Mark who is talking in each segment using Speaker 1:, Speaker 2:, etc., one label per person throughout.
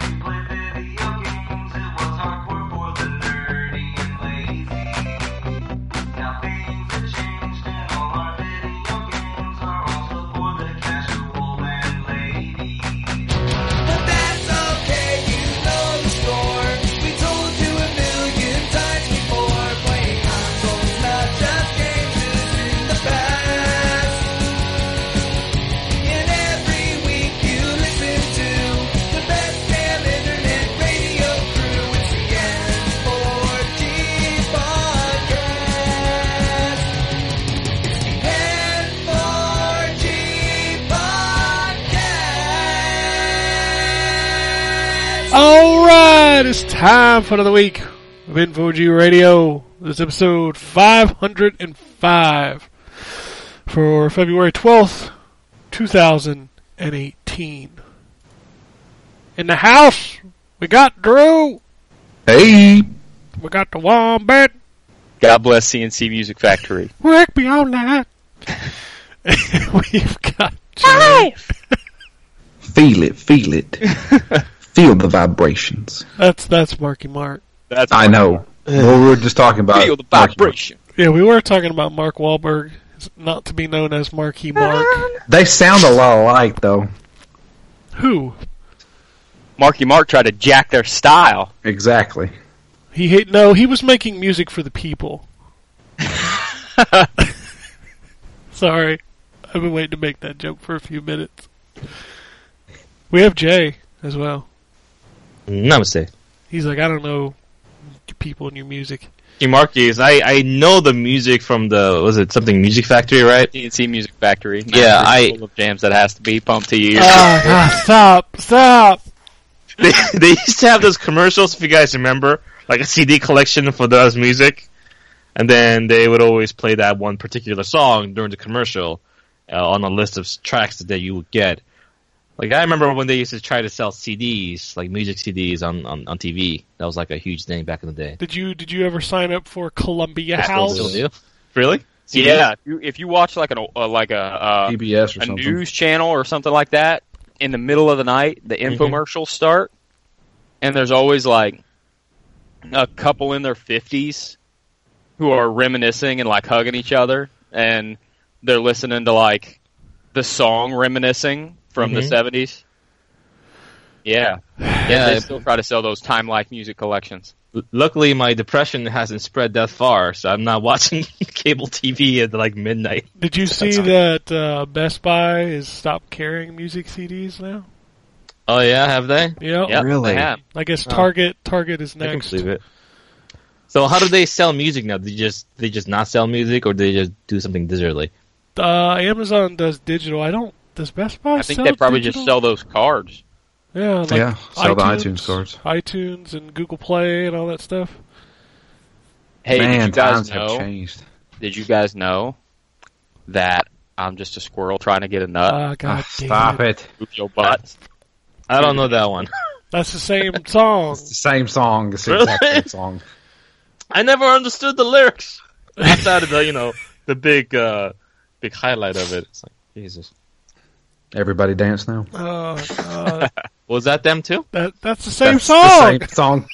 Speaker 1: we played video games, it was hardcore for the nerdy and lazy. Now things have changed and all our video games are also for the casual and ladies.
Speaker 2: But that's okay, you know the score. We told you a million times before. Playing consoles, not just games, is in the past. And every week you listen to the best damn internet radio crew. It's the N4G podcast. It's the N4G podcast.
Speaker 3: All right, it's time for another week of Info-G Radio. This is episode 505 for February 12th, 2018. In the house, we got Drew,
Speaker 4: Hey.
Speaker 3: we got the Wombat,
Speaker 4: God bless CNC Music Factory.
Speaker 3: work me all night. And we've got Jerry.
Speaker 5: Feel it, feel it. feel the vibrations.
Speaker 3: That's, that's Marky Mark.
Speaker 4: That's
Speaker 5: I know. Well, we were just talking about
Speaker 4: Feel the
Speaker 5: Marky Mark.
Speaker 4: vibration.
Speaker 3: Yeah, we were talking about Mark Wahlberg, not to be known as Marky Mark.
Speaker 5: They sound a lot alike, though.
Speaker 3: Who?
Speaker 4: Marky Mark tried to jack their style.
Speaker 5: Exactly.
Speaker 3: He hate no. He was making music for the people. Sorry, I've been waiting to make that joke for a few minutes. We have Jay as well.
Speaker 6: Namaste.
Speaker 3: He's like, I don't know people in your music.
Speaker 6: Marcus, I, I know the music from the was it something Music Factory, right?
Speaker 4: CNC Music Factory.
Speaker 6: Yeah, I-
Speaker 4: Full of jams that has to be pumped to you.
Speaker 3: Ah, ah, stop, stop.
Speaker 6: They, they used to have those commercials if you guys remember, like a CD collection for those music, and then they would always play that one particular song during the commercial uh, on a list of s- tracks that you would get. Like I remember when they used to try to sell CDs, like music CDs on, on, on TV. That was like a huge thing back in the day.
Speaker 3: Did you did you ever sign up for Columbia House?
Speaker 6: Still do? Really?
Speaker 4: yeah, if you, if you watch like an uh, like a uh,
Speaker 5: PBS or
Speaker 4: a
Speaker 5: something.
Speaker 4: news channel or something like that in the middle of the night, the
Speaker 5: Mm-hmm.
Speaker 4: infomercials start, and there's always like a couple in their fifties who are reminiscing and like hugging each other, and they're listening to like the song reminiscing from the
Speaker 5: Mm-hmm.
Speaker 6: Mhm.
Speaker 4: seventies. Yeah, yeah. They still try to sell those Time Life music collections.
Speaker 6: L- luckily my depression hasn't spread that far, so I'm not watching cable TV at like midnight.
Speaker 3: Did you see that uh, Best Buy is stopped carrying music CDs now?
Speaker 6: Oh yeah, have they?
Speaker 3: Yeah,
Speaker 4: Yeah,
Speaker 5: Really?
Speaker 4: they have.
Speaker 3: I guess Target Target is
Speaker 6: I can
Speaker 3: next.
Speaker 6: believe it. So how do they sell music now? They just they just not sell music, or they just do something digitally?
Speaker 3: Uh, Amazon does digital. I don't. Does Best Buy?
Speaker 4: I think
Speaker 3: sell
Speaker 4: they probably
Speaker 3: digital?
Speaker 4: just sell those cards.
Speaker 3: Yeah, like
Speaker 5: Yeah, sell the iTunes cards.
Speaker 3: iTunes and Google Play and all that stuff.
Speaker 4: Hey, did
Speaker 5: Man,
Speaker 4: you guys
Speaker 5: times
Speaker 4: know?
Speaker 5: have changed.
Speaker 4: Did you guys know that I'm just a squirrel trying to get a nut?
Speaker 6: Uh,
Speaker 3: Ah, God
Speaker 5: Ah, stop
Speaker 3: damn
Speaker 5: it.
Speaker 4: Move your butt.
Speaker 6: I don't know that one.
Speaker 3: That's the same song.
Speaker 5: It's the same song. It's the
Speaker 6: Really?
Speaker 5: exact same song.
Speaker 6: I never understood the lyrics outside of the you know the big uh big highlight of it. It's like Jesus.
Speaker 5: Everybody dance now.
Speaker 3: Oh, God.
Speaker 6: Was that them too?
Speaker 3: that that's the same
Speaker 5: That's
Speaker 3: song.
Speaker 5: The same song.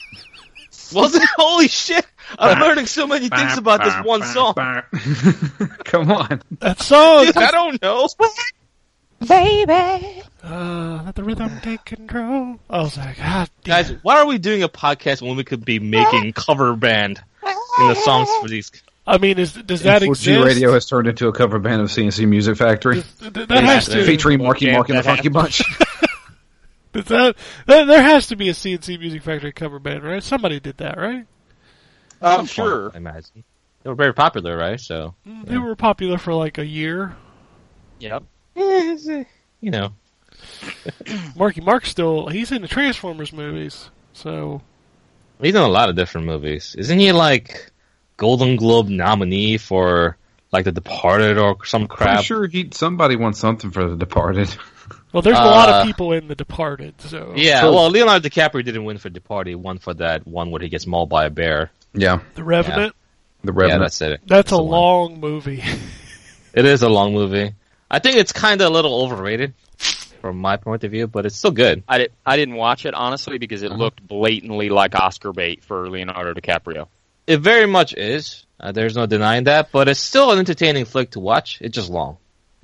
Speaker 6: Was it? Holy shit! I'm learning so many things about this one song.
Speaker 5: Come on.
Speaker 3: That song.
Speaker 6: I don't know.
Speaker 3: uh, let the rhythm take control. I was like, God damn.
Speaker 6: Guys, why are we doing a podcast when we could be making cover band in the songs for these?
Speaker 3: I mean, is does that
Speaker 5: Info-G
Speaker 3: exist?
Speaker 5: Radio has turned into a cover band of CNC Music Factory.
Speaker 3: Does- th- that has to.
Speaker 5: Featuring Marky Mark and the Funky Bunch.
Speaker 3: does that, that there has to be a CNC Music Factory cover band, right? Somebody did that, right?
Speaker 4: I'm sure.
Speaker 6: I imagine they were very popular, right? So
Speaker 3: They were popular for like a year.
Speaker 4: Yep.
Speaker 6: Eh, you know,
Speaker 3: Marky Mark's still he's in the Transformers movies. So
Speaker 6: he's in a lot of different movies. Isn't he like Golden Globe nominee for like The Departed or some
Speaker 5: Pretty
Speaker 6: crap?
Speaker 5: sure he somebody won something for The Departed.
Speaker 3: well there's a lot
Speaker 6: Uh,
Speaker 3: of people in The Departed, so
Speaker 6: Yeah.
Speaker 5: So-
Speaker 6: well, Leonardo DiCaprio didn't win for Departed. He won for that one where he gets mauled by a bear.
Speaker 5: Yeah,
Speaker 3: The Revenant,
Speaker 5: The
Speaker 6: Yeah,
Speaker 5: Revenant.
Speaker 6: that's it.
Speaker 3: that's a
Speaker 6: the one.
Speaker 3: long movie.
Speaker 6: It is a long movie. I think it's kind of a little overrated from my point of view, but it's still good.
Speaker 4: I did. I didn't watch it honestly because it
Speaker 6: Uh-huh.
Speaker 4: looked blatantly like Oscar bait for Leonardo DiCaprio.
Speaker 6: It very much is. Uh, there's no denying that, but it's still an entertaining flick to watch. It's just long.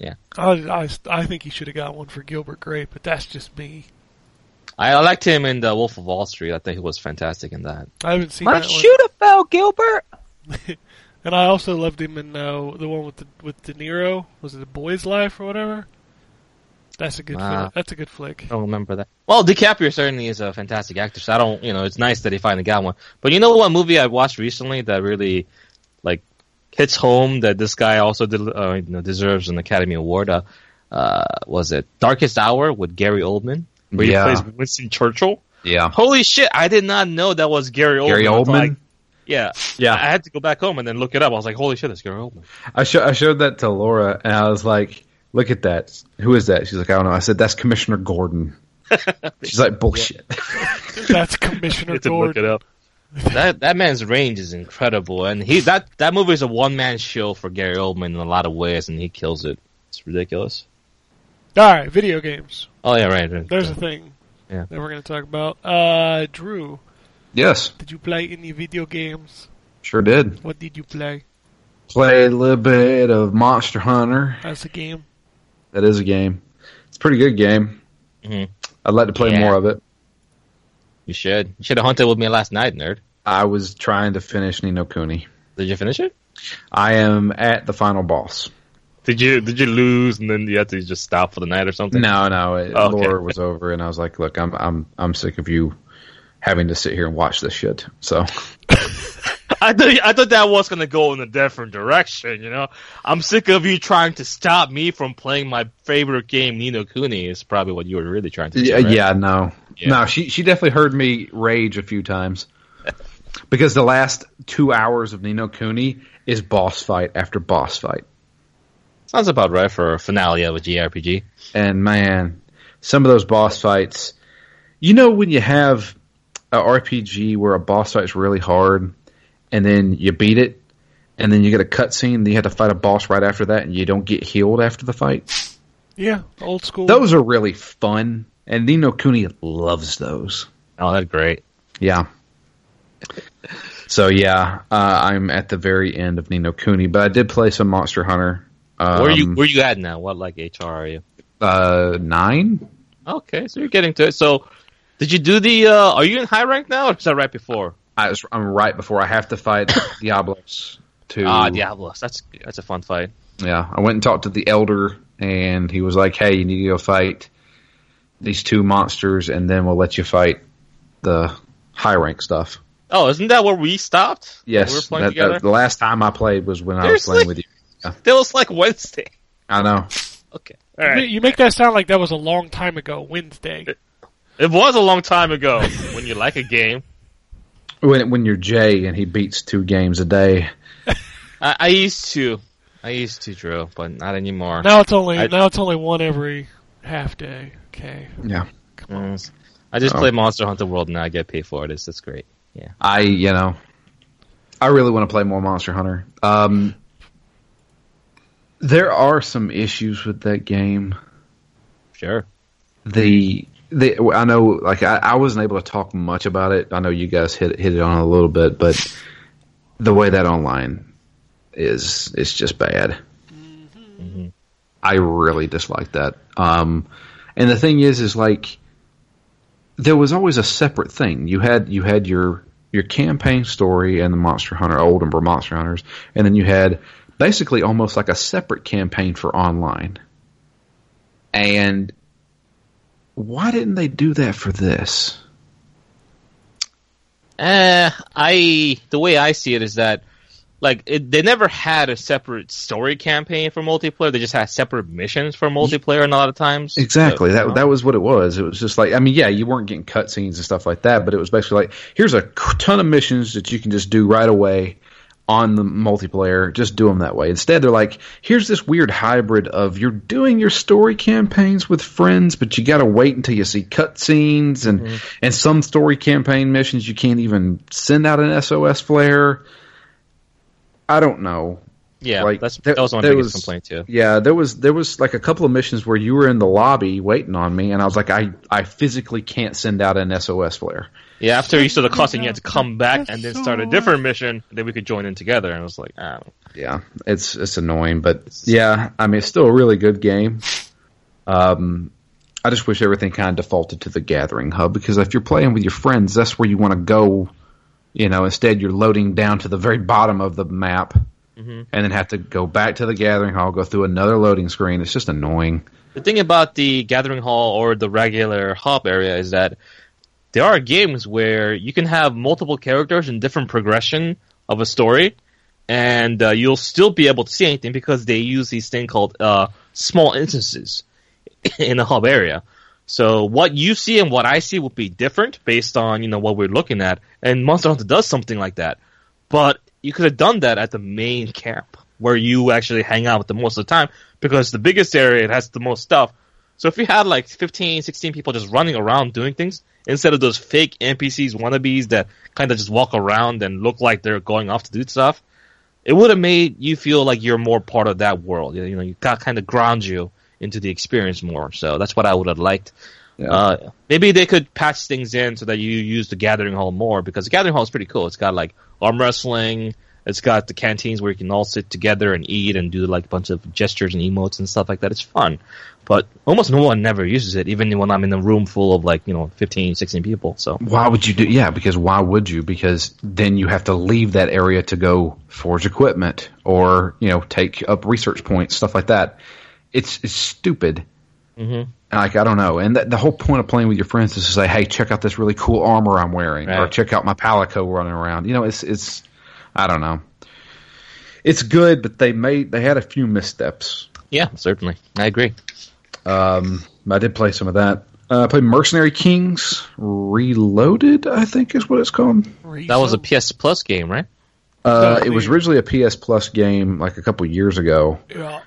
Speaker 3: I, I, I think he should have got one for Gilbert Grape, but that's just me.
Speaker 6: I I liked him in The Wolf of Wall Street. I think he was fantastic in that.
Speaker 3: I haven't seen that one.
Speaker 4: a foul, Gilbert.
Speaker 3: And I also loved him in uh, the one with the, with De Niro. Was it The Boy's Life or whatever? That's a good.
Speaker 6: Wow.
Speaker 3: Flick. That's a good flick.
Speaker 6: I don't remember that. Well, DiCaprio certainly is a fantastic actor, so I don't, you know, it's nice that he finally got one. But you know what movie I watched recently that really, like, hits home that this guy also del uh, you know, deserves an Academy Award? Uh, uh, was it Darkest Hour with Gary Oldman? Where he
Speaker 5: Yeah.
Speaker 6: plays Winston Churchill?
Speaker 5: Yeah.
Speaker 6: Holy shit, I did not know that was Gary Oldman.
Speaker 5: Gary
Speaker 6: until I-
Speaker 5: Oldman.
Speaker 6: yeah.
Speaker 5: Yeah.
Speaker 6: I had to go back home and then look it up. I was like, holy shit, that's Gary Oldman.
Speaker 5: I, sho- I showed that to Laura, and I was like, "Look at that. Who is that?" She's like, "I don't know." I said, "That's Commissioner Gordon." She's like, "Bullshit."
Speaker 3: That's Commissioner Gordon.
Speaker 6: up. that that man's range is incredible, and he that that movie is a one man show for Gary Oldman in a lot of ways, and he kills it. It's ridiculous.
Speaker 3: All right, video games.
Speaker 6: Oh yeah, right. right.
Speaker 3: There's a thing
Speaker 6: Yeah.
Speaker 3: that we're going to talk about. Uh, Drew,
Speaker 5: Yes,
Speaker 3: did you play any video games?
Speaker 5: sure did.
Speaker 3: What did you play
Speaker 5: Play a little bit of Monster Hunter.
Speaker 3: as a game?
Speaker 5: That is a game. It's a pretty good game. Mm-hmm.
Speaker 6: Mhm.
Speaker 5: I'd like to play
Speaker 6: Yeah.
Speaker 5: more of it.
Speaker 6: you should you should have hunted with me last night, nerd.
Speaker 5: I was trying to finish Nino Cooney.
Speaker 6: Did you finish it?
Speaker 5: I am at the final boss.
Speaker 6: Did you did you lose and then you had to just stop for the night or something?
Speaker 5: No, no, it,
Speaker 6: Oh, okay.
Speaker 5: Laura was over, and I was like, "Look, I'm, I'm, I'm sick of you having to sit here and watch this shit." So
Speaker 6: I thought I thought that was gonna go in a different direction. You know, I'm sick of you trying to stop me from playing my favorite game, Nino Cooney. Is probably what you were really trying to do.
Speaker 5: Yeah,
Speaker 6: right?
Speaker 5: yeah, no,
Speaker 6: Yeah.
Speaker 5: no. She she definitely heard me rage a few times because the last two hours of Nino Cooney is boss fight after boss fight,
Speaker 6: sounds about right for a finale of a JRPG.
Speaker 5: and man, some of those boss fights. You know when you have a RPG where a boss fight's really hard, and then you beat it, and then you get a cutscene, and you have to fight a boss right after that, and you don't get healed after the fight.
Speaker 3: Yeah, old school.
Speaker 5: Those are really fun, and Nino Cooney loves those.
Speaker 6: Oh, that's great.
Speaker 5: Yeah. So yeah, uh, I'm at the very end of Nino Cooney, but I did play some Monster Hunter. Um,
Speaker 6: Where you where you at now? What like HR are you?
Speaker 5: uh, nine?
Speaker 6: Okay, so you're getting to it. So did you do the? Uh, are you in high rank now, or is that right before?
Speaker 5: I was, I'm right before I have to fight Diablos. To
Speaker 6: Ah, Diablos. That's that's a fun fight.
Speaker 5: yeah, I went and talked to the elder, and he was like, "Hey, you need to go fight these two monsters, and then we'll let you fight the high rank stuff."
Speaker 6: Oh, isn't that where we stopped?
Speaker 5: Yes,
Speaker 6: we were playing
Speaker 5: that- that-
Speaker 6: together.
Speaker 5: the last time I played was when I was
Speaker 6: Seriously?
Speaker 5: playing with you.
Speaker 6: That was like Wednesday.
Speaker 5: I know.
Speaker 6: Okay, all
Speaker 3: You ma-
Speaker 6: right.
Speaker 3: You make that sound like that was a long time ago, Wednesday.
Speaker 6: It was a long time ago. when you like a game,
Speaker 5: When when you're Jay and he beats two games a day,
Speaker 6: I, I used to. I used to drill, but not anymore.
Speaker 3: Now it's only
Speaker 6: I-
Speaker 3: now it's only one every half day. Okay.
Speaker 5: yeah.
Speaker 6: Mm. I just
Speaker 5: Oh.
Speaker 6: play Monster Hunter World and I get paid for it. It's that's great.
Speaker 5: I, you know, I really want to play more Monster Hunter. Um, there are some issues with that game.
Speaker 6: Sure.
Speaker 5: The the I know, like I, I wasn't able to talk much about it. I know you guys hit hit it on a little bit, but the way that online is it's just bad. I really dislike that. Um, and the thing is, is like there was always a separate thing. You had you had your your campaign story and the Monster Hunter Old Ember Monster Hunters, and then you had basically almost like a separate campaign for online. And why didn't they do that for this?
Speaker 6: Uh, I the way I see it is that like it, they never had a separate story campaign for multiplayer. They just had separate missions for multiplayer, and a lot of times
Speaker 5: Exactly.
Speaker 6: So,
Speaker 5: that
Speaker 6: you know.
Speaker 5: that was what it was. It was just like I mean, yeah, you weren't getting cutscenes and stuff like that, but it was basically like here's a ton of missions that you can just do right away on the multiplayer. Just do them that way. Instead, they're like here's this weird hybrid of you're doing your story campaigns with friends, but you got to wait until you see cutscenes and and some story campaign missions you can't even send out an SOS flare. I don't know.
Speaker 6: Yeah,
Speaker 5: Like,
Speaker 6: that's
Speaker 5: there-
Speaker 6: that was my
Speaker 5: there
Speaker 6: biggest
Speaker 5: was-
Speaker 6: complaint too.
Speaker 5: Yeah, there was there was like a couple of missions where you were in the lobby waiting on me, and I was like, I I physically can't send out an SOS flare.
Speaker 6: Yeah, after you saw the cost, and you had to come back and then
Speaker 3: That's
Speaker 6: start a
Speaker 3: so-
Speaker 6: different mission. Then we could join in together. And I was like, ah,
Speaker 5: Yeah, it's it's annoying, but yeah, I mean, it's still a really good game. Um, I just wish everything kind of defaulted to the Gathering Hub because if you're playing with your friends, that's where you want to go. You know, instead you're loading down to the very bottom of the map, and then have to go back to the Gathering Hall, go through another loading screen. It's just annoying.
Speaker 6: The thing about the gathering hall or the regular hub area is that there are games where you can have multiple characters in different progression of a story, and uh, you'll still be able to see anything because they use these thing called uh, small instances in a hub area. So what you see and what I see will be different based on you know what we're looking at, and Monster Hunter does something like that. But you could have done that at the main camp where you actually hang out with them most of the time because the biggest area it has the most stuff. So if you had like 15, 16 people just running around doing things instead of those fake NPCs, wannabes that kind of just walk around and look like they're going off to do stuff, it would have made you feel like you're more part of that world. You know, you, know, you got kind of ground you into the experience more. So that's what I would have liked. Uh, maybe they could patch things in so that you use the gathering hall more because the gathering hall is pretty cool. It's got like arm wrestling. It's got the canteens where you can all sit together and eat and do like a bunch of gestures and emotes and stuff like that. It's fun, but almost no one never uses it, even when I'm in a room full of like you know 15, 16 people. So
Speaker 5: Why would you do? Yeah, because why would you? Because then you have to leave that area to go forge equipment or you know take up research points, stuff like that. It's it's stupid. Mm-hmm. Like I don't know. And th- the whole point of playing with your friends is to say, hey, check out this really cool armor I'm wearing, or
Speaker 6: Right.
Speaker 5: check out my palico running around. You know, it's it's I don't know. It's good, but they made they had a few missteps.
Speaker 6: yeah, certainly, I agree.
Speaker 5: Um, I did play some of that. Uh, I played Mercenary Kings Reloaded, I think is what it's called.
Speaker 6: That was a PS Plus game, right?
Speaker 5: Uh,
Speaker 3: So
Speaker 5: it was
Speaker 3: weird.
Speaker 5: originally a PS Plus game like a couple years ago.
Speaker 3: Yeah.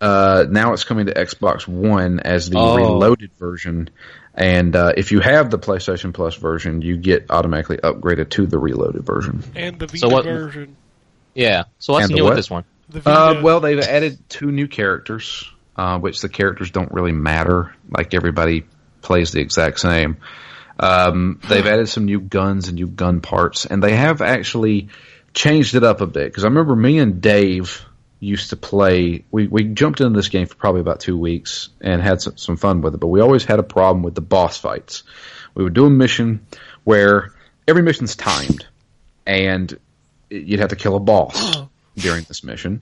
Speaker 5: Uh, now it's coming to Xbox One as the
Speaker 6: Oh.
Speaker 5: reloaded version. And uh, if you have the PlayStation Plus version, you get automatically upgraded to the reloaded version.
Speaker 3: And the Vita
Speaker 6: So what-
Speaker 3: version.
Speaker 6: Yeah. So what's
Speaker 5: And the
Speaker 6: new
Speaker 5: what?
Speaker 6: with this one?
Speaker 3: The Vita.
Speaker 5: Uh, well, they've added two new characters, uh, which the characters don't really matter. Like everybody plays the exact same. Um, they've added some new guns and new gun parts, and they have actually changed it up a bit. Because I remember me and Dave used to play. We we jumped into this game for probably about two weeks and had some, some fun with it, but we always had a problem with the boss fights. We would do a mission where every mission's timed, and you'd have to kill a boss during this mission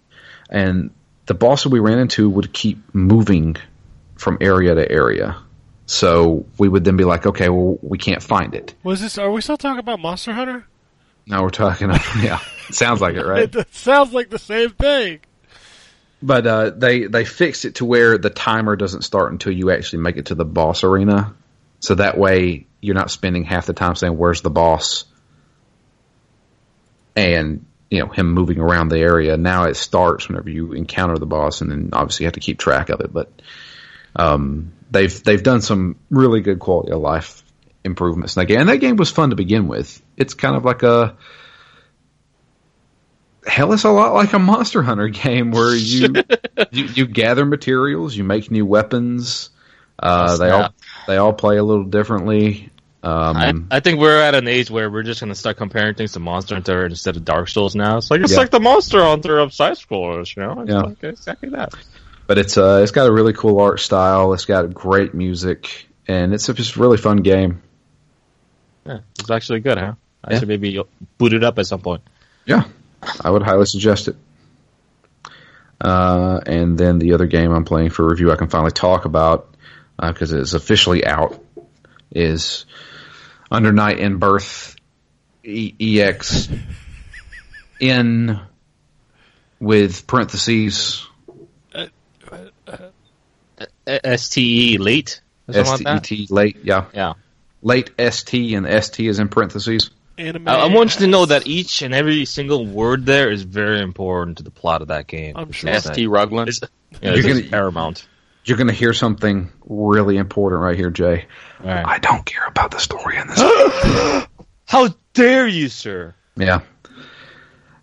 Speaker 5: and the boss that we ran into would keep moving from area to area. So we would then be like, okay, well, we can't find it.
Speaker 3: was this? Are we still talking about Monster Hunter?
Speaker 5: Now we're talking. yeah, sounds like it, right?
Speaker 3: It, it sounds like the same thing.
Speaker 5: But uh, they they fixed it to where the timer doesn't start until you actually make it to the boss arena. So that way you're not spending half the time saying where's the boss, and you know him moving around the area. Now it starts whenever you encounter the boss, and then obviously you have to keep track of it. But um, they've they've done some really good quality of life improvements in that game. And that game was fun to begin with. It's kind of like a hell, it's a lot like a Monster Hunter game where you you, you gather materials, you make new weapons. Uh, they all
Speaker 6: Snap.
Speaker 5: they all play a little differently. Um,
Speaker 6: I, I think we're at an age where we're just gonna start comparing things to Monster Hunter instead of Dark Souls now. It's like it's
Speaker 5: Yeah.
Speaker 6: like the Monster Hunter of side scrollers, you know? It's
Speaker 5: Yeah.
Speaker 6: like exactly that.
Speaker 5: but it's uh, it's got a really cool art style. It's got great music, and it's a just really fun game.
Speaker 6: Yeah, it's actually good, huh? I
Speaker 5: Yeah.
Speaker 6: should maybe boot it up at some point.
Speaker 5: Yeah, I would highly suggest it. Uh, and then the other game I'm playing for review, I can finally talk about because it's officially out, is Under Night and Birth e- EX in with parentheses
Speaker 6: S T E late. Or something like that?
Speaker 5: STET E late, yeah,
Speaker 6: E Yeah.
Speaker 5: late ST and ST is in parentheses.
Speaker 3: Anime.
Speaker 6: I, I want you to know that each and every single word there is very important to the plot of that game.
Speaker 3: I'm
Speaker 6: It's
Speaker 3: sure.
Speaker 6: not-
Speaker 4: ST Rugland.
Speaker 6: It's, yeah,
Speaker 5: You're
Speaker 6: it's
Speaker 5: gonna-
Speaker 6: paramount.
Speaker 5: You're gonna hear something really important right here, Jay.
Speaker 6: Right.
Speaker 5: I don't care about the story in this.
Speaker 6: How dare you, sir?
Speaker 5: Yeah.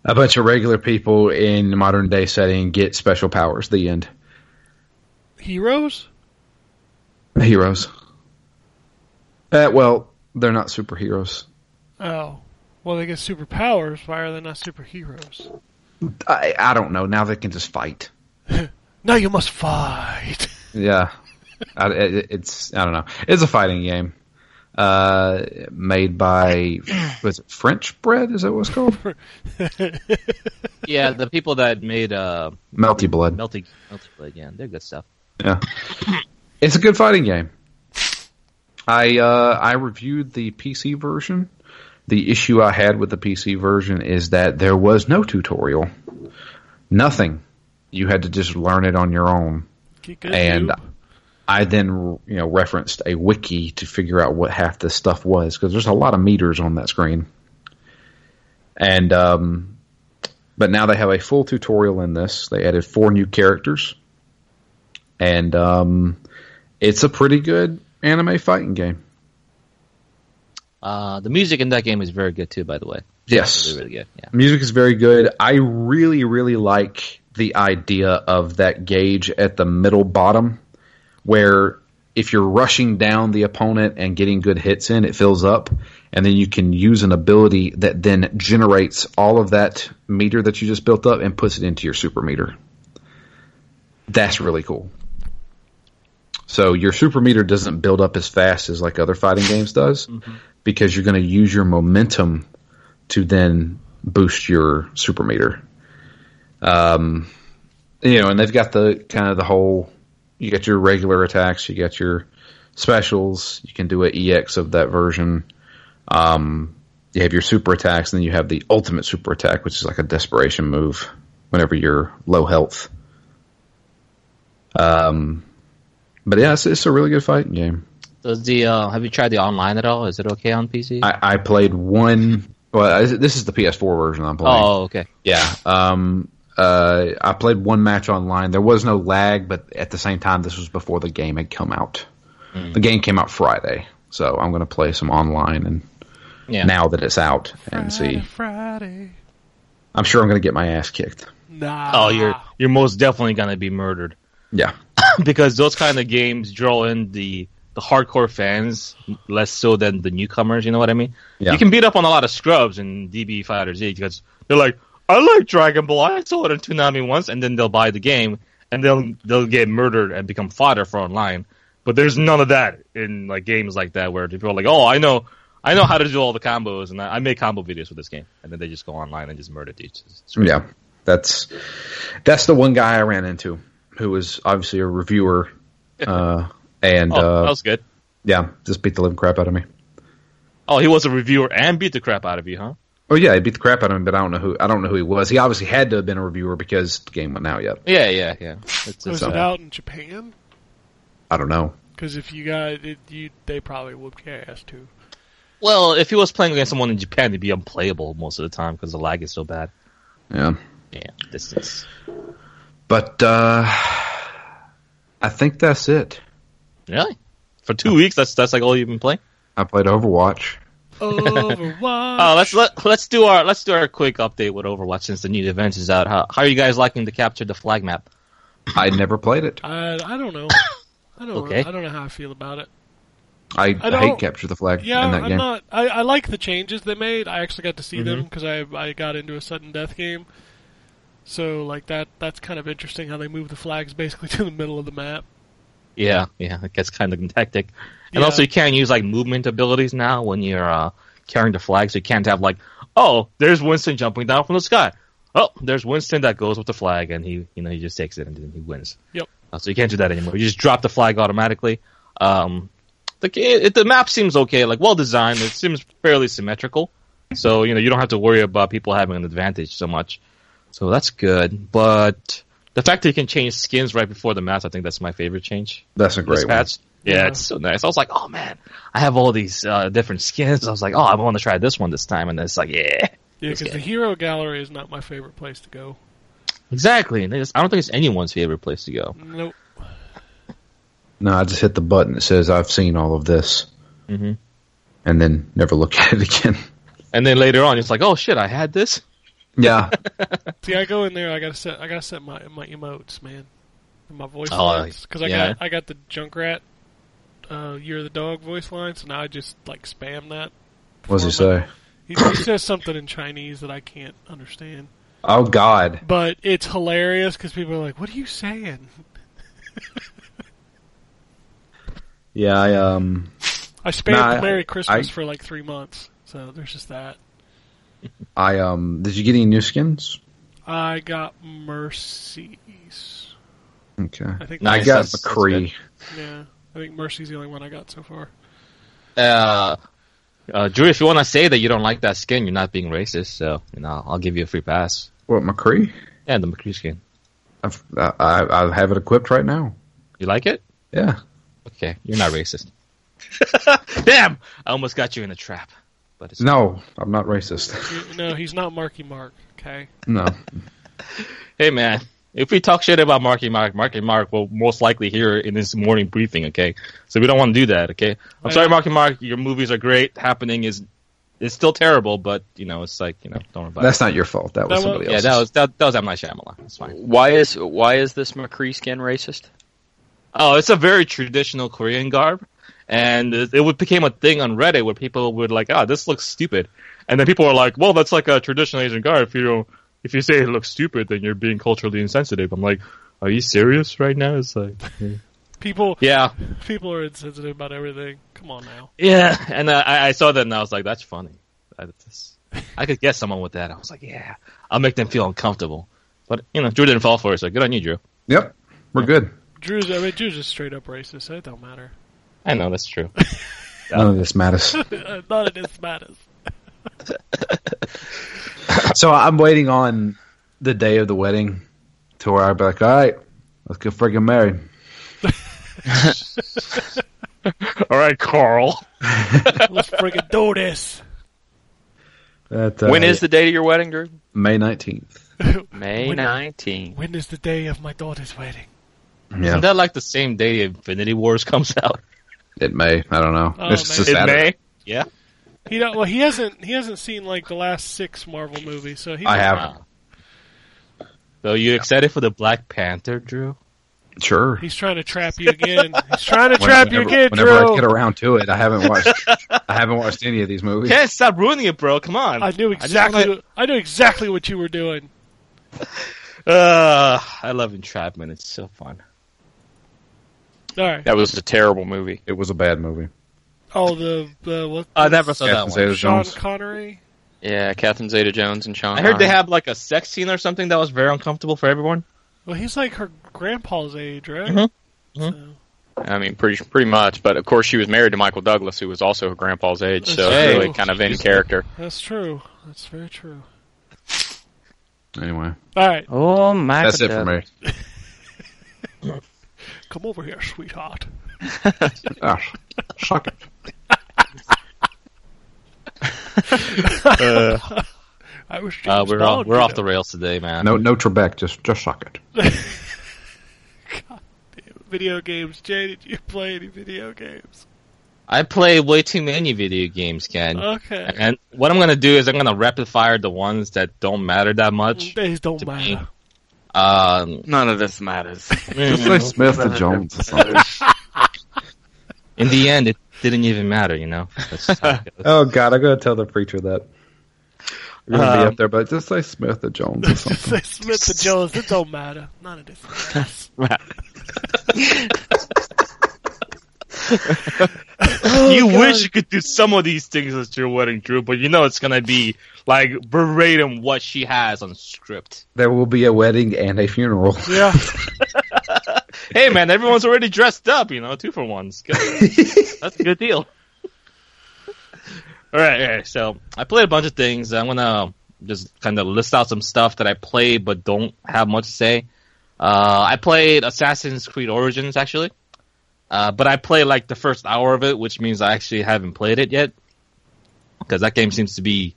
Speaker 5: a bunch of regular people in the modern day setting get special powers. The end.
Speaker 3: Heroes?
Speaker 5: Heroes. Uh, well, they're not superheroes.
Speaker 3: Oh. Well, they get superpowers. Why are they not superheroes?
Speaker 5: I I don't know. Now they can just fight.
Speaker 3: Now you must fight.
Speaker 5: Yeah, I, it, it's I don't know. It's a fighting game uh, made by was it French Bread? Is that what it's called?
Speaker 6: Yeah, the people that made uh,
Speaker 5: Melty Blood.
Speaker 6: Melty Melty Blade, yeah, they're good stuff.
Speaker 5: Yeah, it's a good fighting game. I uh, I reviewed the PC version. The issue I had with the PC version is that there was no tutorial, nothing. You had to just learn it on your own.
Speaker 3: Get good,
Speaker 5: and
Speaker 3: noob.
Speaker 5: I then you know referenced a wiki to figure out what half this stuff was because there's a lot of meters on that screen. And um, but now they have a full tutorial in this. They added four new characters, and um, it's a pretty good anime fighting game.
Speaker 6: Uh, the music in that game is very good too, by the way.
Speaker 5: Yes.
Speaker 6: really, really good. Yeah.
Speaker 5: Music is very good. I really, really like the idea of that gauge at the middle bottom, where if you're rushing down the opponent and getting good hits in, it fills up, and then you can use an ability that then generates all of that meter that you just built up and puts it into your super meter. That's really cool. So your super meter doesn't build up as fast as like other fighting games does, because you're going to use your momentum to then boost your super meter. Um, you know, and they've got the kind of the whole. You got your regular attacks. You got your specials. You can do an EX of that version. Um, you have your super attacks, and then you have the ultimate super attack, which is like a desperation move whenever you're low health. Um, but yeah, it's, it's a really good fighting game.
Speaker 6: Does the uh, have you tried the online at all? Is it okay on PC?
Speaker 5: I, I played one. Well, I- this is the PS4 version I'm playing.
Speaker 6: oh, okay.
Speaker 5: Yeah. Um, uh, I played one match online. There was no lag, but at the same time, this was before the game had come out.
Speaker 6: Hmm.
Speaker 5: The game came out Friday, so I'm going to play some online and
Speaker 6: Yeah.
Speaker 5: now that it's out and
Speaker 3: Friday,
Speaker 5: see.
Speaker 3: Friday.
Speaker 5: I'm sure I'm going to get my ass kicked.
Speaker 3: Nah.
Speaker 6: Oh, you're you're most definitely gonna be murdered
Speaker 5: Yeah.
Speaker 6: because those kind of games draw in the the hardcore fans less so than the newcomers. You know what I mean?
Speaker 5: Yeah.
Speaker 6: You can beat up on a lot of scrubs in DB Fighter Z because they're like, I like Dragon Ball. I saw it in Toonami once, and then they'll buy the game and they'll they'll get murdered and become fodder for online. But there's none of that in like games like that where people are like, oh, I know. I know how to do all the combos, and I, I make combo videos for this game. And then they just go online and just murder dudes. It's- it's
Speaker 5: Yeah, that's that's the one guy I ran into who was obviously a reviewer, uh, and
Speaker 6: Oh,
Speaker 5: uh,
Speaker 6: that was good.
Speaker 5: yeah, just beat the living crap out of me.
Speaker 6: Oh, he was a reviewer and beat the crap out of you, huh?
Speaker 5: Oh yeah, he beat the crap out of him, but I don't know who I don't know who he was. He obviously had to have been a reviewer because the game went out yet.
Speaker 6: Yeah, yeah, yeah.
Speaker 3: Was
Speaker 6: It's, uh, it's,
Speaker 3: it
Speaker 5: so-
Speaker 3: out in Japan?
Speaker 5: I don't know.
Speaker 3: Because if you got it, you they probably whooped your ass too.
Speaker 6: well, if he was playing against someone in Japan, he'd be unplayable most of the time because the lag is so bad.
Speaker 5: Yeah.
Speaker 6: Yeah, this is.
Speaker 5: But uh, I think that's it.
Speaker 6: Really? For two weeks, that's that's like all you've been playing.
Speaker 5: I played Overwatch.
Speaker 3: Oh. Overwatch.
Speaker 6: Uh, let's let, let's do our let's do our quick update with Overwatch since the new event is out. How, how are you guys liking the capture the flag map?
Speaker 5: I never played it.
Speaker 3: I, I don't know. I don't.
Speaker 6: Okay.
Speaker 3: I don't know how I feel about it.
Speaker 5: I,
Speaker 3: I don't-
Speaker 5: hate capture the flag
Speaker 3: Yeah,
Speaker 5: in that
Speaker 3: I'm
Speaker 5: game.
Speaker 3: not. I, I like the changes they made. I actually got to see them 'cause them because I I got into a sudden death game. So like that that's kind of interesting how they move the flags basically to the middle of the map.
Speaker 6: Yeah, yeah, it gets kind of hectic. And
Speaker 3: Yeah.
Speaker 6: also, you can't use like movement abilities now when you're uh, carrying the flag, so you can't have like, oh, there's Winston jumping down from the sky. Oh, there's Winston that goes with the flag, and he, you know, he just takes it and then he wins.
Speaker 3: Yep.
Speaker 6: Uh, so you can't do that anymore. You just drop the flag automatically. Um, the ca- it, the map seems okay, like well designed. It seems fairly symmetrical, so you know you don't have to worry about people having an advantage so much. So that's good. But the fact that you can change skins right before the match, I think that's my favorite change
Speaker 5: That's a great
Speaker 6: this
Speaker 5: one.
Speaker 6: patch. Yeah, it's so nice. I was like, oh man, I have all these uh, different skins. I was like, oh, I want to try this one this time, and it's like, yeah,
Speaker 3: Yeah,
Speaker 6: This
Speaker 3: because the
Speaker 6: game.
Speaker 3: hero gallery is not my favorite place to go.
Speaker 6: exactly. And it's- I don't think it's anyone's favorite place to go.
Speaker 3: Nope.
Speaker 5: No, I just hit the button that says I've seen all of this,
Speaker 6: Mhm.
Speaker 5: and then never look at it again.
Speaker 6: And then later on, it's like, oh shit, I had this.
Speaker 5: Yeah.
Speaker 3: See, I go in there. I gotta set. I gotta set my my emotes, man. My voice
Speaker 6: Oh,
Speaker 3: lines. 'Cause because I
Speaker 6: yeah.
Speaker 3: got I got the Junkrat, uh, Year of the Dog voice line. So now I just like spam that.
Speaker 5: What's he say?
Speaker 3: He, he says something in Chinese that I can't understand,
Speaker 5: Oh God.
Speaker 3: but it's hilarious because people are like, "What are you saying?"
Speaker 5: Yeah. I, um.
Speaker 3: I spammed
Speaker 5: Nah, I-
Speaker 3: Merry Christmas
Speaker 5: I-
Speaker 3: for like three months, so there's just that.
Speaker 5: I um. Did you get any new skins?
Speaker 3: I got mercies.
Speaker 5: Okay.
Speaker 3: I think
Speaker 6: Nice.
Speaker 5: I got
Speaker 6: that's- that's
Speaker 5: McCree.
Speaker 3: Yeah, I think mercy's the only one I got so far.
Speaker 6: Uh, uh, Drew, if you want to say that you don't like that skin, you're not being racist. So you know, I'll give you a free pass.
Speaker 5: What McCree?
Speaker 6: Yeah, the McCree skin.
Speaker 5: I've, I, I I have it equipped right now.
Speaker 6: You like it?
Speaker 5: Yeah.
Speaker 6: Okay, you're not racist. Damn! I almost got you in a trap. But it's
Speaker 5: No, I'm not racist.
Speaker 3: You- No, he's not Marky Mark. Okay,
Speaker 5: No.
Speaker 6: Hey man, if we talk shit about Marky Mark, Marky Mark will most likely hear in this morning briefing, okay? So we don't want to do that, okay? I'm sorry, Marky Mark, your movies are great. Happening is is still terrible, but you know, it's like, you know, don't worry about
Speaker 5: That's not your fault. That was
Speaker 3: That
Speaker 5: somebody
Speaker 6: it.
Speaker 3: was-
Speaker 6: Yeah,
Speaker 5: else.
Speaker 6: that was that, that was M. Night Shyamalan. That's fine.
Speaker 4: Why is why is this McCree skin racist?
Speaker 6: Oh, it's a very traditional Korean garb, and it, it would- became a thing on Reddit where people would like, "Ah, this looks stupid," and then people were like, "Well, that's like a traditional Asian garb. If you don't, if you say it looks stupid, then you're being culturally insensitive." I'm like, "Are you serious right now?" It's like,
Speaker 3: people
Speaker 6: yeah,
Speaker 3: people are insensitive about everything. Come on now.
Speaker 6: yeah. And uh, I, I saw that and I was like, "That's funny." I, that's- I could get someone with that. I was like, "Yeah, I'll make them feel uncomfortable." But you know, Drew didn't fall for it, so good on you, Drew.
Speaker 5: Yep. We're good.
Speaker 3: Drew's I mean Drew's just straight up racist. so It don't matter.
Speaker 6: I know that's true.
Speaker 5: None of this matters.
Speaker 3: None of this matters.
Speaker 5: so I'm waiting on the day of the wedding to where I'd be like, all right, let's get friggin' married.
Speaker 6: All right, Carl.
Speaker 3: Let's freaking do this.
Speaker 5: That, uh,
Speaker 4: when is the date of your wedding, Drew?
Speaker 5: May 19th?
Speaker 4: May
Speaker 3: When-
Speaker 4: nineteenth.
Speaker 3: When is the day of my daughter's wedding?
Speaker 5: Yeah.
Speaker 6: Isn't that like the same day Infinity Wars comes out?
Speaker 5: It may. I don't know.
Speaker 3: Oh,
Speaker 5: it's
Speaker 3: man.
Speaker 5: a
Speaker 3: It
Speaker 5: Saturday.
Speaker 6: Yeah.
Speaker 3: He don't, well, he hasn't he hasn't seen like the last six Marvel movies, so he
Speaker 5: I haven't.
Speaker 6: Wow. So you excited for the Black Panther, Drew?
Speaker 5: Sure.
Speaker 3: he's trying to trap you again. He's trying to trap you
Speaker 5: whenever,
Speaker 3: again,
Speaker 5: whenever I
Speaker 3: Drew.
Speaker 5: get around to it, I haven't watched. I haven't watched any of these movies.
Speaker 6: Can't stop ruining it, bro. Come on.
Speaker 3: I knew
Speaker 6: just
Speaker 3: exactly.
Speaker 6: wanna-
Speaker 3: I knew exactly what you were doing.
Speaker 6: Uh, I love entrapment. It's so fun.
Speaker 3: All right.
Speaker 4: That was a terrible movie.
Speaker 5: It was a bad movie.
Speaker 3: Oh, the the what?
Speaker 6: I never saw
Speaker 5: Captain
Speaker 6: Uh, that
Speaker 5: Zeta
Speaker 6: one.
Speaker 3: Sean
Speaker 5: Jones.
Speaker 3: Connery.
Speaker 4: Yeah, Catherine Zeta Jones and Sean.
Speaker 6: I heard
Speaker 4: Connery.
Speaker 6: they have like a sex scene or something that was very uncomfortable for everyone.
Speaker 3: Well, he's like her grandpa's age, right?
Speaker 6: Mhm.
Speaker 4: I mean, pretty pretty much. But of course, she was married to Michael Douglas, who was also her grandpa's age, so
Speaker 3: Hey.
Speaker 4: it's really kind of in character.
Speaker 3: So that's true. That's very true.
Speaker 5: Anyway,
Speaker 3: All right,
Speaker 4: Oh my!
Speaker 5: that's it for me.
Speaker 3: come over here, sweetheart.
Speaker 5: Ah, suck it.
Speaker 3: I was.
Speaker 6: Uh,
Speaker 3: James
Speaker 6: we're off,
Speaker 3: Bond,
Speaker 6: we're
Speaker 3: you
Speaker 6: off
Speaker 3: know.
Speaker 6: the rails today, man.
Speaker 5: No, no Trebek. Just, just suck it.
Speaker 3: video games. Jay, did you play any video games?
Speaker 6: I play way too many video games, Ken.
Speaker 3: Okay.
Speaker 6: And what I'm gonna do is I'm gonna rapid fire the ones that don't matter that much.
Speaker 3: Days don't
Speaker 6: to
Speaker 3: matter.
Speaker 6: me. Um,
Speaker 4: None of this matters.
Speaker 5: Just play Smith and Jones. or something.
Speaker 6: in the end, it didn't even matter, you know. That's just how it goes.
Speaker 5: Oh God, I'm gonna tell the preacher that. I'm gonna be
Speaker 6: Um,
Speaker 5: up there, but just say Smith or Jones or
Speaker 3: Say
Speaker 5: something.
Speaker 3: Smith and Jones. It don't matter. None of this matters.
Speaker 6: you wish you could do some of these things at your wedding, Drew, but you know it's gonna be like verbatim what she has on script.
Speaker 5: there will be a wedding and a funeral.
Speaker 3: yeah.
Speaker 6: Hey, man, everyone's already dressed up, you know, two for ones. Good. That's a good deal. All right, all right. So I played a bunch of things. I'm gonna um, just kind of list out some stuff that I played but don't have much to say. Uh, I played Assassin's Creed Origins actually, uh, but I played like the first hour of it, which means I actually haven't played it yet because that game seems to be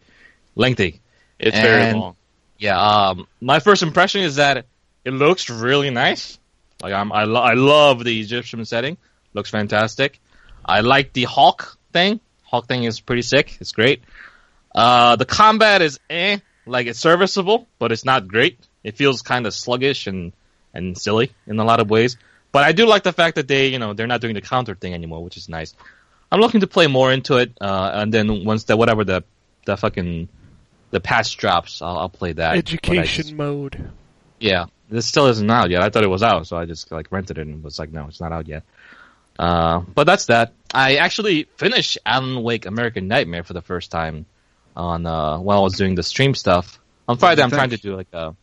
Speaker 6: lengthy.
Speaker 4: It's very
Speaker 6: And-
Speaker 4: long.
Speaker 6: Yeah. Um, my first impression is that it looks really nice. Like I'm, I, lo- I love the Egyptian setting. Looks fantastic. I like the Hawk thing. Hawk thing is pretty sick. It's great. Uh, the combat is eh. like it's serviceable, but it's not great. It feels kind of sluggish and and silly in a lot of ways. But I do like the fact that they, you know, they're not doing the counter thing anymore, which is nice. I'm looking to play more into it, uh, and then once that whatever the the fucking the patch drops, I'll, I'll play that. But I
Speaker 3: Education
Speaker 6: just-
Speaker 3: mode.
Speaker 6: yeah, this still isn't out yet. I thought it was out, so I just like rented it and was like, no, it's not out yet. Uh, but that's that. I actually finished Alan Wake American Nightmare for the first time on uh, while I was doing the stream stuff on Friday. I'm
Speaker 5: think?
Speaker 6: trying to do like a.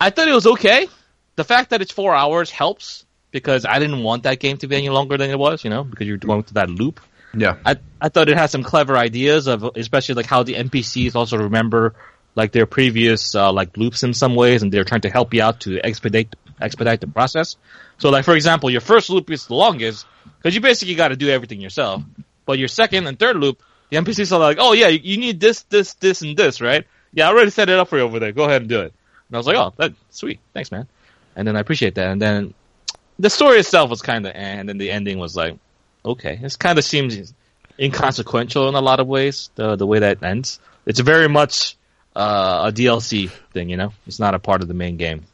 Speaker 6: I thought it was okay. The fact that it's four hours helps because I didn't want that game to be any longer than it was. You know, because you're going through that loop.
Speaker 5: Yeah.
Speaker 6: I I thought it had some clever ideas of especially like how the NPCs also remember like their previous uh, like loops in some ways, and they're trying to help you out to expedite expedite the process. So like for example, your first loop is the longest because you basically got to do everything yourself. But your second and third loop, the NPCs are like, oh yeah, you- you need this, this, this, and this, right? Yeah, I already set it up for you over there. Go ahead and do it. And I was like, oh, that's sweet, thanks, man. And then I appreciate that. And then the story itself was kind of, and then the ending was like, okay, this kind of seems inconsequential in a lot of ways. The the way that ends, it's very much uh, a DLC thing. You know, it's not a part of the main game.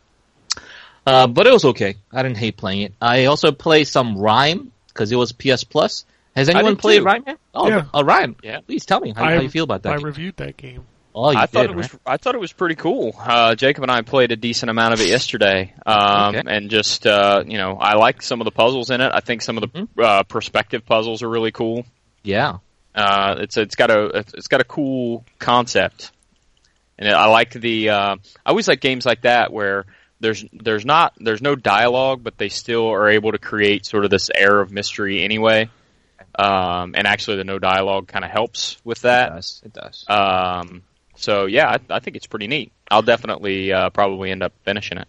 Speaker 6: Uh, but it was okay. I didn't hate playing it. I also played some Rhyme because it was PS Plus. Has anyone
Speaker 4: did
Speaker 6: played
Speaker 4: too.
Speaker 6: Rhyme? Yet? Oh,
Speaker 3: Yeah.
Speaker 6: uh, Rhyme. Yeah, please tell me how, how
Speaker 3: I-
Speaker 6: you feel about that.
Speaker 3: I
Speaker 6: game.
Speaker 3: reviewed that game.
Speaker 6: oh, you
Speaker 4: I thought
Speaker 6: did,
Speaker 4: it was.
Speaker 6: right?
Speaker 4: I thought it was pretty cool. Uh, Jacob and I played a decent amount of it yesterday, um,
Speaker 6: Okay.
Speaker 4: and just uh, you know, I like some of the puzzles in it. I think some of the uh, perspective puzzles are really cool.
Speaker 6: yeah.
Speaker 4: Uh, it's it's got a it's got a cool concept, and I like the. Uh, I always like games like that where there's there's not there's no dialogue, but they still are able to create sort of this air of mystery anyway. Um, and actually, the no dialogue kind of helps with that.
Speaker 6: it does. It does.
Speaker 4: Um, so yeah, I, I think it's pretty neat. I'll definitely uh, probably end up finishing it.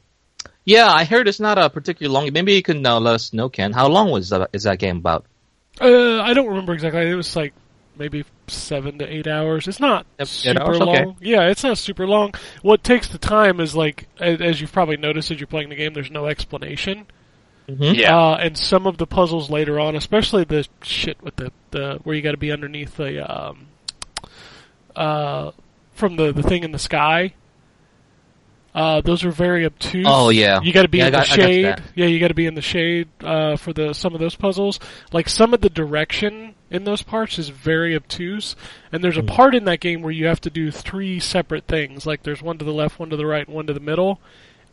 Speaker 6: yeah, I heard it's not a particularly long. Maybe you can uh, let us know, Ken. How long was that, is that game about?
Speaker 3: Uh, I don't remember exactly. It was like maybe seven to eight hours. It's not
Speaker 6: Yep, eight
Speaker 3: super
Speaker 6: hours,
Speaker 3: long.
Speaker 6: okay.
Speaker 3: Yeah, it's not super long. What takes the time is like, a- as you've probably noticed as you're playing the game, there's no explanation.
Speaker 4: Yeah,
Speaker 3: Uh, and some of the puzzles later on, especially the shit with the, the where you got to be underneath the um, uh, from the the thing in the sky. Uh, those are very obtuse.
Speaker 6: Oh, yeah.
Speaker 3: you got to be
Speaker 6: Yeah, I
Speaker 3: in
Speaker 6: got-
Speaker 3: the
Speaker 6: I got
Speaker 3: shade.
Speaker 6: that.
Speaker 3: Yeah, you got to be in the shade uh, for the some of those puzzles. Like some of the direction in those parts is very obtuse, and there's a part in that game where you have to do three separate things. Like there's one to the left, one to the right, and one to the middle,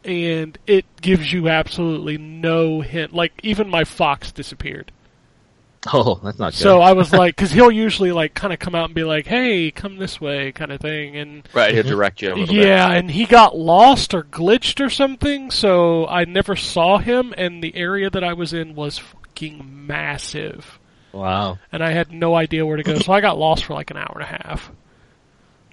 Speaker 3: and it gives you absolutely no hint. Like even my fox disappeared.
Speaker 6: Oh, that's not good.
Speaker 3: So uh, I was like, because he'll usually like kind of come out and be like, "Hey, come this way," kind of thing, and
Speaker 4: right. He'll direct you a little bit.
Speaker 3: hmm. yeah, and he got lost or glitched or something, so I never saw him, and the area that I was in was fucking massive,
Speaker 6: wow.
Speaker 3: and I had no idea where to go, so I got lost for like an hour and a half.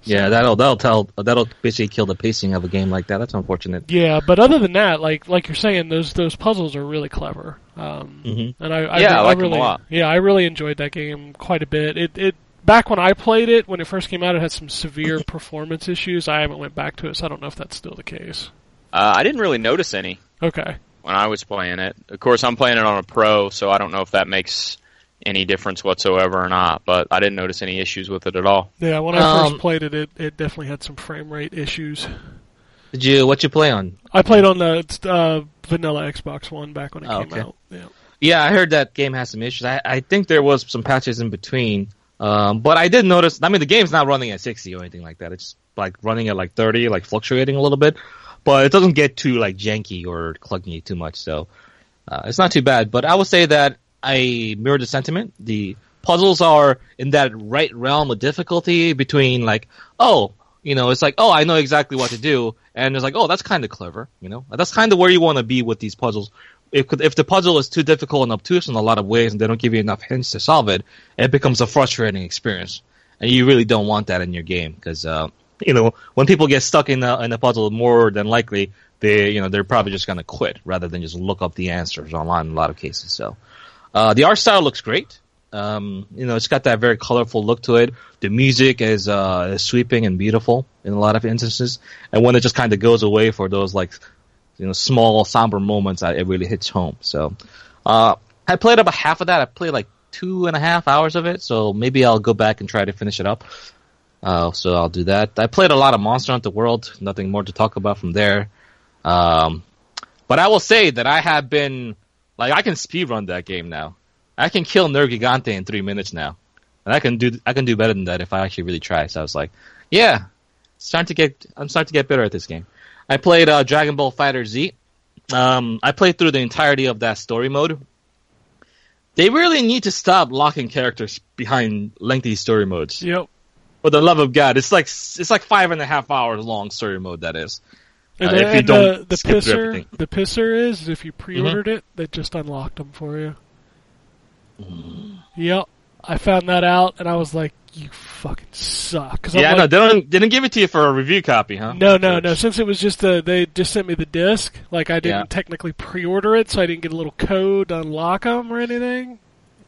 Speaker 6: Yeah, that'll that'll tell that'll basically kill the pacing of a game like that. That's unfortunate.
Speaker 3: Yeah, but other than that, like like you're saying, those those puzzles are really clever. Um,
Speaker 6: Mhm.
Speaker 4: Mm-hmm.
Speaker 3: And I, I,
Speaker 4: Yeah, I like 'em a
Speaker 3: really,
Speaker 4: lot.
Speaker 3: Yeah, I really enjoyed that game quite a bit. It it back when I played it when it first came out, it had some severe performance issues. I haven't went back to it, so I don't know if that's still the case.
Speaker 4: Uh, I didn't really notice any
Speaker 3: Okay.
Speaker 4: when I was playing it. Of course, I'm playing it on a pro, so I don't know if that makes any difference whatsoever or not. But I didn't notice any issues with it at all.
Speaker 3: Yeah, when I
Speaker 6: Um,
Speaker 3: first played it, it, it definitely had some frame rate issues.
Speaker 6: Did you what you play on?
Speaker 3: I played on the uh, vanilla Xbox One back when it
Speaker 6: Oh,
Speaker 3: came
Speaker 6: okay.
Speaker 3: out. Yeah.
Speaker 6: Yeah, I heard that game has some issues. I, I think there was some patches in between. Um, but I did notice. I mean, the game's not running at sixty or anything like that. It's like running at like thirty, like fluctuating a little bit. But it doesn't get too like janky or clunky too much. So uh, it's not too bad. But I would say that I mirror the sentiment. The puzzles are in that right realm of difficulty between like, oh, you know, it's like, oh, I know exactly what to do, and it's like, oh, that's kind of clever. You know, that's kind of where you want to be with these puzzles. If if the puzzle is too difficult and obtuse in a lot of ways, and they don't give you enough hints to solve it, it becomes a frustrating experience, and you really don't want that in your game because. Uh, you know, when people get stuck in a, in a puzzle, more than likely they, you know, they're probably just going to quit rather than just look up the answers online in a lot of cases. So, uh, the art style looks great. Um, you know, it's got that very colorful look to it. The music is, uh, is sweeping and beautiful in a lot of instances. And when it just kind of goes away for those like, you know, small somber moments, uh, it really hits home. So, uh, I played about half of that. I played like two and a half hours of it. So maybe I'll go back and try to finish it up. Uh, so I'll do that. I played a lot of Monster Hunter World. Nothing more to talk about from there. Um, but I will say that I have been like I can speedrun that game now. I can kill Nergigante in three minutes now, and I can do I can do better than that if I actually really try. So I was like, yeah, starting to get I'm starting to get better at this game. I played uh, Dragon Ball Fighter Z. Um, I played through the entirety of that story mode. They really need to stop locking characters behind lengthy story modes
Speaker 3: Yep.
Speaker 6: for the love of God, it's like it's like five and a half hours long story mode. That is,
Speaker 3: And,
Speaker 6: Uh, if
Speaker 3: then
Speaker 6: you
Speaker 3: the,
Speaker 6: don't
Speaker 3: the
Speaker 6: skip through
Speaker 3: pisser,
Speaker 6: everything. Mm-hmm.
Speaker 3: the pisser is if you pre-ordered it, they just unlocked them for you.
Speaker 6: Mm.
Speaker 3: Yep, I found that out, and I was like, "You fucking suck." 'Cause I'm
Speaker 6: yeah,
Speaker 3: like,
Speaker 6: no, they don't they didn't give it to you for a review copy, huh?
Speaker 3: No, no, no. Since it was just the they just sent me the disc. Like I didn't
Speaker 6: Yeah.
Speaker 3: technically pre-order it, so I didn't get a little code to unlock them or anything.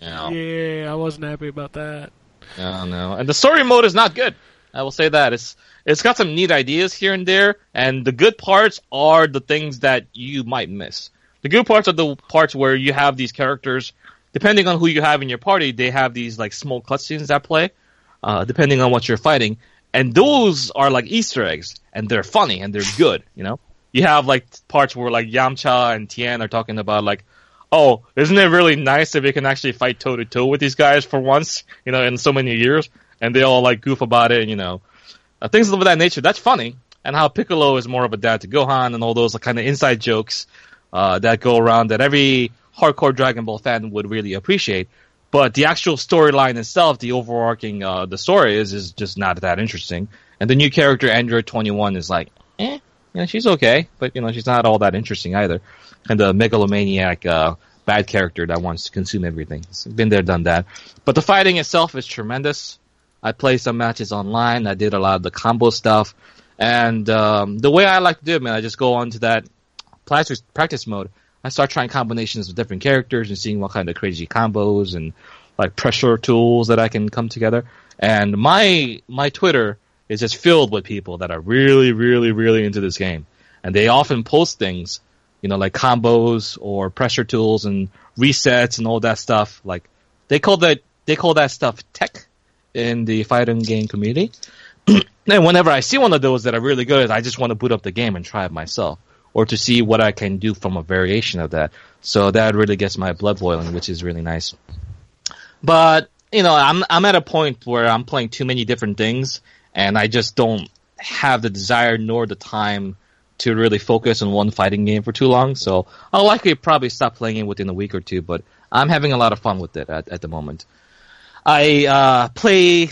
Speaker 6: Yeah.
Speaker 3: Yeah, I wasn't happy about that.
Speaker 6: I don't know. And the story mode is not good. I will say that it's it's got some neat ideas here and there, and the good parts are the things that you might miss. The good parts are the parts where you have these characters. Depending on who you have in your party, they have these like small cutscenes that play, uh, depending on what you're fighting, and those are like Easter eggs, and they're funny and they're good. You know, you have like parts where like Yamcha and Tien are talking about like oh, isn't it really nice if we can actually fight toe to toe with these guys for once, you know, in so many years? And they all like goof about it, and, you know, uh, things of that nature. That's funny. And how Piccolo is more of a dad to Gohan and all those kind of inside jokes uh, that go around that every hardcore Dragon Ball fan would really appreciate. But the actual storyline itself, the overarching uh, the story is is just not that interesting. And the new character Android Twenty One is like, eh, you know, she's okay, but you know, she's not all that interesting either. And the megalomaniac uh, bad character that wants to consume everything. It's been there, done that. But the fighting itself is tremendous. I played some matches online. I did a lot of the combo stuff, and um, the way I like to do it, man, I just go onto that practice practice mode, I start trying combinations with different characters and seeing what kind of crazy combos and like pressure tools that I can come together. And my my Twitter is just filled with people that are really, really, really into this game, and they often post things, you know, like combos or pressure tools and resets and all that stuff. Like they call that they call that stuff tech in the fighting game community. And whenever I see one of those that are really good, I just want to boot up the game and try it myself, or to see what I can do from a variation of that. So that really gets my blood boiling, which is really nice. But you know, I'm I'm at a point where I'm playing too many different things, and I just don't have the desire nor the time to really focus on one fighting game for too long. So I'll likely probably stop playing it within a week or two. But I'm having a lot of fun with it at, at the moment. I uh, played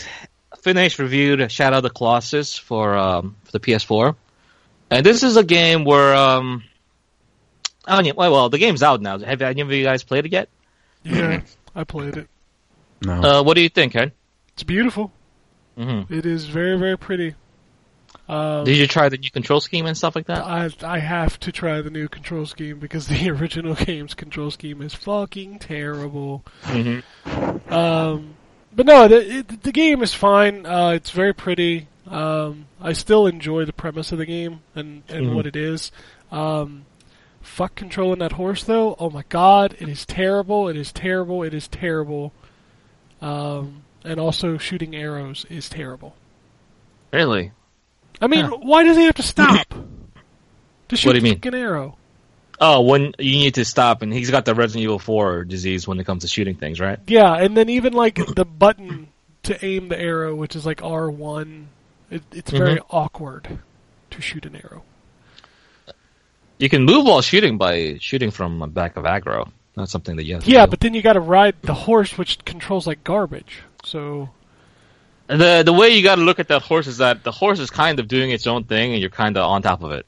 Speaker 6: finished reviewed Shadow of the Colossus for um, for the PS4, and this is a game where um, I don't know, well, well, the game's out now. Have any of you guys played it yet?
Speaker 3: Yeah, I played it.
Speaker 5: No.
Speaker 6: Uh, what do you think, Ken?
Speaker 3: It's beautiful.
Speaker 6: hmm
Speaker 3: It is very very pretty. Um,
Speaker 6: Did you try the new control scheme and stuff like that?
Speaker 3: I I have to try the new control scheme because the original game's control scheme is fucking terrible.
Speaker 6: Mhm.
Speaker 3: Um, but no, the it, the game is fine. Uh, it's very pretty. Um, I still enjoy the premise of the game and and
Speaker 6: Mhm.
Speaker 3: what it is. Um, fuck controlling that horse though. Oh my god, it is terrible. It is terrible. It is terrible. Um, and also shooting arrows is terrible.
Speaker 6: Really?
Speaker 3: I mean,
Speaker 6: Huh.
Speaker 3: why does he have to stop? To shoot
Speaker 6: do you
Speaker 3: a
Speaker 6: mean?
Speaker 3: fucking arrow.
Speaker 6: Oh, when you need to stop, and he's got the Resident Evil 4 disease when it comes to shooting things, right?
Speaker 3: Yeah, and then even like the button to aim the arrow, which is like R one, it, it's very
Speaker 6: Mm-hmm.
Speaker 3: awkward to shoot an arrow.
Speaker 6: You can move while shooting by shooting from the back of aggro. That's something that you have to
Speaker 3: Yeah,
Speaker 6: do.
Speaker 3: but then you got to ride the horse, which controls like garbage. So
Speaker 6: The the way you got to look at that horse is that the horse is kind of doing its own thing, and you're kind of on top of it.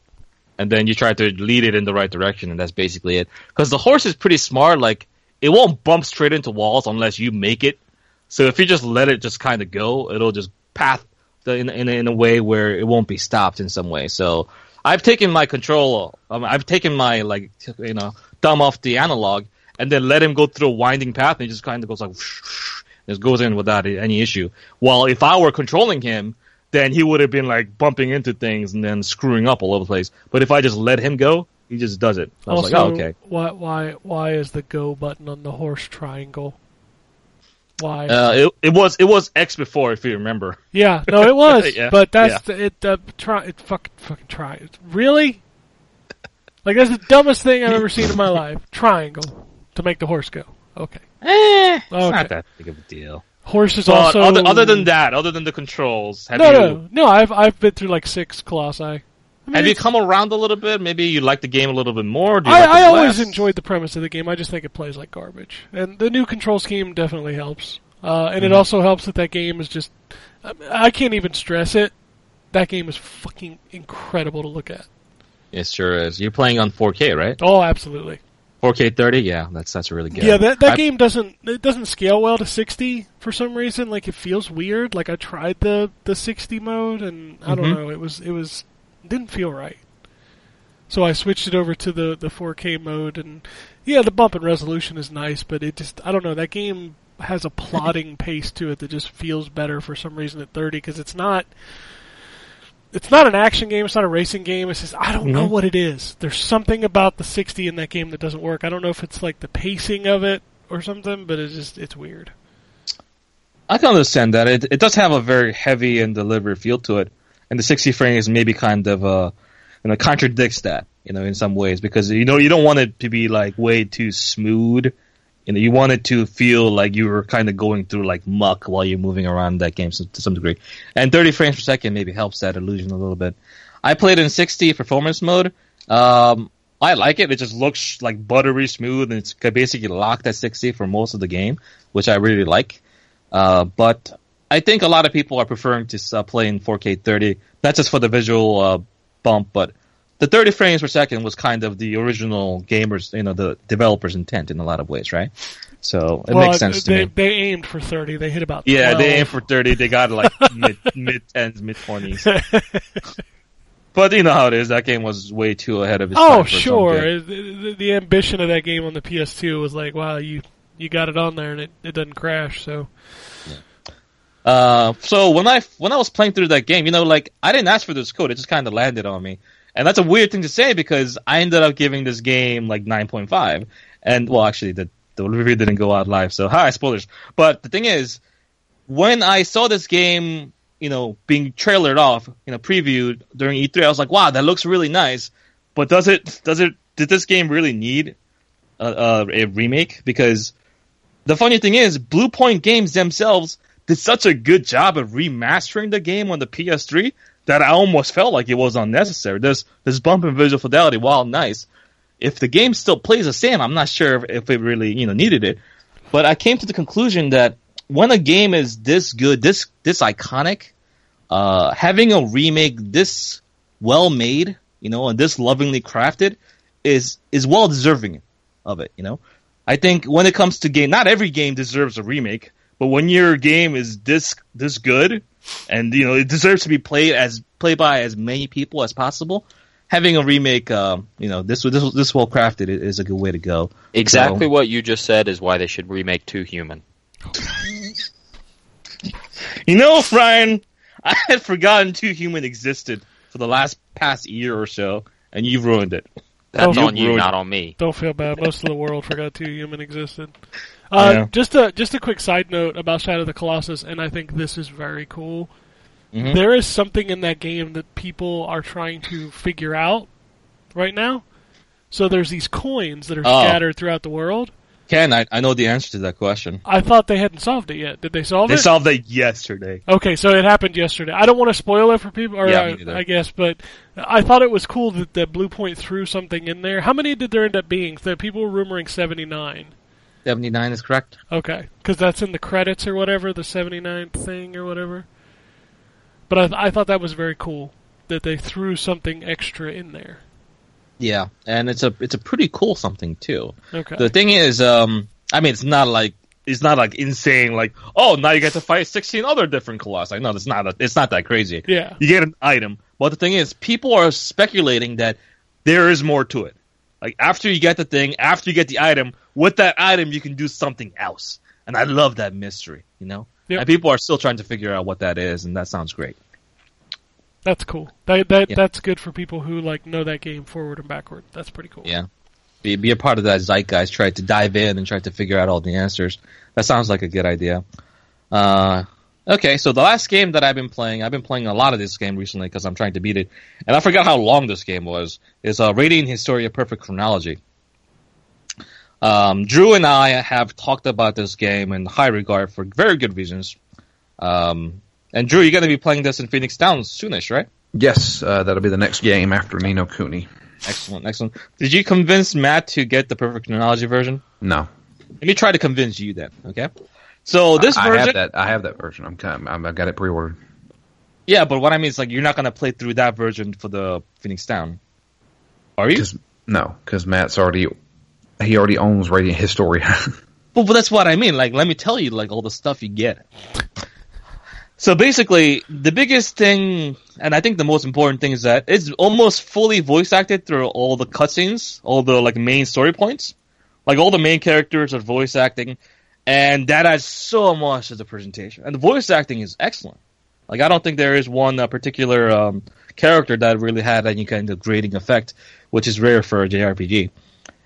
Speaker 6: And then you try to lead it in the right direction, and that's basically it. Because the horse is pretty smart; like it won't bump straight into walls unless you make it. So if you just let it just kind of go, it'll just path the, in in in a way where it won't be stopped in some way. So I've taken my control, um, I've taken my like t- you know thumb off the analog, and then let him go through a winding path, and he just kind of goes like just goes in without any issue. While if I were controlling him, then he would have been like bumping into things and then screwing up all over the place. But if I just let him go, he just does it. I was "Oh,
Speaker 3: also,
Speaker 6: like, oh, okay.
Speaker 3: why why why is the go button on the horse triangle? Why?
Speaker 6: Uh, it, it was it was X before, if you remember.
Speaker 3: yeah, no, it was.
Speaker 6: Yeah,
Speaker 3: but that's it. Uh, try it. Fucking fucking try it. Really? Like that's the dumbest thing I've ever seen in my life. Triangle to make the horse go. Okay.
Speaker 6: Eh, It's
Speaker 3: okay.
Speaker 6: not that big of a deal.
Speaker 3: Horse is
Speaker 6: But
Speaker 3: also
Speaker 6: other, other than that, other than the controls, have
Speaker 3: No,
Speaker 6: you
Speaker 3: no, no. I've I've been through like six colossi.
Speaker 6: have you come around a little bit? Maybe you like the game a little bit more. Do you
Speaker 3: I,
Speaker 6: like it
Speaker 3: I always
Speaker 6: less?
Speaker 3: enjoyed the premise of the game. I just think it plays like garbage, and the new control scheme definitely helps. Uh, and
Speaker 6: Mhm.
Speaker 3: it also helps that that game is just. I- I can't even stress it. That game is fucking incredible to look at.
Speaker 6: It sure is. You're playing on 4K, right?
Speaker 3: Oh, absolutely.
Speaker 6: 4K 30. Yeah, that's that's really good.
Speaker 3: Yeah, that that
Speaker 6: I-
Speaker 3: game doesn't it doesn't scale well to 60 for some reason. Like it feels weird. Like I tried the the 60 mode and I don't
Speaker 6: Mhm.
Speaker 3: know, it was it was didn't feel right. So I switched it over to the the 4K mode and yeah, the bump in resolution is nice, but it just I don't know, that game has a plodding pace to it that just feels better for some reason at 30 cuz it's not it's not an action game. It's not a racing game. It's just I don't know
Speaker 6: Mhm.
Speaker 3: what it is. There's something about the 60 in that game that doesn't work. I don't know if it's like the pacing of it or something, but it's just it's weird.
Speaker 6: I can understand that. It it does have a very heavy and deliberate feel to it, and the 60 frames maybe kind of uh, you know contradicts that you know in some ways because you know you don't want it to be like way too smooth. You know, you want it to feel like you were kind of going through like muck while you're moving around that game so- to some degree. And 30 frames per second maybe helps that illusion a little bit. I played in 60 performance mode. Um, I like it. It just looks like buttery smooth, and it's basically locked at 60 for most of the game, which I really like. Uh, but I think a lot of people are preferring to uh, play in 4K 30, not just for the visual uh, bump, but the 30 frames per second was kind of the original gamers, you know, the developers' intent in a lot of ways, right? So it
Speaker 3: well,
Speaker 6: makes sense
Speaker 3: they,
Speaker 6: to me.
Speaker 3: they aimed for 30. They hit about
Speaker 6: Yeah,
Speaker 3: 12.
Speaker 6: they aim for 30. They got like mid mid ends, mid 20s. But you know how it is. That game was way too ahead of its time.
Speaker 3: Oh,
Speaker 6: for its own
Speaker 3: sure.
Speaker 6: game.
Speaker 3: It- The, the ambition of that game on the PS2 was like, wow, you you got it on there and it, it doesn't crash. So
Speaker 6: Uh, so when I when I was playing through that game, you know, like I didn't ask for this code; it just kind of landed on me, and that's a weird thing to say because I ended up giving this game like nine point five, and well, actually, the the review didn't go out live, so hi spoilers. But the thing is, when I saw this game, you know, being trailered off, you know, previewed during E3, I was like, wow, that looks really nice, but does it does it did this game really need a, a, a remake? Because the funny thing is, Blue Point Games themselves did such a good job of remastering the game on the PS3 that I almost felt like it was unnecessary. This this bump in visual fidelity, while nice, if the game still plays the same, I'm not sure if, if it really you know needed it. But I came to the conclusion that when a game is this good, this this iconic, uh, having a remake this well made, you know, and this lovingly crafted, is is well deserving of it. You know, I think when it comes to game, not every game deserves a remake, but when your game is this this good, and you know it deserves to be played as played by as many people as possible, having a remake, um, you know, this this this well crafted is a good way to go.
Speaker 4: Exactly
Speaker 6: So-
Speaker 4: what you just said is why they should remake Two Human.
Speaker 6: You know, Brian, I had forgotten Two Human existed for the last past year or so, and you've ruined it.
Speaker 4: That's
Speaker 3: Oh, you
Speaker 4: on you,
Speaker 6: ruined
Speaker 4: not on me.
Speaker 3: Don't feel bad. Most of the world forgot two human existed. Uh,
Speaker 6: Yeah.
Speaker 3: Just a just a quick side note about Shadow of the Colossus, and I think this is very cool.
Speaker 6: Mm-hmm.
Speaker 3: There is something in that game that people are trying to figure out right now. So there's these coins that are
Speaker 6: Oh.
Speaker 3: scattered throughout the world.
Speaker 6: Ken, I, I know the answer to that question.
Speaker 3: I thought they hadn't solved it yet. Did they solve
Speaker 6: They
Speaker 3: it?
Speaker 6: solved it yesterday.
Speaker 3: Okay, so it happened yesterday. I don't want to spoil it for people, or
Speaker 6: Yeah, me
Speaker 3: I,
Speaker 6: neither.
Speaker 3: I guess, but I thought it was cool that, that Blue Point threw something in there. How many did there end up being? That people were rumoring seventy nine.
Speaker 6: 79 is correct.
Speaker 3: Okay, because that's in the credits or whatever, the 79th thing or whatever. But I, th- I thought that was very cool that they threw something extra in there.
Speaker 6: Yeah, and it's a it's a pretty cool something too.
Speaker 3: Okay.
Speaker 6: The thing is, um, I mean, it's not like it's not like insane. Like, oh, now you get to fight sixteen other different colossi. No, it's not. A, it's not that crazy.
Speaker 3: Yeah.
Speaker 6: you get an item. But the thing is, people are speculating that there is more to it. Like after you get the thing, after you get the item, with that item you can do something else. And I love that mystery. You know,
Speaker 3: Yep.
Speaker 6: and people are still trying to figure out what that is, and that sounds great.
Speaker 3: That's cool. That, that
Speaker 6: Yeah.
Speaker 3: That's good for people who like know that game forward and backward. That's pretty cool.
Speaker 6: Yeah. be, be a part of that zeitgeist. Try to dive in and try to figure out all the answers. That sounds like a good idea. Uh, okay, so the last game that I've been playing, I've been playing a lot of this game recently because I'm trying to beat it, and I forgot how long this game was. Is uh, Radiant Historia Perfect Chronology. Um, Drew and I have talked about this game in high regard for very good reasons. Um, and Drew, you're going to be playing this in Phoenix Down soonish, right?
Speaker 5: Yes, uh, that'll be the next game after Nino Cooney.
Speaker 6: Excellent, excellent. Did you convince Matt to get the perfect chronology version?
Speaker 5: No,
Speaker 6: Let me try to convince you then, okay? So this
Speaker 5: I, I
Speaker 6: version,
Speaker 5: have that. I have that version. I'm kind. Of, I'm, I got it pre-ordered.
Speaker 6: yeah, but what I mean is like you're not gonna play through that version for the Phoenix Down, are you?
Speaker 5: Cause, no, because Matt's already. He already owns Radiant Historia.
Speaker 6: Well, but that's what I mean. Like, let me tell you, like all the stuff you get. So basically, the biggest thing, and I think the most important thing, is that it's almost fully voice acted through all the cutscenes, all the like main story points. Like all the main characters are voice acting, and that adds so much to the presentation. And the voice acting is excellent. Like I don't think there is one uh, particular um, character that really had any kind of grading effect, which is rare for a JRPG.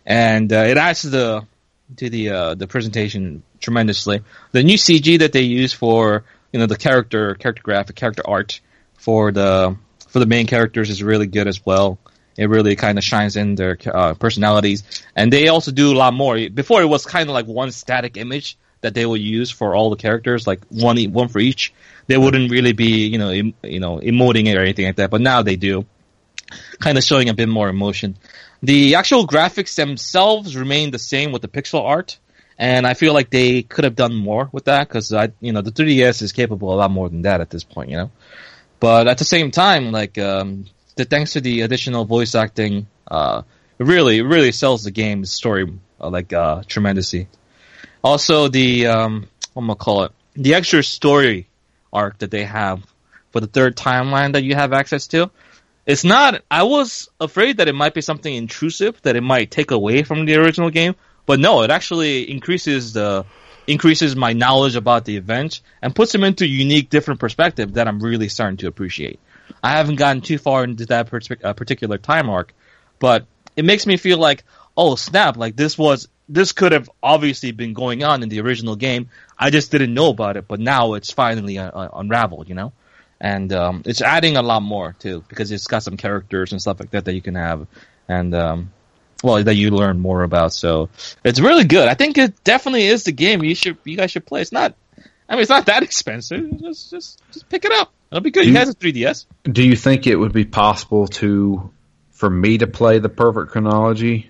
Speaker 6: And uh, it adds to the to the uh, the presentation tremendously. The new CG that they use for you know the character character graphic character art for the for the main characters is really good as well. It really kind of shines in their uh, personalities, and they also do a lot more. Before it was kind of like one static image that they would use for all the characters, like one e- one for each. They wouldn't really be you know em, you know emoting it or anything like that, but now they do, kind of showing a bit more emotion the actual graphics themselves remain the same with the pixel art, and I feel like they could have done more with that because I, you know, the 3DS is capable of a lot more than that at this point, you know. But at the same time, like, um, the, thanks to the additional voice acting, uh, it really, it really sells the game's story uh, like uh, tremendously. Also, the um, what am I gonna call it? The extra story arc that they have for the third timeline that you have access to it's not i was afraid that it might be something intrusive that it might take away from the original game but no it actually increases the increases my knowledge about the event and puts them into a unique different perspective that i'm really starting to appreciate i haven't gotten too far into that perspe- uh, particular time arc but it makes me feel like oh snap like this was this could have obviously been going on in the original game i just didn't know about it but now it's finally uh, uh, unraveled you know and um, it's adding a lot more too because it's got some characters and stuff like that that you can have, and um, well that you learn more about. So it's really good. I think it definitely is the game you should you guys should play. It's not, I mean, it's not that expensive. Just just just pick it up. It'll be good. You
Speaker 5: You-
Speaker 6: guys have 3ds.
Speaker 5: Do you think it would be possible to, for me to play the perfect chronology,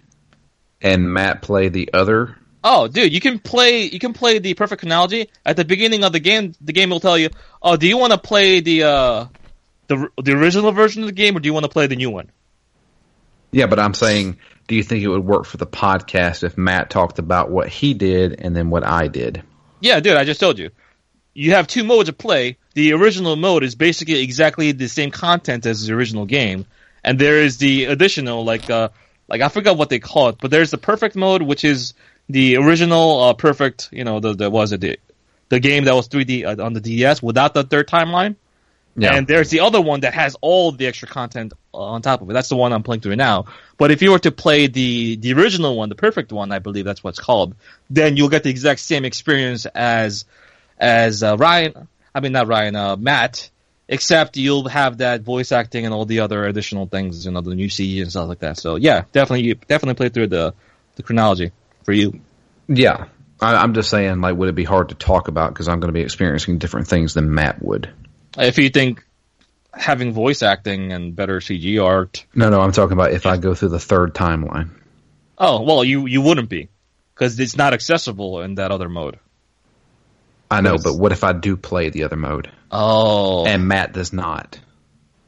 Speaker 5: and Matt play the other?
Speaker 6: Oh, dude, you can play you can play the perfect chronology at the beginning of the game. The game will tell you, oh, do you want to play the uh, the the original version of the game or do you want to play the new one?
Speaker 5: Yeah, but I'm saying, do you think it would work for the podcast if Matt talked about what he did and then what I did?
Speaker 6: Yeah, dude, I just told you. You have two modes of play. The original mode is basically exactly the same content as the original game, and there is the additional like uh like I forgot what they call it, but there's the perfect mode, which is the original uh, perfect. You know, the the was it the, the game that was 3D uh, on the DS without the third timeline.
Speaker 5: Yeah,
Speaker 6: And there's the other one that has all the extra content uh, on top of it. That's the one I'm playing through now. But if you were to play the the original one, the perfect one, I believe that's what's called, then you'll get the exact same experience as as uh, Ryan. I mean, not Ryan, uh, Matt. Except you'll have that voice acting and all the other additional things, you know, the new CE and stuff like that. So yeah, definitely, you definitely play through the the chronology for you.
Speaker 5: yeah. I, I'm just saying, like, would it be hard to talk about because I'm going to be experiencing different things than Matt would?
Speaker 6: If you think having voice acting and better CG art
Speaker 5: No, no, I'm talking about if I go through the third timeline.
Speaker 6: Oh well, you you wouldn't be because it's not accessible in that other mode.
Speaker 5: I know, but what if I do play the other mode
Speaker 6: Oh,
Speaker 5: and Matt does not?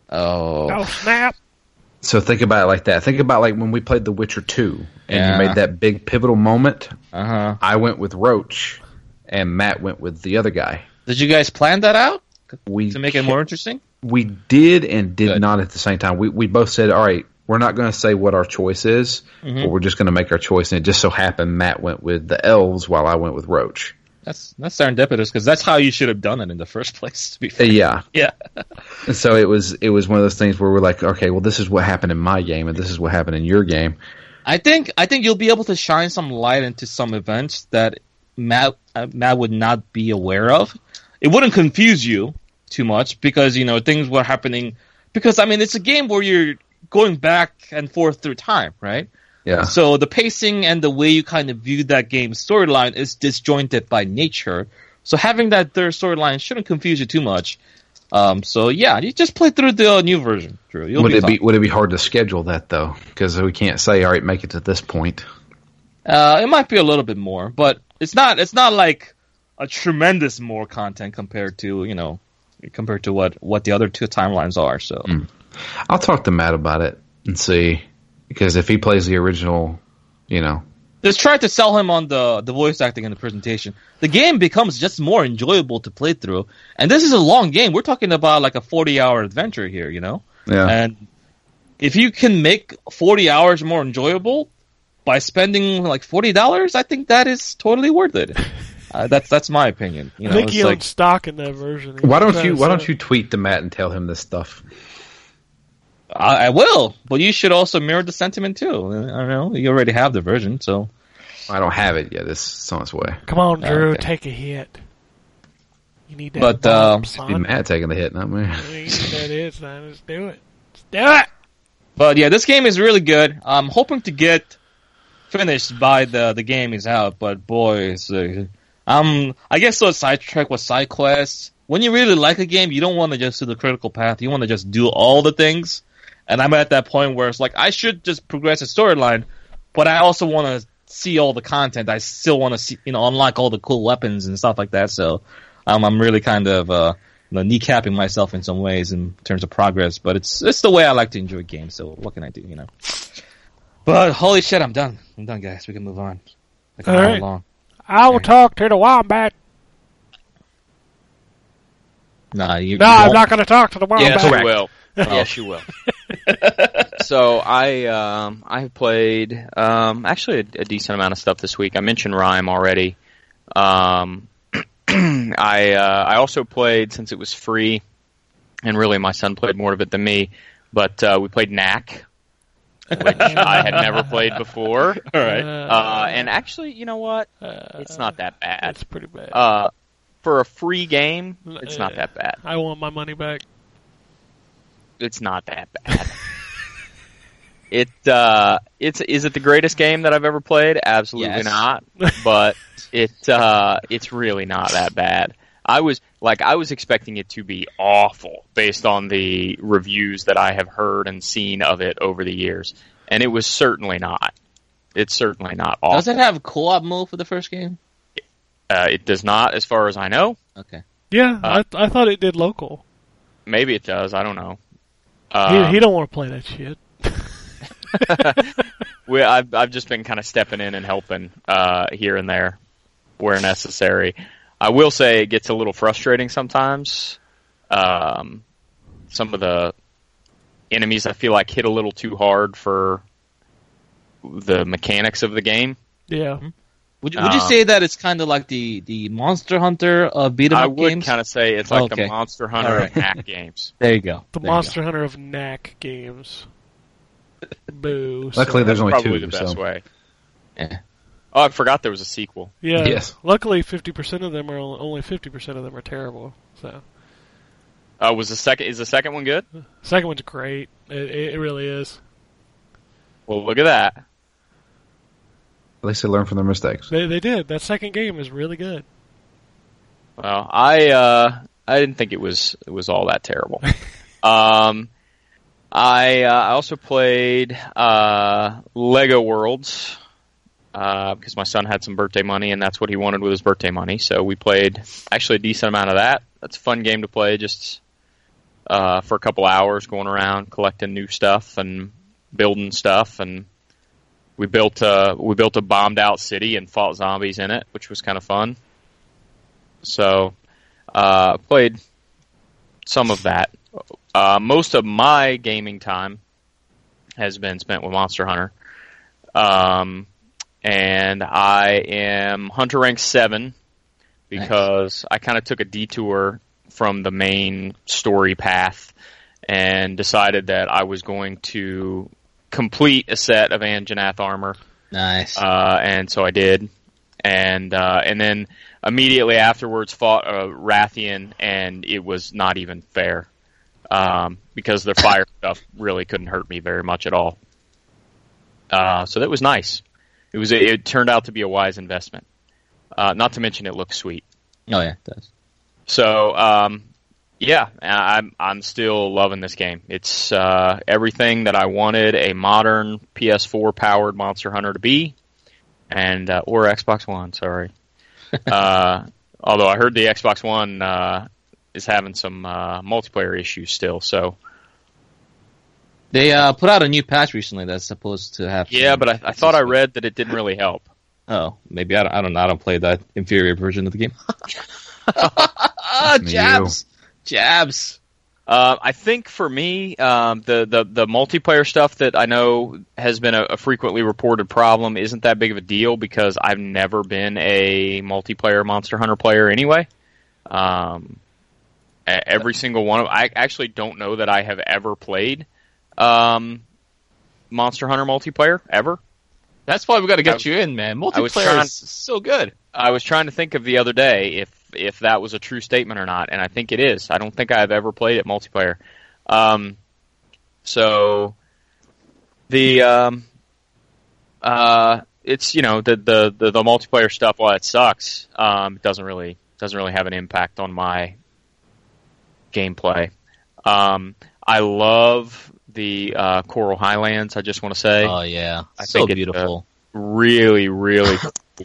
Speaker 2: Oh
Speaker 6: oh,
Speaker 2: snap!
Speaker 5: So think about it like that. Think about like when we played The Witcher 2 and
Speaker 6: Yeah.
Speaker 5: you made that big pivotal moment.
Speaker 6: uh huh.
Speaker 5: I went with Roach and Matt went with the other guy.
Speaker 6: Did you guys plan that out
Speaker 5: We
Speaker 6: to make it more interesting?
Speaker 5: we did and did
Speaker 6: Good.
Speaker 5: not at the same time. We we both said, "All right, we're not going to say what our choice is,
Speaker 6: Mm-hmm.
Speaker 5: but we're just going to make our choice." And it just so happened Matt went with the elves while I went with Roach.
Speaker 6: That's that's serendipitous because that's how you should have done it in the first place. To be
Speaker 5: Uh,
Speaker 6: fair.
Speaker 5: Yeah.
Speaker 6: Yeah.
Speaker 5: And so it was it was one of those things where we're like, okay, well, this is what happened in my game, and this is what happened in your game.
Speaker 6: I think I think you'll be able to shine some light into some events that Matt uh, Matt would not be aware of. It wouldn't confuse you too much because you know things were happening. Because I mean, it's a game where you're going back and forth through time, right?
Speaker 5: Yeah.
Speaker 6: So the pacing and the way you kind of view that game's storyline is disjointed by nature. So having that third storyline shouldn't confuse you too much. Um, so yeah, you just play through the uh, new version, Drew. You'll
Speaker 5: would
Speaker 6: be
Speaker 5: it be
Speaker 6: fine.
Speaker 5: would it be hard to schedule that though? Because we can't say, all right, make it to this point.
Speaker 6: Uh, it might be a little bit more, but it's not. It's not like a tremendous more content compared to you know compared to what what the other two timelines are. So
Speaker 5: I'll talk to Matt about it and see. Because if he plays the original, you know,
Speaker 6: just try to sell him on the the voice acting in the presentation. The game becomes just more enjoyable to play through, and this is a long game. We're talking about like a forty hour adventure here, you know.
Speaker 5: yeah,
Speaker 6: And if you can make 40 hours more enjoyable by spending like $40, I think that is totally worth it. Uh, that's that's my opinion. You
Speaker 2: I
Speaker 6: know,
Speaker 2: think
Speaker 6: it's
Speaker 2: he
Speaker 6: like,
Speaker 2: owns stock in that version.
Speaker 5: why don't you
Speaker 3: uh,
Speaker 5: why don't you tweet to Matt and tell him this stuff?
Speaker 6: I, I will, but you should also mirror the sentiment too. Uh, I don't know. You already have the version, so
Speaker 5: I don't have it yet. It's, it's on its way.
Speaker 2: Come on, Drew,
Speaker 6: Oh, okay.
Speaker 2: take a hit. You need that.
Speaker 6: But,
Speaker 2: bomb,
Speaker 6: um,
Speaker 5: Be
Speaker 2: son.
Speaker 5: Matt taking the hit, not me.
Speaker 2: I think that is, man. Let's do it. Let's do it.
Speaker 6: But yeah, this game is really good. I'm hoping to get finished by the the game is out. But boy, it's, uh, I'm I guess so sidetracked with side quests. When you really like a game, you don't want to just do the critical path. You want to just do all the things. And I'm at that point where it's like I should just progress the storyline, but I also want to see all the content. I still want to see you know unlock all the cool weapons and stuff like that. So um, I'm really kind of uh, you know, kneecapping myself in some ways in terms of progress, but it's it's the way I like to enjoy games. So what can I do, you know? But holy shit, I'm done. I'm done, guys. We can move on. I can
Speaker 2: All
Speaker 6: move
Speaker 2: right.
Speaker 6: along.
Speaker 2: I will talk to the wombat.
Speaker 6: Nah, you,
Speaker 2: No,
Speaker 6: you
Speaker 2: I'm
Speaker 6: won't.
Speaker 2: not going to talk to the wombat.
Speaker 4: Yes, you will. Yes, you will. so I um, I played um, actually a, a decent amount of stuff this week. I mentioned Rhyme already. Um, I uh, I also played since it was free, and really my son played more of it than me. But uh, we played Knack, which I had never played before.
Speaker 6: All right.
Speaker 4: Uh, and actually, you know what?
Speaker 2: Uh,
Speaker 4: It's not that bad.
Speaker 2: That's pretty bad.
Speaker 4: Uh, for a free game, it's
Speaker 6: Uh,
Speaker 4: not that bad.
Speaker 2: I want my money back.
Speaker 4: it's not that bad. it uh, it's is it the greatest game that I've ever played? Absolutely
Speaker 6: Yes.
Speaker 4: not. But it uh, it's really not that bad. I was like I was expecting it to be awful based on the reviews that I have heard and seen of it over the years, and it was certainly not. It's certainly not awful.
Speaker 6: Does it have co-op mode for the first game?
Speaker 4: uh, it does not, as far as I know.
Speaker 6: Okay.
Speaker 2: Yeah, I, I thought it did local.
Speaker 4: Maybe it does. I don't know. Um,
Speaker 2: he, he don't want to play that shit.
Speaker 4: we, I've I've just been kind of stepping in and helping uh, here and there where necessary. I will say it gets a little frustrating sometimes. Um, some of the enemies I feel like hit a little too hard for the mechanics of the game.
Speaker 2: Yeah,
Speaker 6: Would you, would you
Speaker 4: Uh,
Speaker 6: say that it's kind of like the, the Monster Hunter of beat 'em
Speaker 4: I
Speaker 6: up
Speaker 4: would
Speaker 6: games?
Speaker 4: kind of say it's like
Speaker 6: Okay.
Speaker 4: the Monster Hunter
Speaker 6: All
Speaker 4: and
Speaker 6: right.
Speaker 4: hack games.
Speaker 6: There you go.
Speaker 2: the
Speaker 6: There you
Speaker 2: Monster Hunter of Knack games. Boo.
Speaker 5: Luckily,
Speaker 2: sorry.
Speaker 5: there's only
Speaker 4: Probably
Speaker 5: two.
Speaker 4: the best
Speaker 5: so.
Speaker 4: way.
Speaker 6: Yeah.
Speaker 4: Oh, I forgot there was a sequel.
Speaker 2: yeah.
Speaker 5: Yes.
Speaker 2: Luckily, fifty percent of them are only- only fifty percent of them are terrible. So
Speaker 4: Uh, was the second? Is the second one good?
Speaker 2: second one's great. It, it it really is.
Speaker 4: Well, look at that.
Speaker 5: At least they learn from their mistakes.
Speaker 2: They they did that second game is really good.
Speaker 4: Well, I uh, I didn't think it was it was all that terrible. um, I uh, I also played uh, Lego Worlds uh, because my son had some birthday money and that's what he wanted with his birthday money. So we played actually a decent amount of that. That's a fun game to play just uh, for a couple hours, going around collecting new stuff and building stuff and. We built a we built a bombed out city and fought zombies in it, which was kind of fun. So, uh, played some of that. Uh, most of my gaming time has been spent with Monster Hunter. Um, and I am Hunter Rank 7 because I kind of took a detour from the main story path and decided that I was going to complete a set of Anjanath armor.
Speaker 6: Nice.
Speaker 4: Uh, and so I did, and uh, and then immediately afterwards fought a Rathian, and it was not even fair um, because their fire stuff really couldn't hurt me very much at all. Uh, so that was nice. It was it turned out to be a wise investment. Uh, not to mention it looks sweet.
Speaker 6: oh yeah, it does.
Speaker 4: So um, yeah, I- I'm I'm still loving this game. It's uh, everything that I wanted a modern PS4 powered Monster Hunter to be, and uh, or Xbox One. Sorry. uh, although I heard the Xbox One uh, is having some uh, multiplayer issues still. So
Speaker 6: They uh, put out a new patch recently that's supposed to have.
Speaker 4: yeah, but I, I thought I read that it didn't really help.
Speaker 6: Oh, maybe I don't. I don't know. I don't play that inferior version of the game. Ah,
Speaker 5: Me,
Speaker 6: jabs, jabs.
Speaker 4: Uh, I think for me, um, the, the the multiplayer stuff that I know has been a, a frequently reported problem isn't that big of a deal because I've never been a multiplayer Monster Hunter player anyway. Um, e- every single one of I actually don't know that I have ever played um, Monster Hunter multiplayer ever.
Speaker 3: That's why we got to
Speaker 4: get
Speaker 3: get you in, man.
Speaker 4: was
Speaker 3: Multiplayer
Speaker 4: trying-
Speaker 3: is so good.
Speaker 4: I was trying to think of the other day if if that was a true statement or not, and I think it is. I don't think I've ever played it multiplayer. Um, so the um, uh, it's you know the, the the the multiplayer stuff while it sucks, um, it doesn't really doesn't really have an impact on my gameplay. Um, I love the uh, Coral Highlands. I just want to say
Speaker 6: Oh yeah,
Speaker 4: I
Speaker 6: so
Speaker 4: think it, uh,
Speaker 6: beautiful.
Speaker 4: really really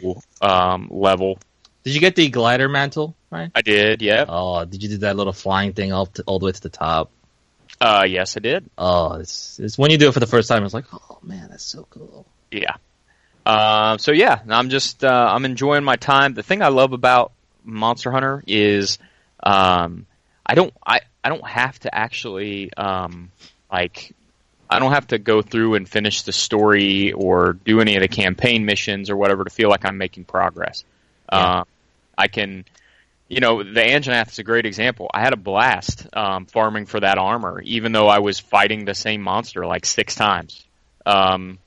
Speaker 4: cool um, level.
Speaker 6: Did you get the glider mantle? Right.
Speaker 4: I did, yeah.
Speaker 6: Oh, did you do that little flying thing all, to, all the way to the top?
Speaker 4: Uh, yes, I did.
Speaker 6: Oh, it's, it's when you do it for the first time. It's like, oh man, that's so cool.
Speaker 4: Yeah. Uh, so yeah, I'm just uh, I'm enjoying my time. The thing I love about Monster Hunter is um, I don't I, I don't have to actually um, like I don't have to go through and finish the story or do any of the campaign missions or whatever to feel like I'm making progress. Uh, I can, you know, the Anjanath is a great example. I had a blast um, farming for that armor, even though I was fighting the same monster like six times. Um,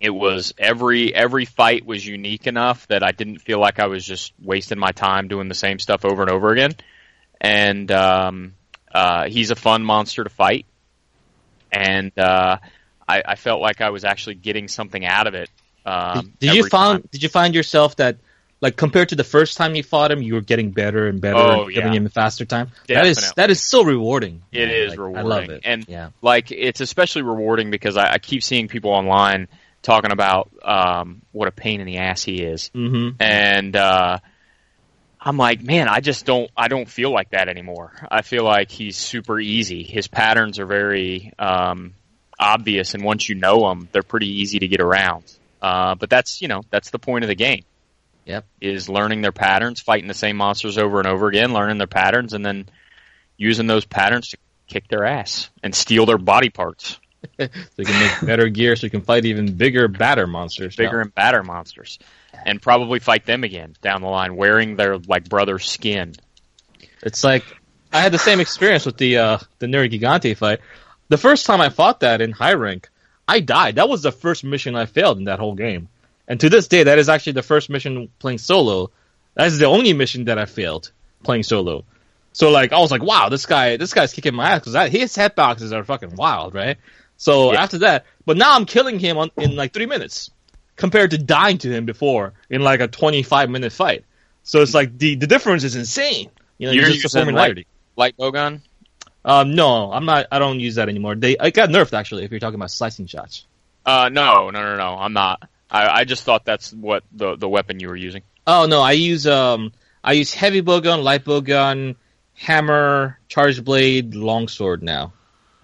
Speaker 4: it was every every fight was unique enough that I didn't feel like I was just wasting my time doing the same stuff over and over again. And um, uh, he's a fun monster to fight, and uh, I, I felt like I was actually getting something out of it. Um,
Speaker 6: Did, did you
Speaker 4: every
Speaker 6: found?
Speaker 4: time.
Speaker 6: Did you find yourself that, like, compared to the first time you fought him, you were getting better and better,
Speaker 4: Oh,
Speaker 6: and giving
Speaker 4: yeah.
Speaker 6: him a faster time? That is
Speaker 4: Definitely.
Speaker 6: that is so rewarding.
Speaker 4: It
Speaker 6: man.
Speaker 4: is
Speaker 6: Like,
Speaker 4: rewarding,
Speaker 6: I love it.
Speaker 4: and
Speaker 6: yeah,
Speaker 4: like it's especially rewarding because I, I keep seeing people online talking about um, what a pain in the ass he is,
Speaker 6: hmm
Speaker 4: and uh, I'm like, man, I just don't, I don't feel like that anymore. I feel like he's super easy. His patterns are very um, obvious, and once you know them, they're pretty easy to get around. Uh, but that's you know that's the point of the game.
Speaker 6: Yep.
Speaker 4: is learning their patterns, fighting the same monsters over and over again, learning their patterns, and then using those patterns to kick their ass and steal their body parts.
Speaker 6: so you can make better gear, so you can fight even bigger, badder monsters.
Speaker 4: bigger and badder monsters, and probably fight them again down the line, wearing their like brother skin.
Speaker 6: It's like I had the same experience with the uh, the Nerd Gigante fight. The first time I fought that in high rank, I died. That was the first mission I failed in that whole game. And to this day, that is actually the first mission playing solo. That is the only mission that I failed playing solo. So like I was like, wow, this guy, this guy's kicking my ass because his hitboxes are fucking wild, right? So
Speaker 4: Yeah.
Speaker 6: after that, but now I'm killing him on, in like three minutes compared to dying to him before in like a 25 minute fight. So it's like the the difference is insane. You know,
Speaker 4: You're
Speaker 6: you're just
Speaker 4: using,
Speaker 6: performing
Speaker 4: like-
Speaker 6: lighter.
Speaker 4: Light bowgun.
Speaker 6: Um, no, I'm not. I don't use that anymore. They I got nerfed actually. If you're talking about slicing shots,
Speaker 4: Uh, no, no, no, no. I'm not. I, I just thought that's what the the weapon you were using.
Speaker 6: Oh no, I use um I use heavy bowgun, light bowgun, hammer, charge blade, longsword now.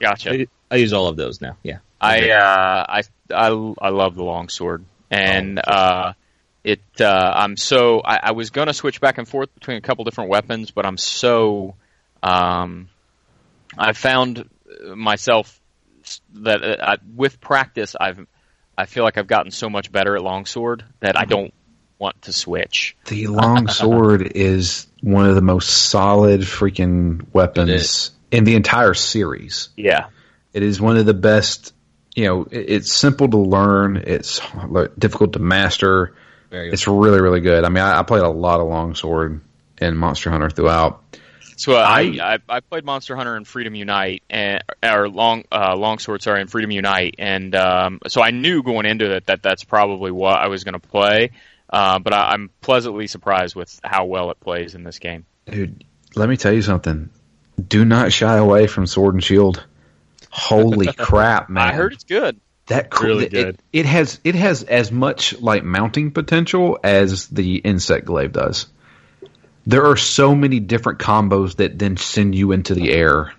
Speaker 4: Gotcha.
Speaker 6: I, I use all of those now. Yeah.
Speaker 4: I uh, I I I love the longsword, and uh, it uh, I'm so I, I was gonna switch back and forth between a couple different weapons, but I'm so um, I found myself s- that uh, I, with practice I've I feel like I've gotten so much better at longsword that I don't want to switch.
Speaker 5: The long sword is one of the most solid freaking
Speaker 6: It
Speaker 5: weapons
Speaker 6: is.
Speaker 5: in the entire series.
Speaker 4: Yeah.
Speaker 5: It is one of the best you know, it, it's simple to learn. It's like, difficult to master.
Speaker 6: Very
Speaker 5: It's really, really good. I mean, I, I played a lot of Longsword and Monster Hunter throughout.
Speaker 4: So uh, I, I I played Monster Hunter and Freedom Unite and or long uh, longsword sorry and Freedom Unite and um, so I knew going into it that that's probably what I was going to play, uh, but I, I'm pleasantly surprised with how well it plays in this game.
Speaker 5: Dude, let me tell you something. Do not shy away from Sword and Shield. Holy crap, man!
Speaker 4: I heard it's good.
Speaker 5: that cool,
Speaker 3: really
Speaker 5: it,
Speaker 3: good.
Speaker 5: It has it has as much like mounting potential as the insect glaive does. There are so many different combos that then send you into the air.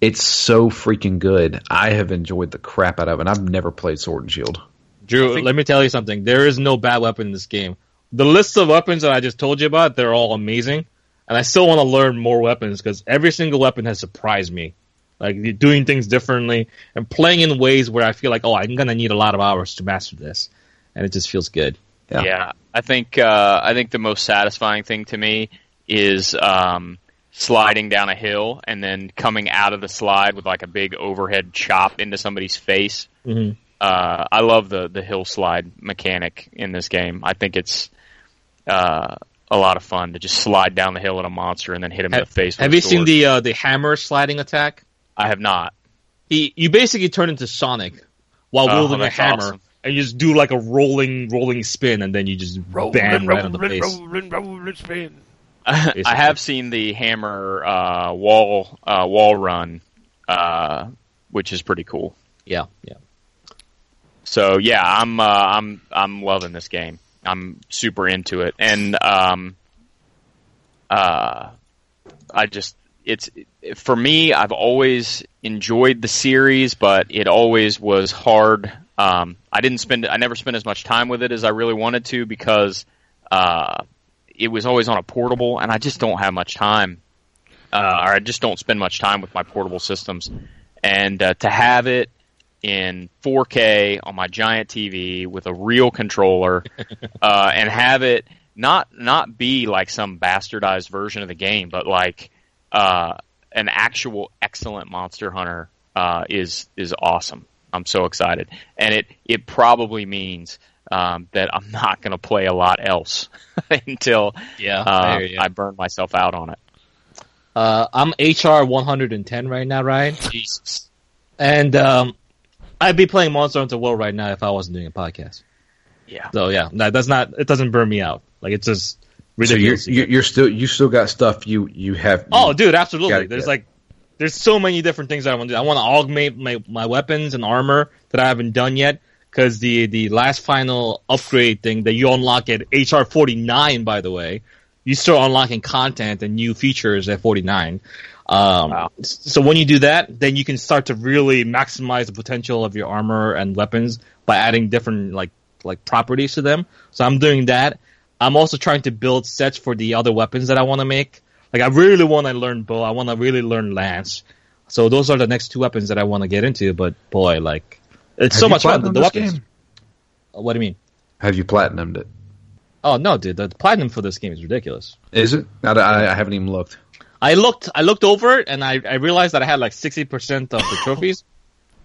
Speaker 5: It's so freaking good. I have enjoyed the crap out of it. and I've never played Sword and Shield.
Speaker 3: I
Speaker 6: Drew,
Speaker 3: think-
Speaker 6: let me tell you something. There is no bad weapon in this game. The list of weapons that I just told you about, they're all amazing. And I still want to learn more weapons because every single weapon has surprised me. Like doing things differently and playing in ways where I feel like, oh, I'm going to need a lot of hours to master this. And it just feels good.
Speaker 5: Yeah.
Speaker 4: Yeah, I think uh, I think the most satisfying thing to me is um, sliding down a hill and then coming out of the slide with like a big overhead chop into somebody's face.
Speaker 6: Mhm.
Speaker 4: Uh, I love the the hill slide mechanic in this game. I think it's uh, a lot of fun to just slide down the hill at a monster and then hit him in
Speaker 6: Have,
Speaker 4: the face. With
Speaker 6: have
Speaker 4: a
Speaker 6: you seen
Speaker 4: sword.
Speaker 6: the uh, the hammer sliding attack?
Speaker 4: I have not.
Speaker 6: He, you basically turn into Sonic while
Speaker 4: Oh,
Speaker 6: wielding a
Speaker 4: that's
Speaker 6: hammer,
Speaker 4: awesome.
Speaker 6: and you just do like a rolling, rolling spin, and then you just
Speaker 2: Roll,
Speaker 6: bam
Speaker 2: roll,
Speaker 6: right on the
Speaker 2: roll,
Speaker 6: face.
Speaker 2: roll, roll, roll, roll, spin.
Speaker 4: I have seen the hammer uh, wall uh, wall run, uh, which is pretty cool.
Speaker 6: Yeah, yeah.
Speaker 4: So yeah, I'm uh, I'm I'm loving this game. I'm super into it, and um, uh, I just it's for me. I've always enjoyed the series, but it always was hard. Um, I didn't spend I never spent as much time with it as I really wanted to because uh, it was always on a portable, and I just don't have much time, uh, or I just don't spend much time with my portable systems, and uh, to have it in 4K on my giant TV with a real controller, uh, and have it not not be like some bastardized version of the game, but like uh, an actual excellent Monster Hunter uh, is is awesome. I'm so excited, and it it probably means um, that I'm not going to play a lot else until
Speaker 6: Yeah,
Speaker 4: uh,
Speaker 6: I hear ya.
Speaker 4: I burn myself out on it.
Speaker 6: Uh, I'm HR 110 right now, Ryan. Jesus. And um, I'd be playing Monster Hunter World right now if I wasn't doing a podcast.
Speaker 4: Yeah.
Speaker 6: So yeah, that, that's not. It doesn't burn me out. Like it's just
Speaker 5: So you're,
Speaker 6: ridiculous.
Speaker 5: you're you're still you still got stuff you you have.
Speaker 6: oh,
Speaker 5: you-
Speaker 6: dude,
Speaker 5: Gotta
Speaker 6: absolutely. There's
Speaker 5: get-
Speaker 6: like, there's so many different things I want to do. I want to augment my, my weapons and armor that I haven't done yet. Because the the last final upgrade thing that you unlock at HR 49, by the way, you start unlocking content and new features at 49. Um,
Speaker 4: Wow.
Speaker 6: s- So when you do that, then you can start to really maximize the potential of your armor and weapons by adding different like like properties to them. So I'm doing that. I'm also trying to build sets for the other weapons that I want to make. Like I really want to learn bow. I want to really learn lance. So those are the next two weapons that I want to get into. But boy, like it's
Speaker 5: have
Speaker 6: so
Speaker 5: you
Speaker 6: much fun. The
Speaker 5: platinumed this
Speaker 6: weapons. Oh,
Speaker 5: game?
Speaker 6: What do you mean?
Speaker 5: Have you platinumed it?
Speaker 6: Oh no, dude, the platinum for this game is ridiculous.
Speaker 5: Is it? I, I, I haven't even looked.
Speaker 6: I looked, I looked over it, and I, I realized that I had like sixty percent of the trophies,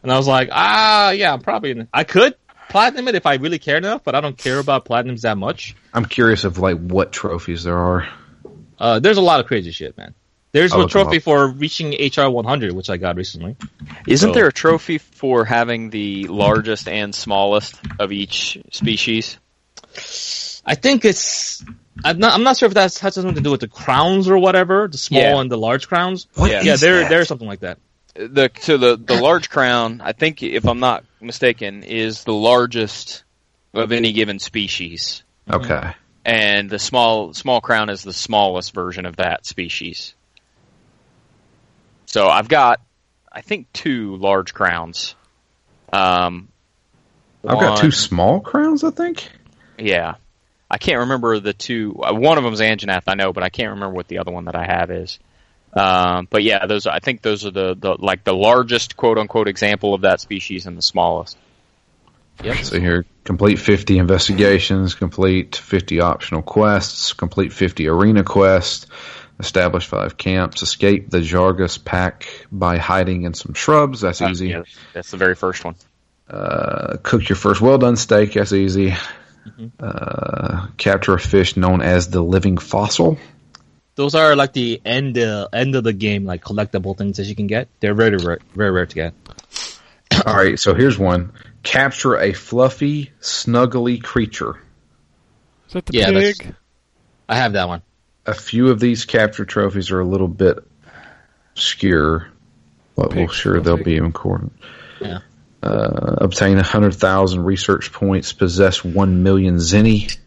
Speaker 6: and I was like, ah, yeah, I'm probably I could platinum it if I really cared enough, but I don't care about platinums that much.
Speaker 5: I'm curious of like what trophies there are.
Speaker 6: Uh, there's a lot of crazy shit, man. There's
Speaker 5: I'll
Speaker 6: a
Speaker 5: look 'em
Speaker 6: trophy
Speaker 5: up.
Speaker 6: for reaching HR 100, which I got recently.
Speaker 4: Isn't
Speaker 6: So-
Speaker 4: there a trophy for having the largest and smallest of each species?
Speaker 6: I think it's. I'm not, I'm not sure if that's has something to do with the crowns or whatever, the small
Speaker 4: Yeah.
Speaker 6: and the large crowns.
Speaker 5: What
Speaker 4: Yeah.
Speaker 6: yeah,
Speaker 5: is
Speaker 6: there,
Speaker 5: that?
Speaker 6: there's something like that.
Speaker 4: the so the the large crown, I think, if I'm not mistaken, is the largest of any given species,
Speaker 5: Okay.
Speaker 4: and the small small crown is the smallest version of that species. So I've got, I think, two large crowns. Um,
Speaker 5: I've got
Speaker 4: one-
Speaker 5: two small crowns, I think.
Speaker 4: Yeah, I can't remember the two. uh, One of them's Anjanath, I know, but I can't remember what the other one that I have is. Um, but yeah, those I think those are the, the like the largest quote unquote example of that species and the smallest.
Speaker 5: So here, complete 50 investigations, complete 50 optional quests, complete 50 arena quests, establish five camps, escape the Jargus pack by hiding in some shrubs. That's easy.
Speaker 4: Ah, Uh, Yeah, that's the very first one.
Speaker 5: Uh, cook your first well done steak. That's easy. Uh, capture a fish known as the living fossil.
Speaker 6: Those are like the end uh, end of the game, like collectible things that you can get. They're very rare, very rare to get.
Speaker 5: All right, so here's one. Capture a fluffy, snuggly creature.
Speaker 3: Is that the
Speaker 6: Yeah, that's-
Speaker 3: pig?
Speaker 6: I have that one.
Speaker 5: A few of these capture trophies are a little bit obscure, but we'll
Speaker 3: Pig,
Speaker 5: sure they'll be important.
Speaker 6: Yeah.
Speaker 5: Uh, obtain 100,000 research points, possess 1 million zenny.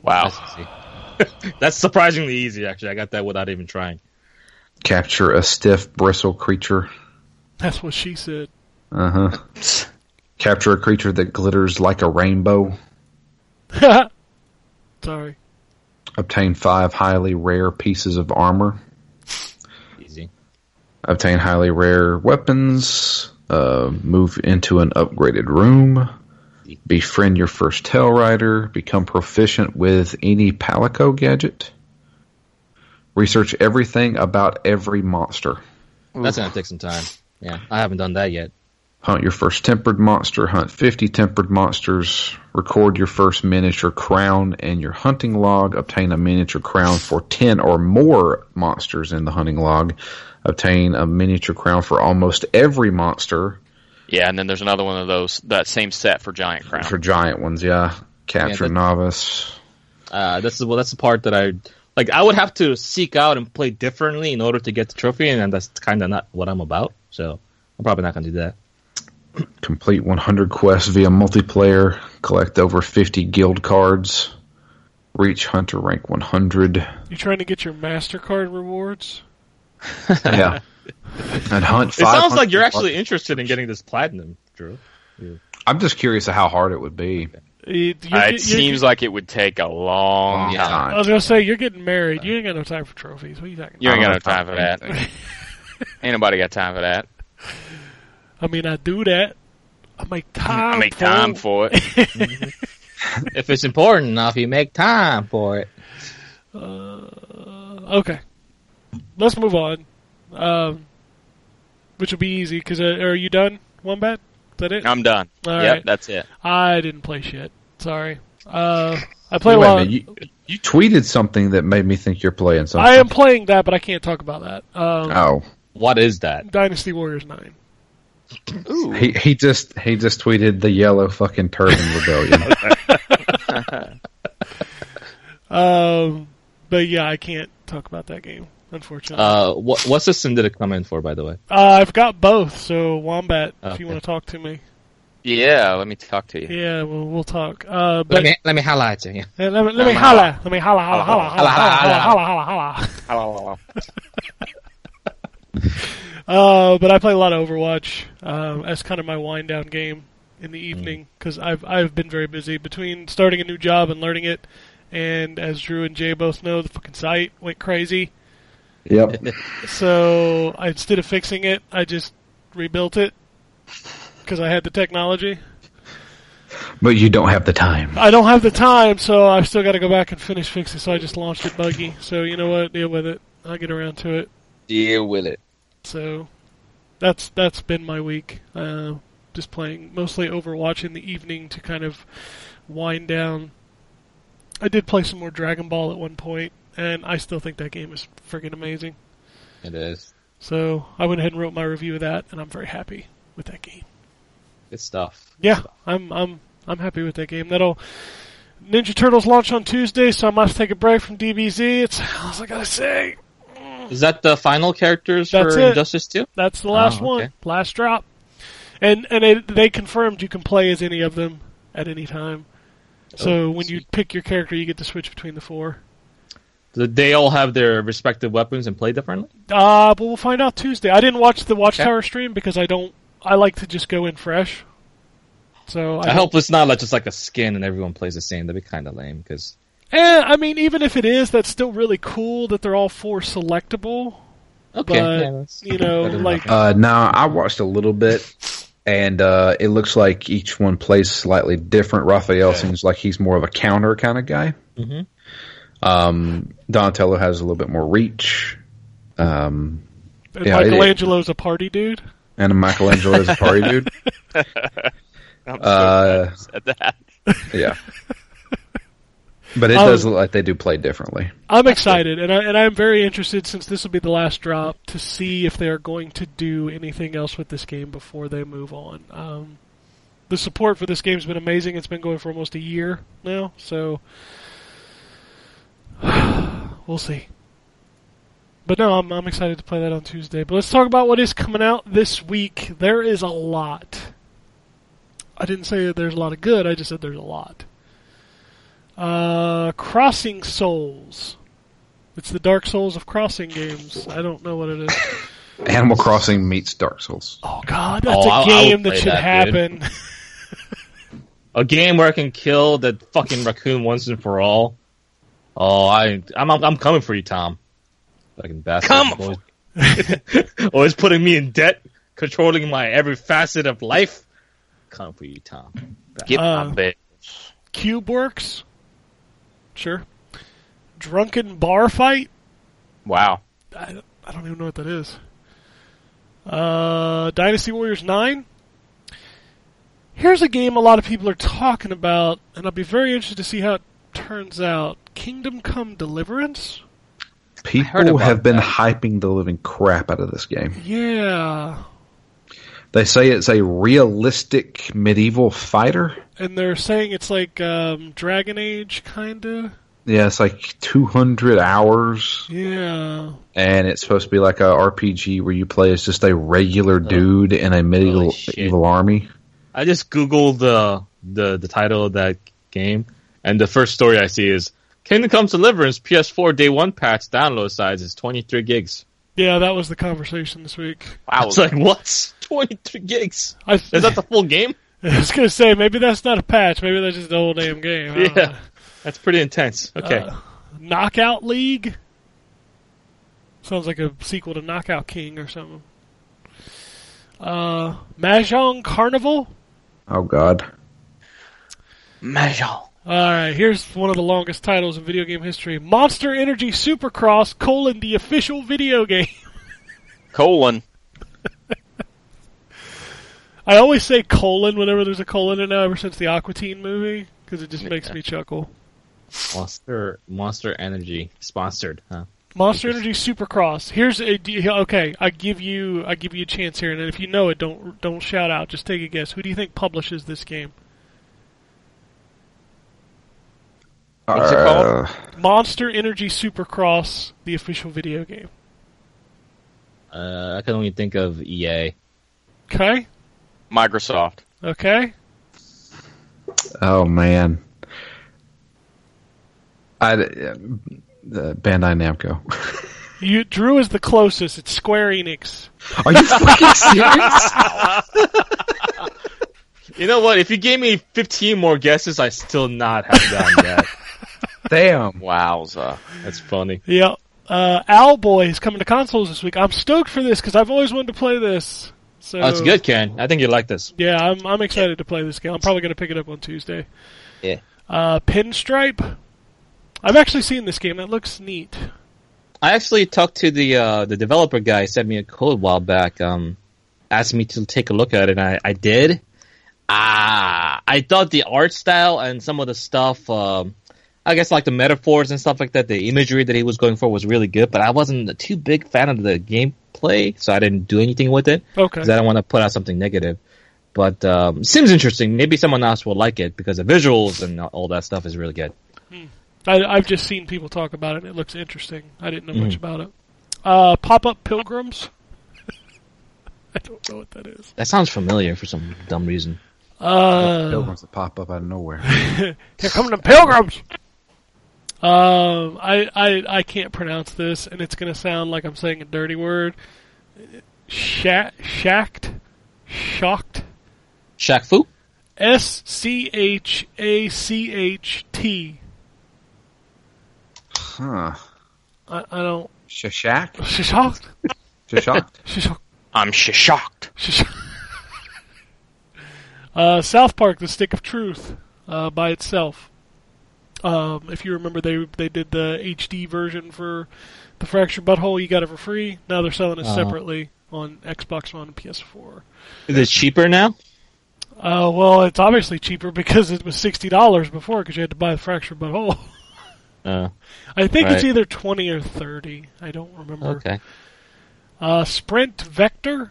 Speaker 4: Wow.
Speaker 7: That's surprisingly easy, actually. I got that without even trying.
Speaker 5: Capture a stiff bristle creature.
Speaker 3: That's what she said.
Speaker 5: Uh huh. Capture a creature that glitters like a rainbow.
Speaker 3: Sorry.
Speaker 5: Obtain five highly rare pieces of armor.
Speaker 6: Easy.
Speaker 5: Obtain highly rare weapons. Uh, move into an upgraded room. Befriend your first tail rider. Become proficient with any palico gadget. Research everything about every monster.
Speaker 6: That's gonna take some time. Yeah, I haven't done that yet.
Speaker 5: Hunt your first tempered monster, hunt 50 tempered monsters, record your first miniature crown and your hunting log, obtain a miniature crown for 10 or more monsters in the hunting log, obtain a miniature crown for almost every monster,
Speaker 4: Yeah, and then there's another one of those that same set for Giant Crown.
Speaker 5: for giant ones, yeah. Capture
Speaker 6: Yeah, that-
Speaker 5: novice.
Speaker 6: Uh, that's the well, that's the part that I like. I would have to seek out and play differently in order to get the trophy, and that's kind of not what I'm about. So I'm probably not gonna do that.
Speaker 5: Complete 100 quests via multiplayer, collect over 50 guild cards, reach hunter rank 100.
Speaker 3: You trying to get your MasterCard rewards?
Speaker 5: Yeah. And hunt
Speaker 7: It sounds
Speaker 5: 500
Speaker 7: like you're
Speaker 5: monsters.
Speaker 7: actually interested in getting this platinum, Drew.
Speaker 5: I'm just curious of how hard it would be.
Speaker 3: It,
Speaker 4: Uh, it seems like it would take a
Speaker 5: Long
Speaker 4: long time.
Speaker 3: I was gonna say you're getting married. You ain't got no time for trophies. What are you talking
Speaker 4: You ain't
Speaker 5: I
Speaker 4: got no
Speaker 5: don't
Speaker 4: time
Speaker 5: have
Speaker 4: for
Speaker 5: time
Speaker 4: that. ain't nobody got time for that.
Speaker 3: about? I mean, I do that. I make time.
Speaker 4: I make time
Speaker 3: for
Speaker 4: for it.
Speaker 6: If it's important enough, you make time for it.
Speaker 3: it. Okay, let's move on. Um, which will be easy because uh, are you done? One bet. Is that it?
Speaker 4: I'm done.
Speaker 3: All
Speaker 4: yep,
Speaker 3: right.
Speaker 4: that's it.
Speaker 3: I didn't play shit. Sorry. Uh, I play a
Speaker 5: Wait a
Speaker 3: lot.
Speaker 5: minute, you, you tweeted something that made me think you're playing something.
Speaker 3: I am playing that, but I can't talk about
Speaker 2: Uh,
Speaker 3: that. Um,
Speaker 5: Oh,
Speaker 6: What is that?
Speaker 3: Dynasty Warriors Nine.
Speaker 5: he he just he just tweeted the yellow fucking turban rebellion.
Speaker 3: Um, but yeah, I can't talk about that game, unfortunately.
Speaker 6: Uh, what what's the sim did it come in for, by the way?
Speaker 3: Uh, I've got both, so Wombat, if you
Speaker 6: Okay.
Speaker 3: want to talk to me,
Speaker 4: Yeah, let me talk to you.
Speaker 3: yeah, we'll, we'll talk. Uh, but
Speaker 6: let me let me highlight you. Yeah.
Speaker 3: Uh, let me, let me holla, let me holla, holla, holla, holla, holla, holla, holla, holla. Uh, but I play a lot of Overwatch. Um, that's kind of my wind down game in the evening because I've I've been very busy between starting a new job and learning it. And as Drew and Jay both know, the fucking site went crazy.
Speaker 5: yep.
Speaker 3: So I, instead of fixing it, I just rebuilt it because I had the technology.
Speaker 5: But you don't have the time.
Speaker 3: I don't have the time, so I've still got to go back and finish fixing. So I just launched it buggy. So you know what? Deal with it. I'll get around to it.
Speaker 4: Deal with it.
Speaker 3: So that's that's been my week. Uh, just playing mostly Overwatch in the evening to kind of wind down. I did play some more Dragon Ball at one point, and I still think that game is friggin' amazing.
Speaker 6: It is.
Speaker 3: So I went ahead and wrote my review of that, and I'm very happy with that game.
Speaker 6: Good stuff.
Speaker 3: Yeah, I'm I'm I'm happy with that game. That'll Ninja Turtles launch on Tuesday, so I must take a break from DBZ. It's all I gotta say.
Speaker 6: Is that the final characters
Speaker 3: That's
Speaker 6: for
Speaker 3: it.
Speaker 6: Injustice 2?
Speaker 3: That's the last
Speaker 6: Oh, okay.
Speaker 3: one, last drop. And and it, they confirmed you can play as any of them at any time. So
Speaker 6: Oh,
Speaker 3: when you
Speaker 6: sweet.
Speaker 3: pick your character, you get to switch between the four.
Speaker 6: Do they all have their respective weapons and play differently?
Speaker 3: Uh, but we'll find out Tuesday. I didn't watch the Watchtower stream because I don't. I like to just go in fresh. So I,
Speaker 6: I hope it's not like just like a skin and everyone plays the same. That'd be kind of lame because
Speaker 3: Eh, I mean, even if it is, that's still really cool that they're all four selectable. But,
Speaker 6: okay, yeah, that's
Speaker 3: you know,
Speaker 6: better than
Speaker 3: like-
Speaker 6: nothing.
Speaker 5: Uh, now I watched a little bit, and uh, it looks like each one plays slightly different. Raphael seems like he's more of a counter kind of guy.
Speaker 6: Mhm.
Speaker 5: Um, Donatello has a little bit more reach. Um,
Speaker 3: And
Speaker 5: Yeah, it-
Speaker 3: Michelangelo's a party dude.
Speaker 5: and Michelangelo's a party dude.
Speaker 3: I'm so
Speaker 5: Uh,
Speaker 3: glad you said that.
Speaker 5: Yeah. But it
Speaker 2: Um,
Speaker 5: does look like they do play differently.
Speaker 2: I'm excited, and I and I'm very interested since this will be the last drop to see if they are going to do anything else with this game before they move on. Um, the support for this game has been amazing. It's been going for almost a year now, so we'll see. But no, I'm I'm excited to play that on Tuesday. But let's talk about what is coming out this week. There is a lot. I didn't say that there's a lot of good. I just said there's a lot. Uh, Crossing Souls. It's the Dark Souls of crossing games. I don't know what it is.
Speaker 5: Animal Crossing meets Dark Souls.
Speaker 2: Oh God, that's
Speaker 6: Oh, I- I
Speaker 2: a
Speaker 6: would
Speaker 2: game that
Speaker 6: play
Speaker 2: should
Speaker 6: that, dude.
Speaker 2: happen.
Speaker 6: a game where I can kill the fucking raccoon once and for all. Oh, I, I'm, I'm, I'm coming for you, Tom. Fucking bastard.
Speaker 3: Come
Speaker 6: always, always putting me in debt, controlling my every facet of life. Coming for you, Tom.
Speaker 3: Get
Speaker 2: Uh,
Speaker 3: my bed.
Speaker 2: Cube Works. Sure. Drunken Bar Fight.
Speaker 4: Wow.
Speaker 2: I, I don't even know what that is. Uh, Dynasty Warriors 9. Here's a game a lot of people are talking about, and I'll be very interested to see how it turns out. Kingdom Come Deliverance?
Speaker 5: People
Speaker 4: about
Speaker 5: have been hyping the living crap out of this game.
Speaker 2: Yeah.
Speaker 5: They say it's a realistic medieval fighter.
Speaker 2: And they're saying it's like um, Dragon Age, kinda.
Speaker 5: Yeah, it's like 200 hours,
Speaker 2: Yeah.
Speaker 5: and it's supposed to be like a RPG where you play as just a regular dude in a medieval
Speaker 6: shit.
Speaker 5: evil army.
Speaker 6: I just googled the the the title of that game, and the first story I see is Kingdom Comes Deliverance PS4 Day One patch download size is 23 gigs.
Speaker 2: Yeah, that was the conversation this week.
Speaker 6: I was like, what? 23 gigs?
Speaker 2: I,
Speaker 6: Is that the full game?
Speaker 2: I was gonna say maybe that's not a patch. Maybe that's just the whole damn game. I don't
Speaker 6: Yeah,
Speaker 2: know.
Speaker 6: that's pretty intense. Okay,
Speaker 2: Uh, Knockout League sounds like a sequel to Knockout King or something. Uh, Mahjong Carnival.
Speaker 5: Oh, God.
Speaker 2: All right, here's one of the longest titles in video game history: Monster Energy Supercross: colon the official video game.
Speaker 4: Colon.
Speaker 2: I always say colon whenever there's a colon in it now ever since the Aqua Teen movie because it just makes me chuckle.
Speaker 6: Monster Monster Energy sponsored, huh?
Speaker 2: Monster Energy Supercross. Here's a do you- okay. I give you I give you a chance here, and if you know it, don't don't shout out. Just take a guess. Who do you think publishes this game?
Speaker 4: What's it
Speaker 5: Uh,
Speaker 4: called?
Speaker 2: Monster Energy Supercross, the official video game.
Speaker 6: Uh, I can only think of EA.
Speaker 2: Okay,
Speaker 4: Microsoft.
Speaker 2: okay.
Speaker 5: Oh man, I uh, Bandai Namco.
Speaker 2: You Drew is the closest. It's Square Enix.
Speaker 5: Are you fucking serious?
Speaker 6: You know what? If you gave me 15 more guesses, I still not have gotten that.
Speaker 5: Damn.
Speaker 4: Wowza.
Speaker 6: That's funny.
Speaker 2: Yeah. Uh, Owlboy is coming to consoles this week. I'm stoked for this because I've always wanted to play this. So
Speaker 6: Oh, it's good, Ken. I think you like this.
Speaker 2: Yeah, I'm I'm excited to play this game. I'm probably going to pick it up on Tuesday.
Speaker 6: Yeah.
Speaker 2: Uh, Pinstripe. I've actually seen this game. That looks neat.
Speaker 6: I actually talked to the uh, the developer guy. He sent me a code a while back. Um, asked me to take a look at it, and I, I did. Ah, I thought the art style and some of the stuff, um, I guess like the metaphors and stuff like that, the imagery that he was going for was really good. But I wasn't a too big fan of the gameplay, so I didn't do anything with it
Speaker 2: Okay.
Speaker 6: because I don't want to put out something negative. But um, seems interesting. Maybe someone else will like it because the visuals and all that stuff is really good.
Speaker 2: I, I've just seen people talk about it. and It looks interesting. I didn't know
Speaker 6: Hmm.
Speaker 2: much about it. Uh, Pop up pilgrims. I don't know what that is.
Speaker 6: That sounds familiar for some dumb reason.
Speaker 2: Uh,
Speaker 5: Pilgrims that pop up out of nowhere.
Speaker 2: here come the pilgrims. Um, I, I I can't pronounce this, and it's gonna sound like I'm saying a dirty word. Sha- shacked, shocked.
Speaker 6: Shaq Fu.
Speaker 2: S C H A C H T.
Speaker 5: Huh?
Speaker 2: I I don't.
Speaker 5: Shashak?
Speaker 2: Shocked.
Speaker 5: Shashak?
Speaker 2: Shocked.
Speaker 4: I'm sh- shocked.
Speaker 2: uh, South Park: The Stick of Truth uh, by itself. Um, if you remember, they they did the HD version for the Fractured Butthole. You got it for free. Now they're selling it
Speaker 6: Uh-huh.
Speaker 2: separately on Xbox One and PS4.
Speaker 6: Is it cheaper now?
Speaker 2: Uh, Uh, well, it's obviously cheaper because it was sixty dollars before because you had to buy the fractured butthole.
Speaker 6: Uh,
Speaker 2: I think it's
Speaker 6: Right.
Speaker 2: either twenty or thirty. I don't remember.
Speaker 6: okay.
Speaker 2: Uh, Sprint Vector.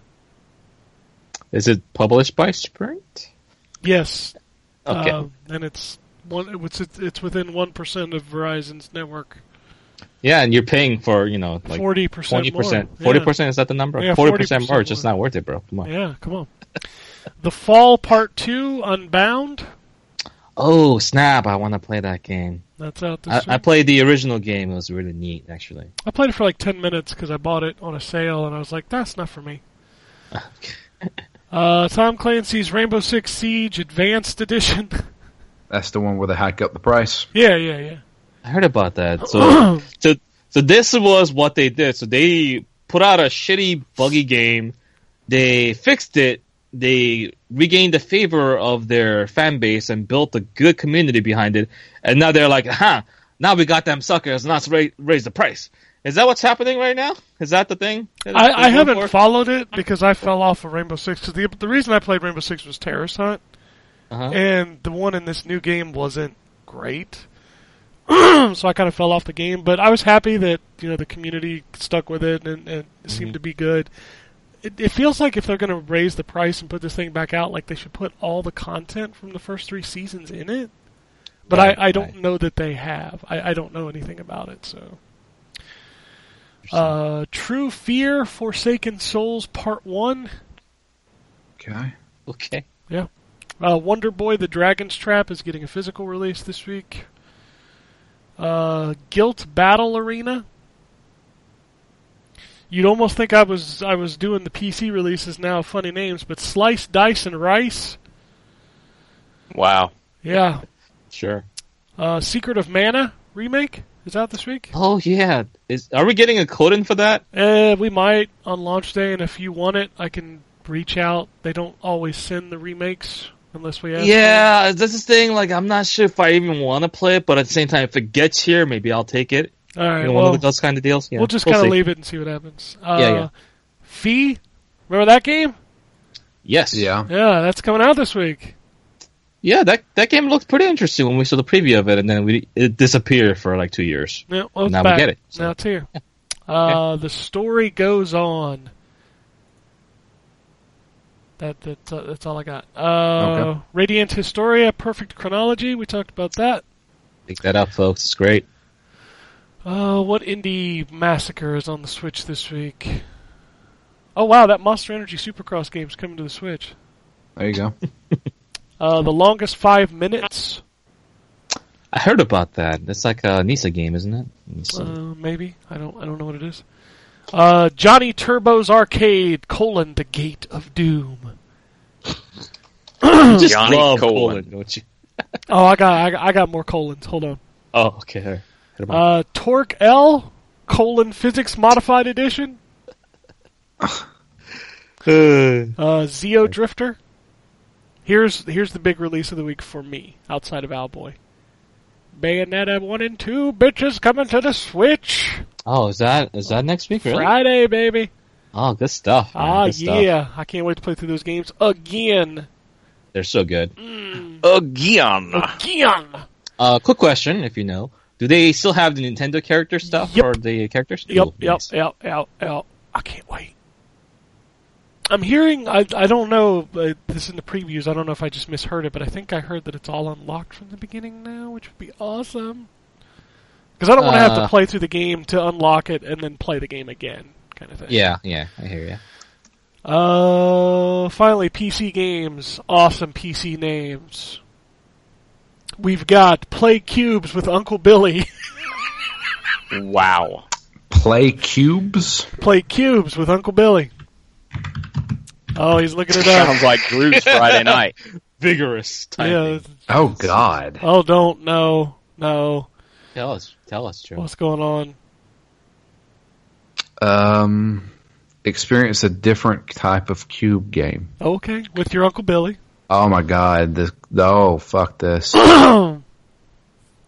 Speaker 6: Is it published by Sprint?
Speaker 2: Yes.
Speaker 6: Okay.
Speaker 2: Uh, and it's one. It's it's within one percent of Verizon's network.
Speaker 6: yeah, and you're paying for you know like
Speaker 2: Forty percent.
Speaker 6: twenty percent.
Speaker 2: Forty
Speaker 6: Forty percent is that the number?
Speaker 2: Yeah,
Speaker 6: Forty percent
Speaker 2: 40%
Speaker 6: more. It's
Speaker 2: more.
Speaker 6: just not worth it, bro. Come on.
Speaker 2: Yeah. Come on. the Fall Part Two, Unbound.
Speaker 6: Oh snap! I want to play that game.
Speaker 2: That's out this
Speaker 6: I,
Speaker 2: week.
Speaker 6: I played the original game. It was really neat, actually.
Speaker 2: I played it for like 10 minutes because I bought it on a sale and I was like, that's not for me. uh, Tom Clancy's Rainbow Six Siege Advanced Edition.
Speaker 5: That's the one where they hike up the price.
Speaker 2: yeah, yeah, yeah.
Speaker 6: I heard about that. So, so, so this was what they did. So they put out a shitty, buggy game. They fixed it. They regained the favor of their fan base and built a good community behind it. And now they're like, huh, now we got them suckers. Now let's ra- raise the price. Is that what's happening right now? Is that the thing? that they're
Speaker 2: I, I
Speaker 6: going
Speaker 2: haven't
Speaker 6: for?
Speaker 2: followed it because I fell off of Rainbow Six. 'cause the, the reason I played Rainbow Six was Terrorist Hunt,
Speaker 6: Uh-huh.
Speaker 2: and the one in this new game wasn't great. so I kind of fell off the game, but I was happy that you know the community stuck with it and, and it seemed
Speaker 6: Mm-hmm.
Speaker 2: to be good. It, it feels like if they're going to raise the price and put this thing back out, like they should put all the content from the first three seasons in it. But
Speaker 6: Right,
Speaker 2: I, I don't
Speaker 6: right.
Speaker 2: know that they have. I, I don't know anything about it, so. Uh, True Fear, Forsaken Souls Part 1,
Speaker 5: Okay.
Speaker 6: Okay.
Speaker 2: uh, Wonder Boy, The Dragon's Trap is getting a physical release this week. Uh, Guilt Battle Arena. You'd almost think I was I was doing the PC releases now, funny names, but Slice, Dice, and Rice.
Speaker 4: Wow.
Speaker 2: Yeah.
Speaker 6: Sure.
Speaker 2: Uh, Secret of Mana remake is out this week.
Speaker 6: Oh yeah. Is are we getting a code in for that?
Speaker 2: Uh, we might on launch day, and if you want it, I can reach out. They don't always send the remakes unless we ask.
Speaker 6: Yeah, that's the thing. Like, I'm not sure if I even want to play it, but at the same time, if it gets here, maybe I'll take it.
Speaker 2: for it. All
Speaker 6: You
Speaker 2: right.
Speaker 6: know,
Speaker 2: Well,
Speaker 6: one of those kind of deals. Yeah,
Speaker 2: we'll just kind
Speaker 6: see.
Speaker 2: of leave it and see what happens. Uh,
Speaker 6: Yeah, yeah.
Speaker 2: Fee, remember that game?
Speaker 6: Yes.
Speaker 5: Yeah.
Speaker 2: Yeah, that's coming out this week.
Speaker 6: Yeah. That that game looked pretty interesting when we saw the preview of it, and then we it disappeared for like two years.
Speaker 2: Yeah, well, it's
Speaker 6: Now we
Speaker 2: back.
Speaker 6: get it, so.
Speaker 2: Now it's here. Uh, the story goes on. That that's, uh, that's all I got. Uh,
Speaker 5: Okay.
Speaker 2: Radiant Historia, Perfect Chronology. We talked about that.
Speaker 6: Pick that up, folks. It's great.
Speaker 2: Uh, what indie massacre is on the Switch this week? Oh wow, that Monster Energy Supercross game's coming to the Switch.
Speaker 5: There you go.
Speaker 2: Uh, the longest five minutes,
Speaker 6: I heard about that. It's like a Nisa game, isn't it? Nisa.
Speaker 2: uh, maybe. I don't. I don't know what it is. Uh, Johnny Turbo's Arcade: colon The Gate of Doom.
Speaker 6: You just
Speaker 4: Johnny
Speaker 6: love
Speaker 4: Colon.
Speaker 6: Colon, don't you?
Speaker 2: Oh, I got. I got, I got more colons. Hold on.
Speaker 6: Oh, okay. all right. Hit 'em up.
Speaker 2: Uh, Torque L: colon Physics Modified Edition. Uh, Zeo Drifter. Here's here's the big release of the week for me outside of Owlboy. Bayonetta one and two bitches coming to the Switch
Speaker 6: oh, is that is that next week? Really?
Speaker 2: Friday, baby.
Speaker 6: Oh, good stuff. man.
Speaker 2: Ah,
Speaker 6: Good stuff.
Speaker 2: yeah, I can't wait to play through those games again,
Speaker 6: They're so good.
Speaker 4: Again.
Speaker 2: again.
Speaker 6: Uh, quick question, if you know, do they still have the Nintendo character stuff
Speaker 2: Yep.
Speaker 6: for the characters?
Speaker 2: Yep,
Speaker 6: Cool,
Speaker 2: yep,
Speaker 6: nice.
Speaker 2: yep, yep, yep. I can't wait. I'm hearing. I I don't know. Uh, this in the previews. I don't know if I just misheard it, but I think I heard that it's all unlocked from the beginning now, which would be awesome. Because I don't want to have to
Speaker 6: Uh.
Speaker 2: play through the game to unlock it and then play the game again, kind of thing.
Speaker 6: Yeah, yeah, I hear you.
Speaker 2: Uh, finally, PC games. Awesome PC names. We've got play cubes with Uncle Billy.
Speaker 4: Wow.
Speaker 5: Play cubes.
Speaker 2: play cubes with Uncle Billy. Oh, he's looking it up.
Speaker 4: Sounds like Drew's Friday night.
Speaker 6: Vigorous
Speaker 2: Yeah.
Speaker 5: Oh God.
Speaker 2: Oh, don't no no.
Speaker 6: Tell us, tell us, Joe.
Speaker 2: What's going on?
Speaker 5: Um, experience a different type of cube game.
Speaker 2: Okay, with your uncle Billy.
Speaker 5: Oh my God. This. Oh fuck this.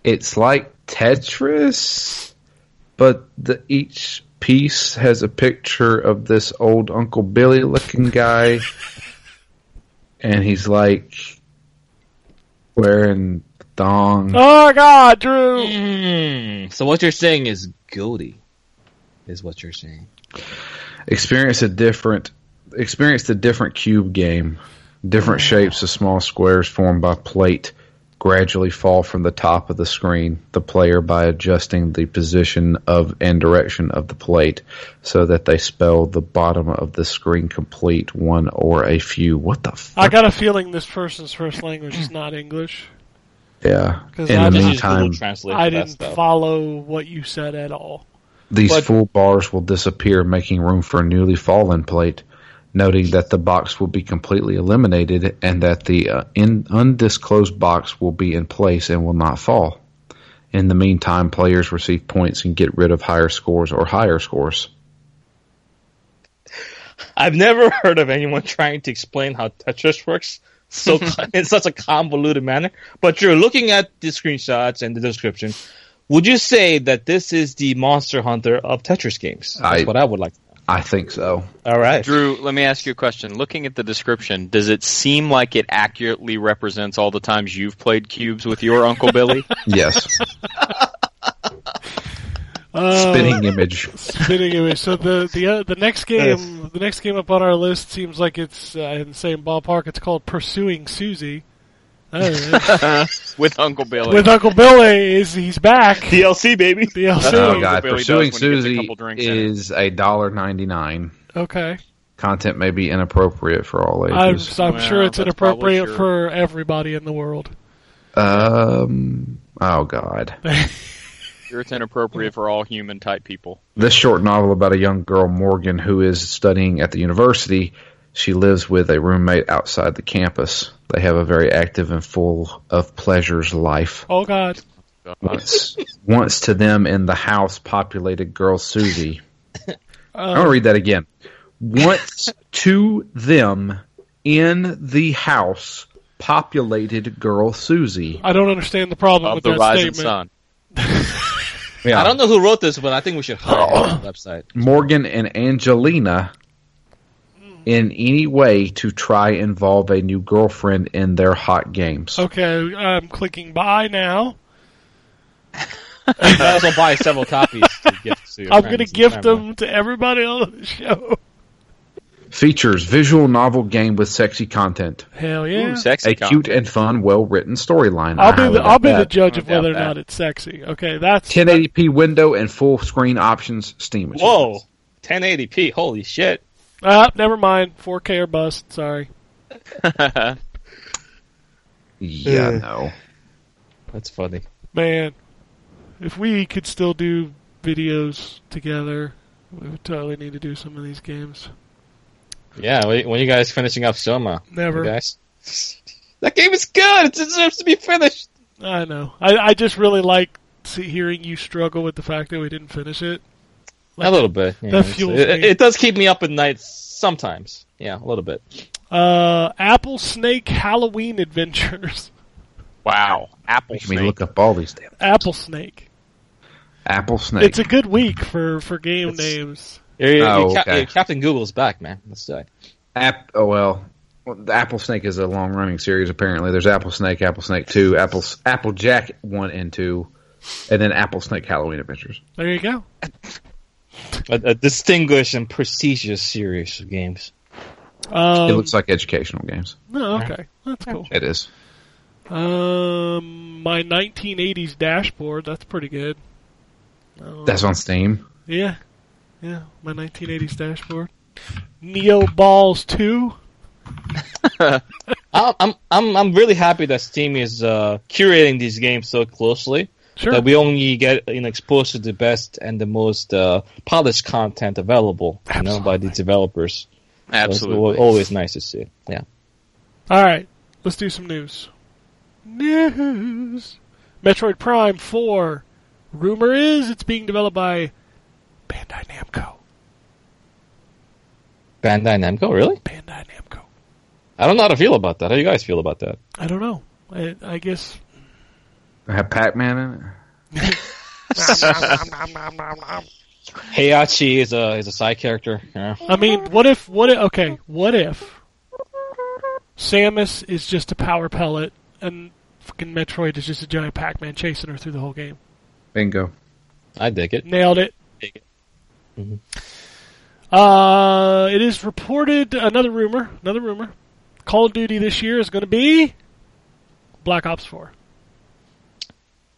Speaker 5: it's like Tetris, but the each piece has a picture of this old Uncle Billy looking guy. and he's like wearing thong.
Speaker 2: Oh God, Drew.
Speaker 6: Mm, so what you're saying is guilty, is what you're saying.
Speaker 5: Experience a different experience the different cube game.
Speaker 2: Oh.
Speaker 5: Different shapes of small squares formed by plate gradually fall from the top of the screen. The player by adjusting the position of and direction of the plate so that they spell the bottom of the screen complete one or a few. What the
Speaker 2: I
Speaker 5: fuck?
Speaker 2: got a feeling this person's first language is not English.
Speaker 5: yeah.
Speaker 2: 'Cause
Speaker 5: In
Speaker 2: I
Speaker 5: the
Speaker 2: just-
Speaker 5: meantime,
Speaker 6: Translate
Speaker 2: I
Speaker 6: for that
Speaker 2: didn't
Speaker 6: stuff.
Speaker 2: follow what you said at all.
Speaker 5: These
Speaker 6: But-
Speaker 5: full bars will disappear, making room for a newly fallen plate. Noting that the box will be completely eliminated and that the uh, in, undisclosed box will be in place and will not fall. In the meantime, players receive points and get rid of higher scores or higher scores.
Speaker 6: I've never heard of anyone trying to explain how Tetris works so in such a convoluted manner. But you're looking at the screenshots and the description. Would you say that this is the Monster Hunter of Tetris games? That's
Speaker 5: I-
Speaker 6: what I would like.
Speaker 5: I think so.
Speaker 6: All right,
Speaker 4: Drew, let me ask you a question. Looking at the description, does it seem like it accurately represents all the times you've played cubes with your Uncle Billy?
Speaker 5: Yes.
Speaker 2: Uh,
Speaker 5: Spinning image.
Speaker 2: spinning image. So the the uh, the next game, the next game up on our list seems like it's uh, in the same ballpark. It's called Pursuing Susie. Uh,
Speaker 4: with Uncle Billy.
Speaker 2: with Uncle Billy, is he's back?
Speaker 6: DLC baby.
Speaker 2: DLC.
Speaker 4: That's
Speaker 5: Oh
Speaker 4: what
Speaker 5: god,
Speaker 4: Billy does
Speaker 5: pursuing
Speaker 4: when he gets a
Speaker 5: Susie
Speaker 4: couple drinks in it.
Speaker 5: is a dollar ninety nine.
Speaker 2: Okay,
Speaker 5: Content may be inappropriate for all
Speaker 2: I'm,
Speaker 5: ages.
Speaker 2: I'm
Speaker 4: Well,
Speaker 2: sure it's
Speaker 4: that's
Speaker 2: inappropriate
Speaker 4: probably
Speaker 2: for everybody in the world.
Speaker 5: Um. Oh god.
Speaker 4: Sure, it's inappropriate for all human type people.
Speaker 5: this short novel about a young girl, Morgan, who is studying at the university. She lives with a roommate outside the campus. They have a very active and full of pleasures life.
Speaker 2: Oh God,
Speaker 5: Once, once to them in the house populated girl Susie. I'm going
Speaker 2: uh,
Speaker 5: to read that again. Once to them in the house populated girl Susie.
Speaker 2: I don't understand the problem
Speaker 4: Of
Speaker 2: with
Speaker 4: the
Speaker 2: that
Speaker 4: rising
Speaker 2: statement.
Speaker 4: sun.
Speaker 5: Yeah.
Speaker 6: I don't know who wrote this, but I think we should hire the website.
Speaker 5: Morgan and Angelina in any way to try involve a new girlfriend in their hot games.
Speaker 2: Oh. Okay, I'm clicking buy now.
Speaker 6: You might as well buy several copies. To gift to your
Speaker 2: I'm
Speaker 6: friends
Speaker 2: gonna
Speaker 6: and
Speaker 2: gift
Speaker 6: family.
Speaker 2: them to everybody on the show.
Speaker 5: Features visual novel game with sexy content,
Speaker 2: Hell yeah!
Speaker 4: Ooh, sexy
Speaker 5: a cute and fun, well written storyline.
Speaker 2: I'll
Speaker 5: I
Speaker 2: be
Speaker 5: highly
Speaker 2: the, I'll be the
Speaker 5: doubt that.
Speaker 2: judge of
Speaker 4: I doubt
Speaker 2: whether or
Speaker 4: that.
Speaker 2: not it's sexy. Okay, that's
Speaker 5: 1080p window and full screen options. Steam.
Speaker 6: Whoa, 1080p. Holy shit.
Speaker 2: Ah, never mind. 4K or bust. Sorry.
Speaker 4: comment.
Speaker 5: Yeah, no.
Speaker 6: That's funny.
Speaker 2: Man, if we could still do videos together, we would totally need to do some of these games.
Speaker 6: Yeah, when when you guys finishing up Soma?
Speaker 2: Never.
Speaker 6: You guys. That game is good. It deserves to be finished.
Speaker 2: I know. I, I just really like see, hearing you struggle with the fact that we didn't finish it.
Speaker 6: A little bit. yeah.
Speaker 2: That fuels
Speaker 6: it,
Speaker 2: me.
Speaker 6: it does keep me up at night sometimes. Yeah, a little bit.
Speaker 2: Uh, Apple Snake Halloween Adventures.
Speaker 4: wow. Apple
Speaker 5: Making me
Speaker 4: snake.
Speaker 5: look up all these damn
Speaker 2: Apple Snake.
Speaker 5: Apple Snake.
Speaker 2: It's a good week for, for game
Speaker 6: It's-
Speaker 2: names.
Speaker 6: You- you-
Speaker 5: Oh,
Speaker 6: you Cap-
Speaker 5: okay.
Speaker 6: you- Captain Google's back, man. Let's die.
Speaker 5: App. Oh well, the Apple Snake is a long running series. Apparently, there's Apple Snake, Apple Snake Two, Apple Apple Jack One and Two, and then Apple Snake Halloween Adventures.
Speaker 2: There you go.
Speaker 6: A, a distinguished and prestigious series of games.
Speaker 2: Um,
Speaker 5: it looks like educational games.
Speaker 2: no, okay. That's cool.
Speaker 5: It is.
Speaker 2: Um, my 1980s dashboard. That's pretty good. Um,
Speaker 5: That's on Steam.
Speaker 2: yeah, yeah. My 1980s dashboard. Neo Balls Two.
Speaker 6: I'm I'm I'm I'm really happy that Steam is uh, curating these games so closely
Speaker 2: Sure.
Speaker 6: that we only get you know, exposed to the best and the most uh, polished content available, you know, by the developers. So it's al-
Speaker 4: Absolutely.
Speaker 6: always nice to see. Yeah.
Speaker 2: All right. Let's do some news. News. Metroid Prime Four. Rumor is it's being developed by Bandai Namco.
Speaker 6: Bandai Namco, really?
Speaker 2: Bandai Namco.
Speaker 6: I don't know how to feel about that. How do you guys feel about that?
Speaker 2: I don't know. I, I guess.
Speaker 5: I have Pac Man in it.
Speaker 6: Heihachi is a is a side character. Yeah.
Speaker 2: I mean, what if? What if? Okay. What if? Samus is just a power pellet, and fucking Metroid is just a giant Pac-Man chasing her through the whole game.
Speaker 5: Bingo.
Speaker 3: I dig it.
Speaker 2: Nailed it.
Speaker 3: Dig
Speaker 6: Mm-hmm.
Speaker 2: Uh, it is reported another rumor, another rumor. Call of Duty this year is going to be Black Ops 4.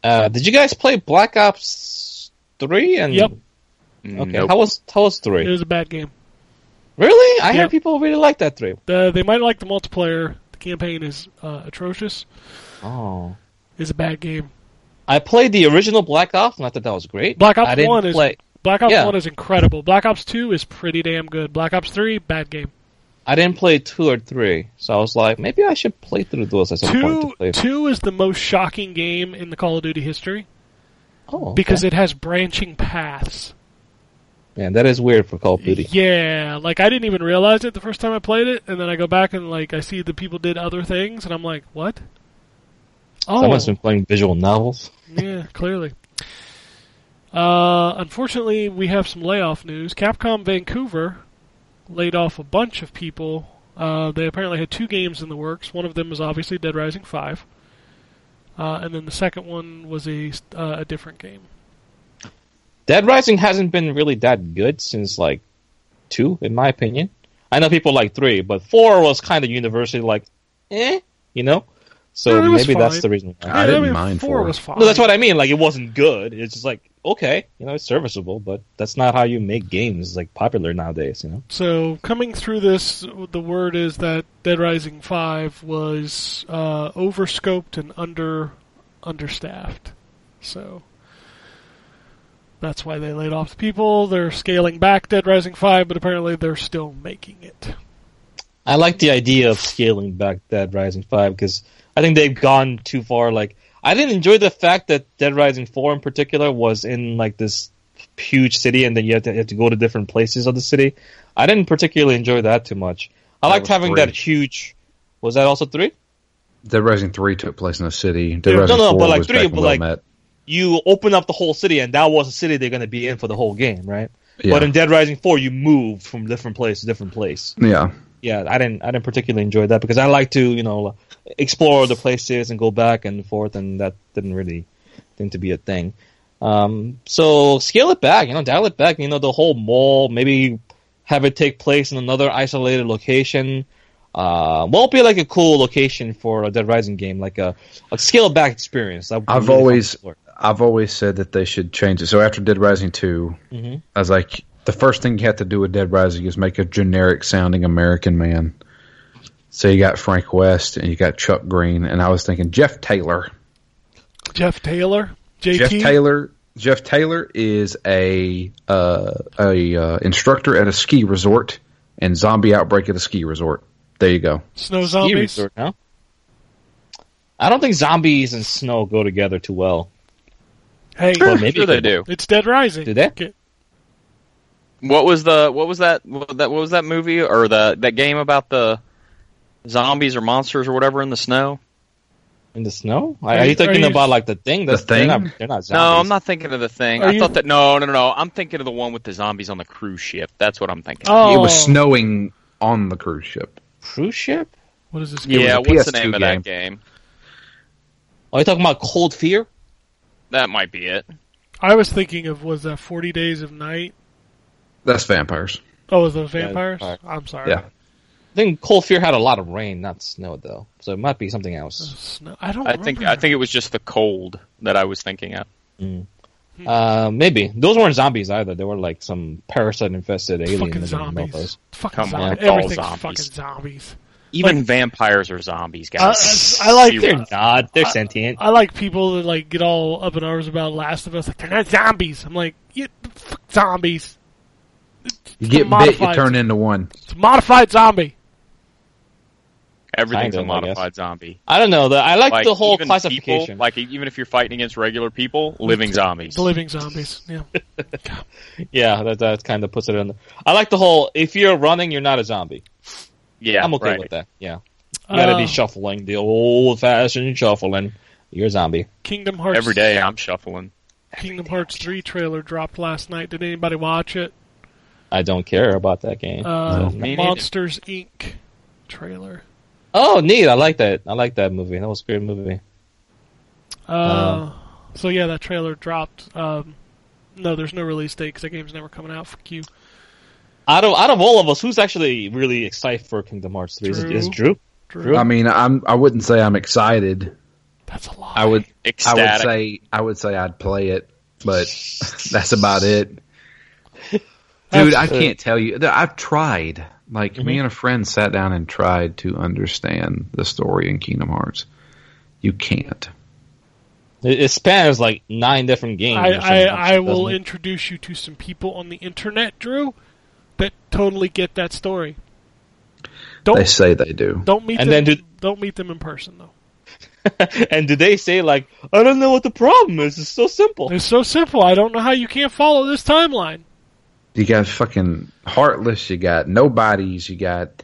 Speaker 6: Uh, did you guys play Black Ops three? And
Speaker 2: Yep.
Speaker 6: Okay.
Speaker 4: Nope.
Speaker 6: How was how was
Speaker 2: It
Speaker 6: three?
Speaker 2: was a bad game.
Speaker 6: Really? I hear
Speaker 2: Yep.
Speaker 6: people really like that three.
Speaker 2: The, they might like the multiplayer. The campaign is uh, atrocious.
Speaker 6: Oh.
Speaker 2: It's a bad game.
Speaker 6: I played the original Black Ops, and I thought that was great.
Speaker 2: Black Ops
Speaker 6: I didn't
Speaker 2: One is
Speaker 6: play.
Speaker 2: Black Ops
Speaker 6: Yeah.
Speaker 2: 1 is incredible. Black Ops 2 is pretty damn good. Black Ops 3, bad game.
Speaker 6: I didn't play two or three, so I was like, maybe I should play through those at some point to play.
Speaker 2: 2, 2 is the most shocking game in the Call of Duty history
Speaker 6: oh, okay.
Speaker 2: because it has branching paths.
Speaker 6: man, that is weird for Call of Duty.
Speaker 2: Yeah, like I didn't even realize it the first time I played it, and then I go back and like I see the people did other things, and I'm like, what? Oh,
Speaker 6: Someone's been playing visual novels.
Speaker 2: yeah, clearly. Uh, unfortunately, we have some layoff news. Capcom Vancouver laid off a bunch of people. Uh, they apparently had two games in the works. One of them was obviously Dead Rising Five, uh, and then the second one was a uh, a different game.
Speaker 6: Dead Rising hasn't been really that good since like two, in my opinion. I know people like three, but four was kind of universally like, eh, you know. So
Speaker 2: No, it was
Speaker 6: maybe that's
Speaker 2: fine.
Speaker 6: the reason. Why.
Speaker 5: I didn't
Speaker 2: mean,
Speaker 5: mind
Speaker 2: four
Speaker 5: four.
Speaker 2: was fine.
Speaker 6: No, that's what I mean. Like it wasn't good. It's just like okay, you know, it's serviceable, but that's not how you make games like popular nowadays. You know.
Speaker 2: So coming through this, the word is that Dead Rising Five was uh, overscoped and under understaffed. So that's why they laid off the people. They're scaling back Dead Rising Five, but apparently they're still making it.
Speaker 6: I like the idea of scaling back Dead Rising 5 because I think they've gone too far. Like, I didn't enjoy the fact that Dead Rising 4 in particular was in like this huge city and then you have to, you have to go to different places of the city. I didn't particularly enjoy that too much. I liked
Speaker 5: was
Speaker 6: having
Speaker 5: three.
Speaker 6: that huge. Was that also three?
Speaker 5: Dead Rising three took place in a city. Dead
Speaker 6: Yeah,
Speaker 5: Rising
Speaker 6: no, no,
Speaker 5: four
Speaker 6: but like
Speaker 5: was
Speaker 6: three,
Speaker 5: back in
Speaker 6: but like-
Speaker 5: Wilmette.
Speaker 6: You open up the whole city and that was the city they're going to be in for the whole game, right?
Speaker 5: yeah.
Speaker 6: But in Dead Rising 4, you moved from different place to different place.
Speaker 5: yeah,
Speaker 6: yeah, I didn't I didn't particularly enjoy that because I like to you know explore the places and go back and forth, and that didn't really seem to be a thing. Um, so scale it back, you know, dial it back. You know, the whole mall, maybe have it take place in another isolated location. Uh, won't be like a cool location for a Dead Rising game, like a, a scale back experience. I- I
Speaker 5: I've
Speaker 6: really want to
Speaker 5: always-
Speaker 6: explore.
Speaker 5: I've always said that they should change it. So after Dead Rising 2
Speaker 6: Mhm.
Speaker 5: I was like, the first thing you have to do with Dead Rising is make a generic sounding American man. So you got Frank West and you got Chuck Green, and I was thinking Jeff Taylor.
Speaker 2: Jeff Taylor, JT,
Speaker 5: Jeff Taylor. Jeff Taylor is a uh, a uh, instructor at a ski resort and zombie outbreak at a ski resort. There you go.
Speaker 2: Snow
Speaker 6: Ski
Speaker 2: Zombies.
Speaker 6: resort, huh? I don't think zombies and snow go together too well.
Speaker 2: Hey,
Speaker 5: Oh,
Speaker 6: Well, maybe
Speaker 4: sure
Speaker 6: they
Speaker 4: they do.
Speaker 2: it's Dead Rising.
Speaker 6: Do they?
Speaker 2: Okay.
Speaker 4: What was the what was that what that what was that movie or the that game about the zombies or monsters or whatever in the snow?
Speaker 6: In the snow? Are,
Speaker 2: Are
Speaker 6: are you
Speaker 2: you-
Speaker 6: thinking
Speaker 2: are you-
Speaker 6: about like the thing?
Speaker 5: The
Speaker 6: That's,
Speaker 5: thing?
Speaker 6: They're not, they're not
Speaker 4: No, I'm
Speaker 6: zombies.
Speaker 4: not thinking of the thing.
Speaker 2: Are
Speaker 4: I
Speaker 2: you-
Speaker 4: thought that no, no, no, no. I'm thinking of the one with the zombies on the cruise ship. That's what I'm thinking.
Speaker 2: Oh,
Speaker 5: It was snowing on the cruise ship.
Speaker 6: Cruise ship?
Speaker 2: What is this? game?
Speaker 4: yeah,
Speaker 5: was a
Speaker 4: what's the
Speaker 5: PS2
Speaker 4: name of that game?
Speaker 6: Are you talking about Cold Fear?
Speaker 4: That might be
Speaker 6: Oh,
Speaker 4: it.
Speaker 2: I was thinking of was that Forty Days of Night?
Speaker 5: That's vampires.
Speaker 2: Oh, was those vampires?
Speaker 6: vampire.
Speaker 2: I'm sorry.
Speaker 5: Yeah.
Speaker 6: I think Cold Fear had a lot of rain, not snow though. So it might be something else.
Speaker 2: Snow. I don't.
Speaker 4: I think
Speaker 2: remember.
Speaker 4: I think it was just the cold that I was thinking of.
Speaker 6: Uh, maybe those weren't zombies either. They were like some parasite infested alien.
Speaker 2: fucking zombies. Fucking
Speaker 4: Come on,
Speaker 2: zombies.
Speaker 4: it's all
Speaker 2: Everything's
Speaker 4: zombies.
Speaker 2: fucking zombies.
Speaker 4: Even vampires are zombies, guys.
Speaker 2: Uh, I like
Speaker 4: Zero.
Speaker 6: They're not. They're sentient.
Speaker 2: I like people that like get all up in arms about Last of Us. Like they're not zombies. I'm like, yeah, fuck zombies.
Speaker 5: You get bit, you
Speaker 2: modified.
Speaker 5: turn into one.
Speaker 2: It's a modified zombie.
Speaker 4: Everything's a
Speaker 6: Kind of, I guess.
Speaker 4: modified zombie.
Speaker 6: I don't know. The, I like, the whole
Speaker 4: even people-
Speaker 6: classification.
Speaker 4: like even if you're fighting against regular people, living zombies.
Speaker 2: The living zombies. Yeah.
Speaker 6: yeah, that, that kind of puts it in. The, I like the whole. If you're running, you're not a zombie.
Speaker 4: yeah,
Speaker 6: I'm okay
Speaker 4: right.
Speaker 6: with that. Yeah, you gotta
Speaker 2: Uh,
Speaker 6: be shuffling the old-fashioned shuffling. You're a zombie.
Speaker 2: Kingdom Hearts.
Speaker 4: Every day I'm shuffling.
Speaker 2: Kingdom Hearts three trailer dropped last night. Did anybody watch it?
Speaker 6: I don't care about that game.
Speaker 2: Uh,
Speaker 4: Me neither.
Speaker 2: Monsters Inc. trailer.
Speaker 6: Oh, neat! I like that. I like that movie. That was a great movie.
Speaker 2: Uh,
Speaker 4: Oh.
Speaker 2: so yeah, that trailer dropped. Um, no, there's no release date because that game's never coming out for Q.
Speaker 6: Out of out of all of us, who's actually really excited for Kingdom Hearts three? Is,
Speaker 2: Drew.
Speaker 6: is Drew?
Speaker 2: Drew.
Speaker 5: I mean, I'm I wouldn't say I'm excited.
Speaker 2: That's a lie.
Speaker 5: I would
Speaker 4: Ecstatic.
Speaker 5: I would say I would say I'd play it, but that's about it. Dude,
Speaker 2: That's-
Speaker 5: I can't tell you. Th- I've tried. Like me and a friend sat down and tried to understand the story in Kingdom Hearts. You can't.
Speaker 6: It, it spans like nine different games.
Speaker 2: I,
Speaker 6: or something,
Speaker 2: I, I will
Speaker 6: doesn't it?
Speaker 2: introduce you to some people on the internet, Drew, that totally get that story.
Speaker 5: They
Speaker 2: Don't
Speaker 5: say they do.
Speaker 2: don't meet
Speaker 6: And
Speaker 2: them.
Speaker 6: then do-
Speaker 2: don't meet them in person though.
Speaker 6: and do they say like, I don't know what the problem is? It's so simple.
Speaker 2: It's so simple. I don't know how you can't follow this timeline.
Speaker 5: You got fucking heartless. You got nobodies. You got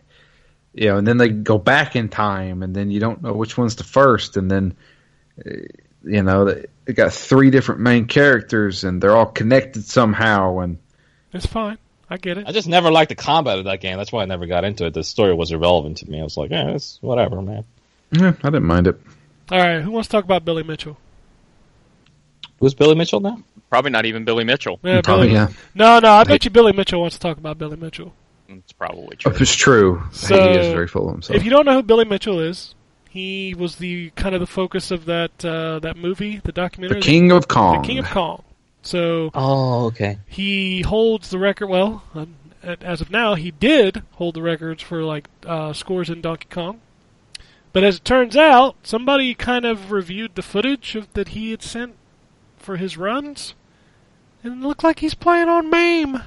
Speaker 5: you know, and then they go back in time, and then you don't know which one's the first, and then eh, you know they they got three different main characters, and they're all connected somehow, and
Speaker 2: It's fine. I get it.
Speaker 6: I just never liked the combat of that game. That's why I never got into it. The story was irrelevant to me. I was like, eh, it's whatever, man.
Speaker 5: yeah, I didn't mind it.
Speaker 2: All right. Who wants to talk about Billy Mitchell?
Speaker 6: Who's Billy Mitchell now?
Speaker 4: Probably not even Billy Mitchell.
Speaker 2: Yeah,
Speaker 5: Probably,
Speaker 2: Billy-
Speaker 5: yeah,
Speaker 2: No, no. I bet you Billy Mitchell wants to talk about Billy Mitchell.
Speaker 4: It's probably true.
Speaker 5: it was true.
Speaker 2: So,
Speaker 5: he is very full of himself.
Speaker 2: If you don't know who Billy Mitchell is, he was the kind of the focus of that uh, that movie, the documentary,
Speaker 5: the King of
Speaker 2: The
Speaker 5: Kong.
Speaker 2: King of Kong. So
Speaker 6: Oh, okay.
Speaker 2: he holds the record. Well, um, a- as of now, he did hold the records for like uh, scores in Donkey Kong. But as it turns out, somebody kind of reviewed the footage of, that he had sent for his runs, and it looked like he's playing on MAME.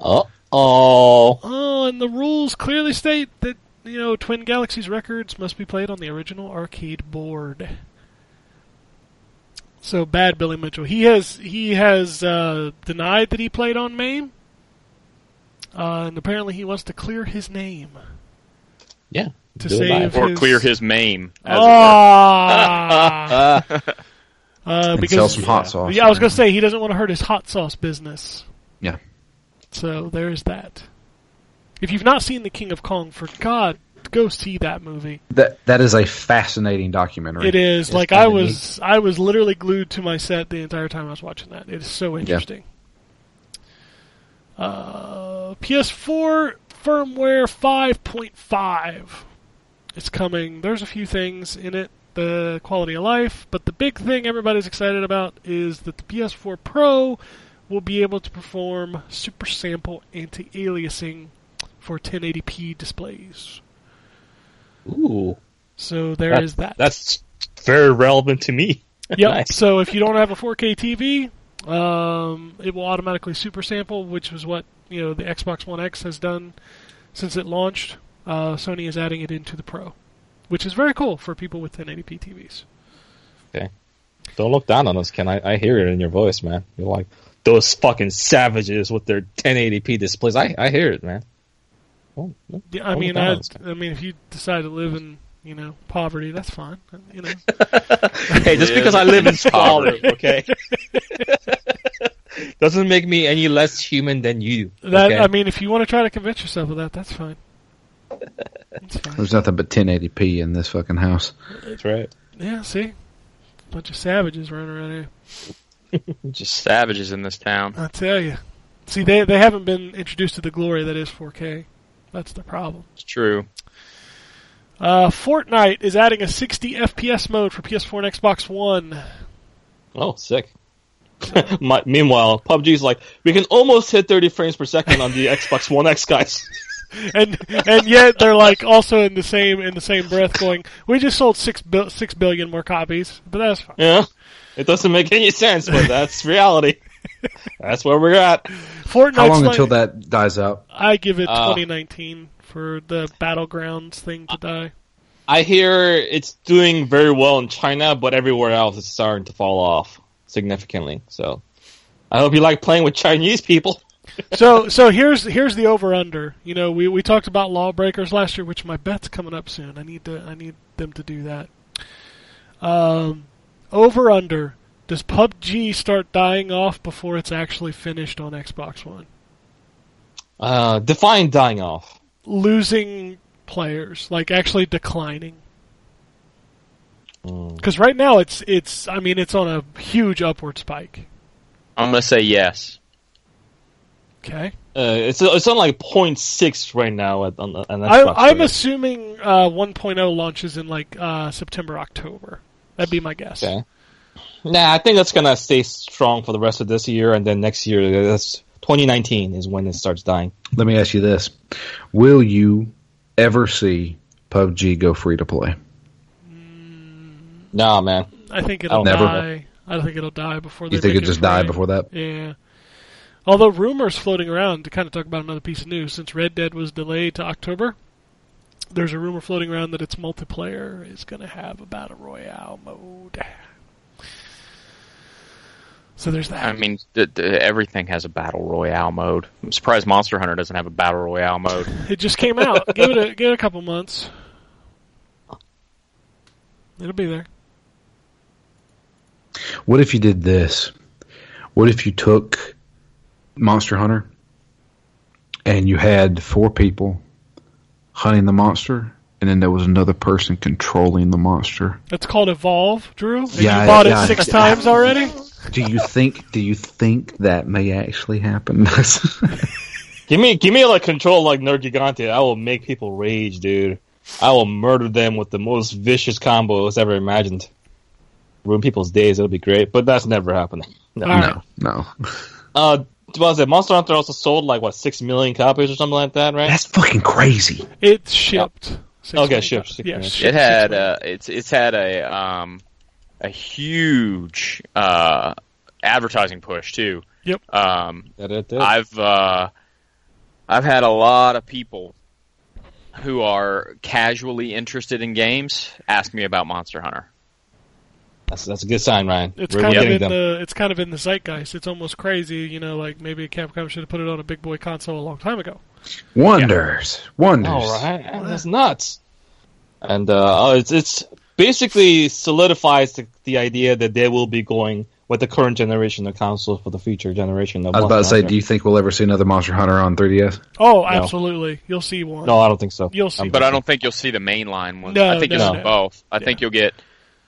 Speaker 6: Oh, oh,
Speaker 2: Oh, and the rules clearly state that you know Twin Galaxies records must be played on the original arcade board. So bad, Billy Mitchell. He has he has uh, denied that he played on MAME, uh, and apparently he wants to clear his name
Speaker 6: yeah.
Speaker 2: to
Speaker 6: Do it
Speaker 2: save
Speaker 6: live.
Speaker 4: or
Speaker 2: his...
Speaker 4: clear his mame. As it
Speaker 6: Oh.
Speaker 4: were.
Speaker 2: Ah, uh,
Speaker 5: and
Speaker 2: because
Speaker 5: sell some hot sauce.
Speaker 2: yeah, I was gonna say he doesn't want to hurt his hot sauce business.
Speaker 5: Yeah.
Speaker 2: So there's that. If you've not seen The King of Kong, for God, go see that movie.
Speaker 5: That that is a fascinating documentary.
Speaker 2: It is
Speaker 6: It's
Speaker 2: like I
Speaker 6: kinda
Speaker 2: was I was literally glued to my set the entire time I was watching that. It is so interesting. Uh, PS4 firmware 5.5. It's coming. There's a few things in it, the quality of life, but the big thing everybody's excited about is that the PS4 Pro will be able to perform super sample anti-aliasing for 1080p displays.
Speaker 6: Ooh,
Speaker 2: So there is
Speaker 6: that-
Speaker 2: that.
Speaker 6: That's very relevant to me.
Speaker 2: Yep.
Speaker 6: Nice.
Speaker 2: So if you don't have a 4K TV, um, it will automatically super sample, which was what you know the Xbox One X has done since it launched. Uh, Sony is adding it into the Pro, which is very cool for people with 1080p TVs.
Speaker 6: Don't look down on us, Ken. I, I hear it in your voice, man. You're like those fucking savages with their 1080p displays. I, I hear it, man. Oh, no.
Speaker 2: Yeah, I
Speaker 6: Oh,
Speaker 2: mean, I,
Speaker 6: that's good.
Speaker 2: I mean, if you decide to live in you know poverty, that's fine. Uh, You know,
Speaker 6: Hey, just
Speaker 4: Yeah.
Speaker 6: because I live in
Speaker 4: Poverty.
Speaker 6: Scotland, okay, doesn't make me any less human than you.
Speaker 2: that
Speaker 6: okay?
Speaker 2: I mean, if you want to try to convince yourself of that, that's fine. That's fine.
Speaker 5: There's nothing but 1080p in this fucking house.
Speaker 6: that's right.
Speaker 2: Yeah. See, bunch of savages running around here.
Speaker 4: Just savages in this town.
Speaker 2: I tell you. See, they they haven't been introduced to the glory that is 4K. That's the problem.
Speaker 4: It's true.
Speaker 2: Uh, Fortnite is adding a 60 FPS mode for PS4 and Xbox One.
Speaker 6: Oh, sick. My, meanwhile, PUBG's like we can almost hit 30 frames per second on the Xbox One X guys.
Speaker 2: and and yet they're like also in the same in the same breath going, we just sold six bil- six billion more copies, but that's fine.
Speaker 6: Yeah, it doesn't make any sense, but that's reality. That's where we're at.
Speaker 2: Fortnite's
Speaker 5: How long
Speaker 2: like-
Speaker 5: until that dies out?
Speaker 2: I give it
Speaker 6: Uh.
Speaker 2: 2019 for the battlegrounds thing to die.
Speaker 6: I hear it's doing very well in China, but everywhere else it's starting to fall off significantly. So I hope you like playing with Chinese people.
Speaker 2: so so here's here's the over under. You know, we, we talked about lawbreakers last year, which my bet's coming up soon. I need to I need them to do that. Um, over under. Does PUBG start dying off before it's actually finished on Xbox One?
Speaker 6: Uh, define dying off.
Speaker 2: Losing players, like actually declining. Because right now it's it's I mean it's on a huge upward spike.
Speaker 4: I'm gonna say yes.
Speaker 2: Okay,
Speaker 6: Uh, it's it's on like 0.6 right now at on, on Xbox.
Speaker 2: I, I'm
Speaker 6: right?
Speaker 2: assuming uh, 1.0 launches in like uh, September October. That'd be my guess.
Speaker 6: Okay. Nah, I think that's gonna stay strong for the rest of this year and then next year. That's 2019 is when it starts dying.
Speaker 5: Let me ask you this: Will you ever see PUBG go free to play?
Speaker 6: Nah, man.
Speaker 2: I think it'll
Speaker 6: Oh,
Speaker 5: never.
Speaker 2: die. I think it'll die before. They
Speaker 5: You think
Speaker 2: make
Speaker 5: it just died
Speaker 2: free.
Speaker 5: before that?
Speaker 2: Yeah. Although rumors floating around to kind of talk about another piece of news, since Red Dead was delayed to October, there's a rumor floating around that its multiplayer is going to have a battle royale mode. So there's that.
Speaker 4: I mean, th- th- everything has a battle royale mode. I'm surprised Monster Hunter doesn't have a battle royale mode.
Speaker 2: It just came out. give it a give it a couple months. It'll be there.
Speaker 5: What if you did this? What if you took Monster Hunter and you had four people hunting the monster, and then there was another person controlling the monster?
Speaker 2: That's called Evolve, Drew. And
Speaker 5: Yeah,
Speaker 2: you bought
Speaker 5: yeah.
Speaker 2: it six times already.
Speaker 5: Do you think? Do you think that may actually happen?
Speaker 6: Give me give me like control like Nerd Gigante. I will make people rage, dude. I will murder them with the most vicious combos ever imagined. Ruin people's days. It'll be great, but that's never happening. No.
Speaker 2: All right.
Speaker 5: no, no.
Speaker 6: Uh, what was it? Monster Hunter also sold like what six million copies or something like that, right?
Speaker 5: That's fucking crazy.
Speaker 2: It shipped. Six
Speaker 6: Okay,
Speaker 2: weeks.
Speaker 6: shipped six
Speaker 2: Yeah,
Speaker 6: weeks.
Speaker 2: shipped
Speaker 4: It
Speaker 2: six
Speaker 4: had
Speaker 2: weeks.
Speaker 4: uh, it's it's had a um, a huge uh, advertising push too.
Speaker 2: Yep.
Speaker 4: Um,
Speaker 6: That it did.
Speaker 4: I've uh, I've had a lot of people who are casually interested in games ask me about Monster Hunter.
Speaker 6: that's, that's a good sign, Ryan.
Speaker 2: It's
Speaker 6: We're
Speaker 2: kind of
Speaker 6: getting
Speaker 2: in
Speaker 6: them.
Speaker 2: the it's kind of in the zeitgeist. It's almost crazy, you know. Like maybe Capcom should have put it on a big boy console a long time ago.
Speaker 5: Wonders, wonders.
Speaker 6: All right, that's nuts. And uh, oh, it's it's basically solidifies the, the idea that they will be going with the current generation of consoles for the future generation. Of
Speaker 5: I was about to say,
Speaker 6: Monster
Speaker 5: do you think we'll ever see another Monster Hunter on 3DS?
Speaker 2: Oh, absolutely. You'll see one.
Speaker 6: Hunter. No, I don't think so. Um,
Speaker 2: You'll see.
Speaker 4: But I don't think you'll see the mainline ones.
Speaker 2: No,
Speaker 4: I think
Speaker 2: no,
Speaker 4: you'll see
Speaker 2: no.
Speaker 4: both. I
Speaker 2: Yeah.
Speaker 4: think you'll get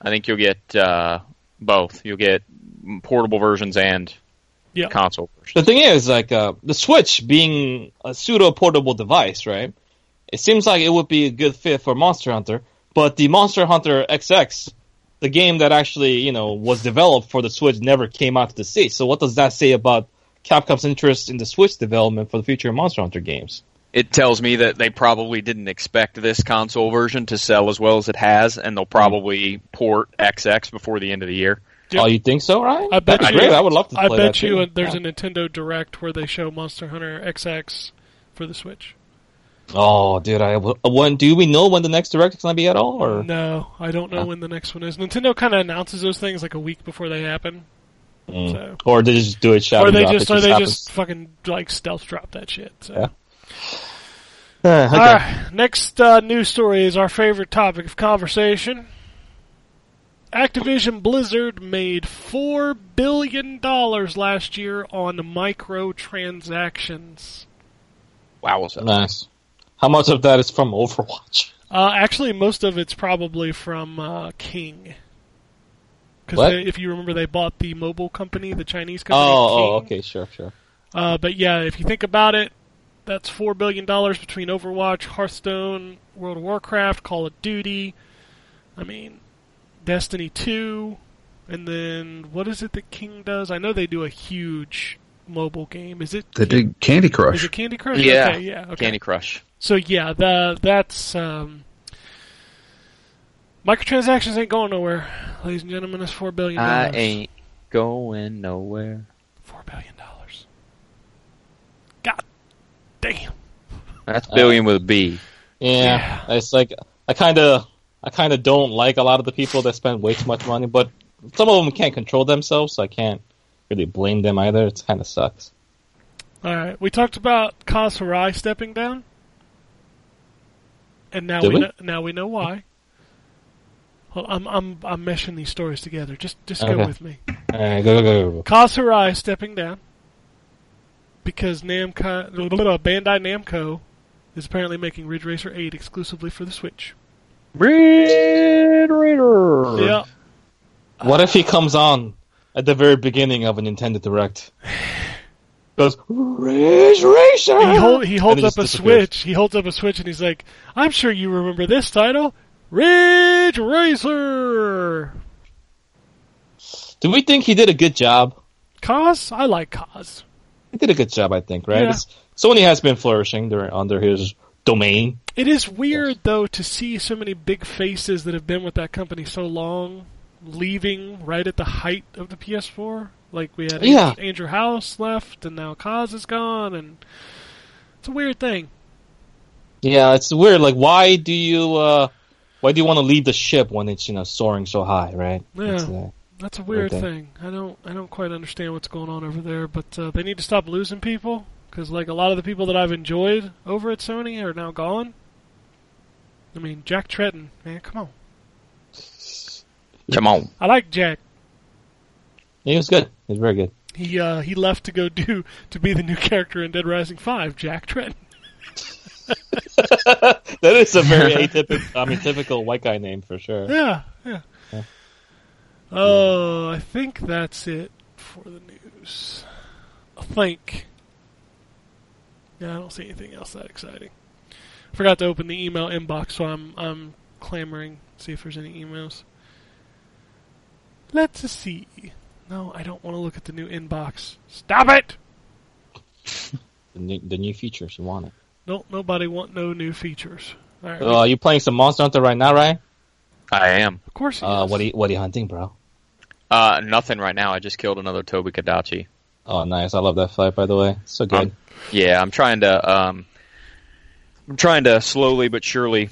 Speaker 4: I think you'll get uh, both. You'll get portable versions and
Speaker 2: Yeah.
Speaker 4: console versions.
Speaker 6: The thing is, like uh, the Switch being a pseudo portable device, right? It seems like it would be a good fit for Monster Hunter, but the Monster Hunter XX, the game that actually you know was developed for the Switch, never came out to the states. So what does that say about Capcom's interest in the Switch development for the future Monster Hunter games?
Speaker 4: It tells me that they probably didn't expect this console version to sell as well as it has, and they'll probably port XX before the end of the year.
Speaker 2: Yep.
Speaker 6: Oh, you think so, right?
Speaker 2: I bet
Speaker 6: That'd be
Speaker 2: you-
Speaker 6: great. I would love to
Speaker 2: I
Speaker 6: play
Speaker 2: bet
Speaker 6: that
Speaker 2: you
Speaker 6: too.
Speaker 2: uh, there's
Speaker 6: Yeah.
Speaker 2: a Nintendo Direct where they show Monster Hunter XX for the Switch.
Speaker 6: Oh, dude, I when do we know when the next direct is gonna be at all? Or
Speaker 2: No, I don't know
Speaker 6: Huh.
Speaker 2: when the next one is. Nintendo kind of announces those things like a week before they happen.
Speaker 6: Mm.
Speaker 2: So.
Speaker 6: or they just do it shout
Speaker 2: Or
Speaker 6: and
Speaker 2: they
Speaker 6: drop,
Speaker 2: just
Speaker 6: it
Speaker 2: or they
Speaker 6: happens.
Speaker 2: just fucking like stealth drop that shit. So.
Speaker 6: Yeah. Uh, okay.
Speaker 2: All right, next uh, news story is our favorite topic of conversation. Activision Blizzard made four billion dollars last year on microtransactions.
Speaker 4: Wow, was that?
Speaker 6: Nice. How much of that is from Overwatch?
Speaker 2: Uh, actually, most of it's probably from uh, King.
Speaker 6: What?
Speaker 2: Because if you remember, they bought the mobile company, the Chinese company.
Speaker 6: Oh, oh,
Speaker 2: King.
Speaker 6: okay, sure, sure.
Speaker 2: Uh, but yeah, if you think about it, that's four billion dollars between Overwatch, Hearthstone, World of Warcraft, Call of Duty. I mean, Destiny Two, and then what is it that King does? I know they do a huge mobile game. Is it?
Speaker 5: They did Candy
Speaker 2: Is
Speaker 5: Crush.
Speaker 2: it Candy Crush?
Speaker 4: Yeah,
Speaker 2: Okay, yeah. Okay.
Speaker 4: Candy Crush.
Speaker 2: So yeah, the that's um, microtransactions ain't going nowhere, ladies and gentlemen. It's four billion. dollars.
Speaker 4: going nowhere.
Speaker 2: Four billion dollars. God damn.
Speaker 4: That's billion with a B.
Speaker 6: Yeah, it's like I kind of, I kind of don't like a lot of the people that spend way too much money, but some of them can't control themselves, so I can't really blame them either. It kind of sucks.
Speaker 2: All right, we talked about Kaz Hirai stepping down, and now
Speaker 6: Did
Speaker 2: we,
Speaker 6: we?
Speaker 2: Know, now we know why. Well, I'm I'm I'm meshing these stories together. Just just go
Speaker 6: Okay.
Speaker 2: with me.
Speaker 6: All right, go, go, go, go.
Speaker 2: Kaz Hirai stepping down because Namco Bandai Namco is apparently making Ridge Racer 8 exclusively for the Switch.
Speaker 6: Red Raider.
Speaker 2: Yeah.
Speaker 6: What if he comes on at the very beginning of a Nintendo Direct? Goes Ridge Racer.
Speaker 2: He, hold, he holds
Speaker 6: And it
Speaker 2: up
Speaker 6: just
Speaker 2: a
Speaker 6: disappears.
Speaker 2: Switch. He holds up a Switch and he's like, I'm sure you remember this title Ridge Racer!
Speaker 6: Do we think he did a good job?
Speaker 2: Cause? I like Cause.
Speaker 6: He did a good job, I think. Right?
Speaker 2: Yeah.
Speaker 6: It's- Sony has been flourishing there under his domain.
Speaker 2: It is weird though to see so many big faces that have been with that company so long leaving right at the height of the PS4. Like we had
Speaker 6: Yeah.
Speaker 2: Andrew House left, and now Cause is gone, and it's a weird thing.
Speaker 6: Yeah, it's weird. Like, why do you uh, why do you want to leave the ship when it's you know soaring so high, right?
Speaker 2: Yeah.
Speaker 6: It's, uh,
Speaker 2: That's a weird
Speaker 6: Okay.
Speaker 2: thing. I don't I don't quite understand what's going on over there, but uh, they need to stop losing people because like a lot of the people that I've enjoyed over at Sony are now gone. I mean Jack Tretton, man, come on.
Speaker 4: Come on.
Speaker 2: I like Jack.
Speaker 6: he was good. He was very good.
Speaker 2: He uh, he left to go do to be the new character in Dead Rising Five, Jack Tretton.
Speaker 6: That is a very atypical, I mean, typical white guy name for sure.
Speaker 2: Yeah, yeah. Oh, I think that's it for the news. I think. Yeah, I don't see anything else that exciting. Forgot to open the email inbox, so I'm I'm clamoring see if there's any emails. Let's see. No, I don't want to look at the new inbox. Stop it!
Speaker 6: The new, the new features you want it.
Speaker 2: Don't nobody want no new features. All right.
Speaker 6: Uh, you playing some Monster Hunter right now, right?
Speaker 4: I am.
Speaker 2: of course. he
Speaker 6: Uh,
Speaker 2: is.
Speaker 6: what are you, what are you hunting, bro?
Speaker 4: Uh, nothing right now. I just killed another Toby Kadachi.
Speaker 6: Oh, nice! I love that fight, by the way. So good.
Speaker 4: Um, yeah, I'm trying to um, I'm trying to slowly but surely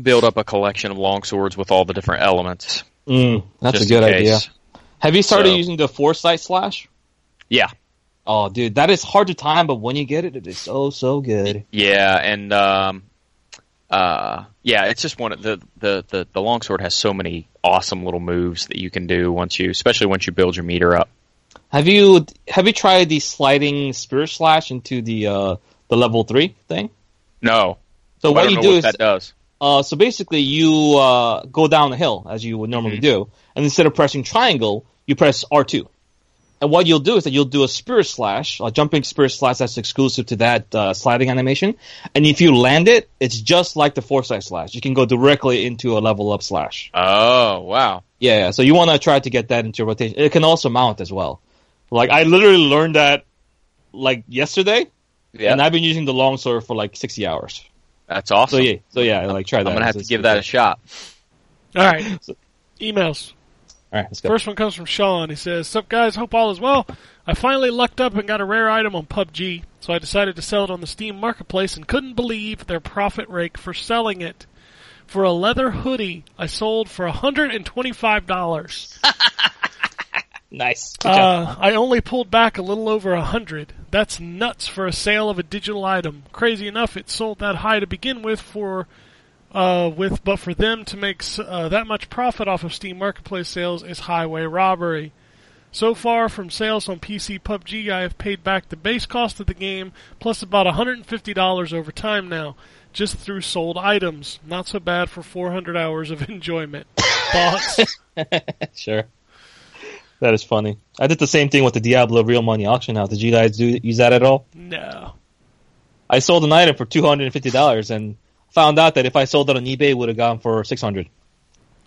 Speaker 4: build up a collection of long swords with all the different elements.
Speaker 6: Mm, that's a
Speaker 4: just
Speaker 6: good
Speaker 4: in
Speaker 6: idea.
Speaker 4: case.
Speaker 6: Have you started
Speaker 4: So-
Speaker 6: using the foresight slash?
Speaker 4: Yeah,
Speaker 6: Oh, dude, that is hard to time, but when you get it, it is so so good.
Speaker 4: yeah, and um, uh, yeah, it's just one of the the the, the longsword has so many awesome little moves that you can do once you, especially once you build your meter up.
Speaker 6: Have you have you tried the sliding spear slash into the uh, the level three thing?
Speaker 4: No,
Speaker 6: So
Speaker 4: I
Speaker 6: what
Speaker 4: don't
Speaker 6: you
Speaker 4: know
Speaker 6: do
Speaker 4: what
Speaker 6: is
Speaker 4: that does.
Speaker 6: uh, so basically you uh, go down a hill as you would normally
Speaker 4: Mm-hmm.
Speaker 6: do, and instead of pressing triangle, you press R two. And what you'll do is that you'll do a spear slash, a jumping spear slash that's exclusive to that uh, sliding animation. And if you land it, it's just like the foresight slash. You can go directly into a level up slash.
Speaker 4: Oh wow,
Speaker 6: Yeah, yeah. So you want to try to get that into rotation. It can also mount as well. Like I literally learned that like yesterday,
Speaker 4: yeah,
Speaker 6: and I've been using the longsword for like sixty hours.
Speaker 4: that's awesome.
Speaker 6: So Oh, yeah, so yeah, like try that.
Speaker 4: I'm gonna have to
Speaker 6: It's-
Speaker 4: give that a shot.
Speaker 2: All right. Emails.
Speaker 6: All right, let's go.
Speaker 2: First one comes from Sean. He says, Sup guys, hope all is well. I finally lucked up and got a rare item on PUBG, so I decided to sell it on the Steam marketplace and couldn't believe their profit rake for selling it. For a leather hoodie, I sold for $125.
Speaker 6: nice. Good job.
Speaker 2: Uh, I only pulled back a little over 100 That's nuts for a sale of a digital item. Crazy enough, it sold that high to begin with for uh, with, but for them to make s- uh, that much profit off of Steam Marketplace sales is highway robbery. So far from sales on PC PUBG, I have paid back the base cost of the game plus about $150 over time now, just through sold items. Not so bad for 400 hours of enjoyment. Thoughts?
Speaker 6: sure. That is funny. I did the same thing with the Diablo Real Money Auction House. Did you guys do use that at all?
Speaker 2: No.
Speaker 6: I sold an item for two hundred and fifty dollars, and found out that if I sold it on eBay, it would have gone for six hundred.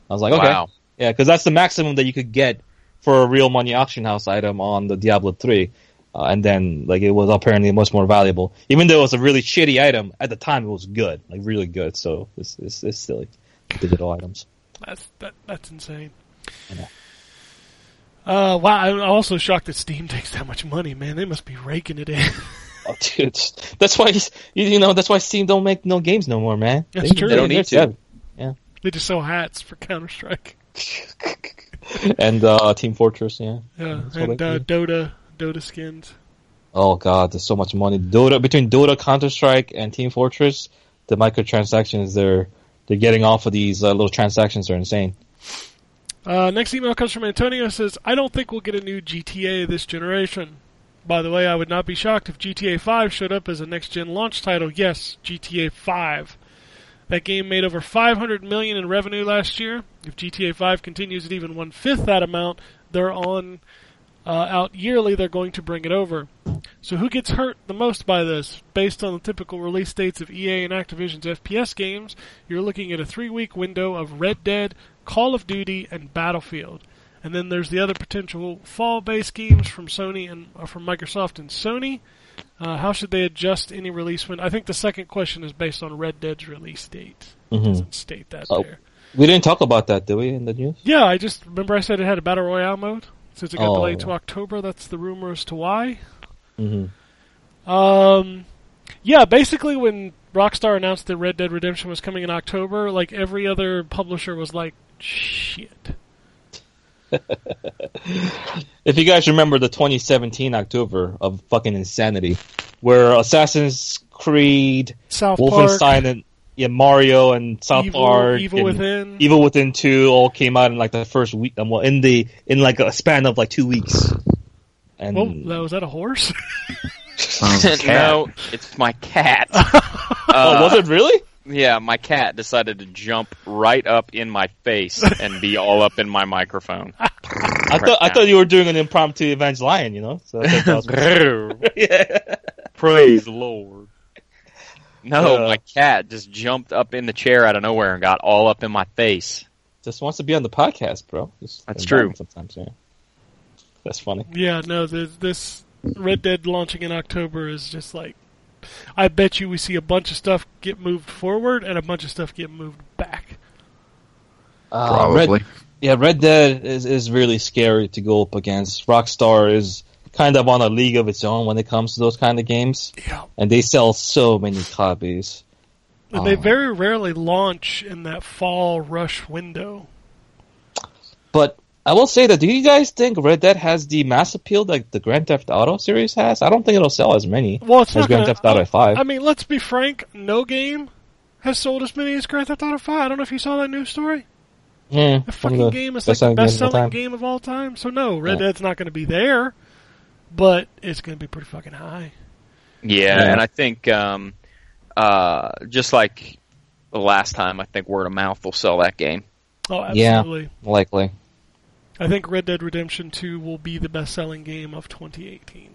Speaker 6: I was like, okay,
Speaker 4: Wow.
Speaker 6: yeah, because that's the maximum that you could get for a real money auction house item on the Diablo three, uh, and then like it was apparently much more valuable, even though it was a really shitty item at the time. It was good, like really good. So it's it's, it's silly digital items.
Speaker 2: That's that, that's insane.
Speaker 6: Yeah.
Speaker 2: Uh, wow! I'm also shocked that Steam takes that much money, man. They must be raking it in.
Speaker 6: Oh, dude, that's why you, you know that's why Steam don't make no games no more, man.
Speaker 2: That's true. They
Speaker 4: don't need to.
Speaker 6: yeah.
Speaker 2: they just sell hats for Counter Strike.
Speaker 6: And uh, Team Fortress, yeah.
Speaker 2: Yeah,
Speaker 6: That's what
Speaker 2: and
Speaker 6: I
Speaker 2: uh, Dota, Dota skins.
Speaker 6: Oh god, there's so much money. Dota between Dota, Counter Strike, and Team Fortress, the microtransactions they're they're getting off of these uh, little transactions are insane.
Speaker 2: Uh, next email comes from Antonio. Says, "I don't think we'll get a new GTA this generation. By the way, I would not be shocked if GTA 5 showed up as a next gen launch title. Yes, GTA 5. That game made over 500 million in revenue last year. If GTA 5 continues at even one fifth that amount, they're on uh, out yearly. They're going to bring it over. So who gets hurt the most by this? Based on the typical release dates of EA and Activision's FPS games, you're looking at a three-week window of Red Dead, Call of Duty, and Battlefield. And then there's the other potential fall-based games from Sony and uh, from Microsoft and Sony. Uh, how should they adjust any release window? I think the second question is based on Red Dead's release date. It doesn't state that
Speaker 6: Oh.
Speaker 2: there.
Speaker 6: We didn't talk about that, did we, in the news?
Speaker 2: Yeah, I just remember I said it had a battle royale mode since it got
Speaker 6: Oh.
Speaker 2: delayed to October. That's the rumor as to why.
Speaker 6: Mhm.
Speaker 2: Um, yeah, basically when Rockstar announced that Red Dead Redemption was coming in October, like every other publisher was like, "Shit."
Speaker 6: If you guys remember the 2017 October of fucking insanity, where Assassin's Creed,
Speaker 2: South Park,
Speaker 6: Wolfenstein, and yeah, Mario and South
Speaker 2: Evil,
Speaker 6: Park,
Speaker 2: Evil
Speaker 6: and
Speaker 2: Within.
Speaker 6: Evil Within Two all came out in like the first week. um, Well, in the in like a span of like two weeks. And
Speaker 2: Whoa, Oh, that- was that a horse?
Speaker 5: Sounds like
Speaker 4: no, it's my cat.
Speaker 6: oh,
Speaker 4: Uh,
Speaker 6: was it really?
Speaker 4: Yeah, my cat decided to jump right up in my face and be all up in my microphone.
Speaker 6: I thought I thought you were doing an impromptu Evangelion, you know. So I thought that was- yeah.
Speaker 4: Praise Lord. No,
Speaker 6: Uh.
Speaker 4: my cat just jumped up in the chair out of nowhere and got all up in my face.
Speaker 6: just wants to be on the podcast, bro. Just
Speaker 4: That's
Speaker 6: invite him
Speaker 4: true.
Speaker 6: Sometimes, yeah. That's funny.
Speaker 2: yeah, no, this, this Red Dead launching in October is just like, I bet you we see a bunch of stuff get moved forward and a bunch of stuff get moved back.
Speaker 6: Uh,
Speaker 5: probably.
Speaker 6: Red, yeah, Red Dead is, is really scary to go up against. Rockstar is kind of on a league of its own when it comes to those kind of games,
Speaker 2: Yeah.
Speaker 6: and they sell so many copies.
Speaker 2: And they
Speaker 6: Oh.
Speaker 2: very rarely launch in that fall rush window.
Speaker 6: But I will say that do you guys think Red Dead has the mass appeal that the Grand Theft Auto series has? I don't think it'll sell as many
Speaker 2: Well, it's
Speaker 6: as
Speaker 2: not
Speaker 6: Grand
Speaker 2: gonna- oh,
Speaker 6: Theft Auto Five.
Speaker 2: I mean, let's be frank, no game has sold as many as Grand Theft Auto 5. I don't know if you saw that news story.
Speaker 6: yeah,
Speaker 2: The
Speaker 6: one of
Speaker 2: fucking game is like the
Speaker 6: best-selling games
Speaker 2: best
Speaker 6: of all
Speaker 2: selling
Speaker 6: time.
Speaker 2: game of all time. So no, Red
Speaker 6: Yeah.
Speaker 2: Dead's not going to be there, but it's going to be pretty fucking high.
Speaker 4: Yeah,
Speaker 6: Yeah.
Speaker 4: and I think um, uh, just like the last time, I think word of mouth will sell that game.
Speaker 2: Oh,
Speaker 6: Yeah.
Speaker 2: absolutely.
Speaker 6: likely.
Speaker 2: I think Red Dead Redemption 2 will be the best selling game of 2018.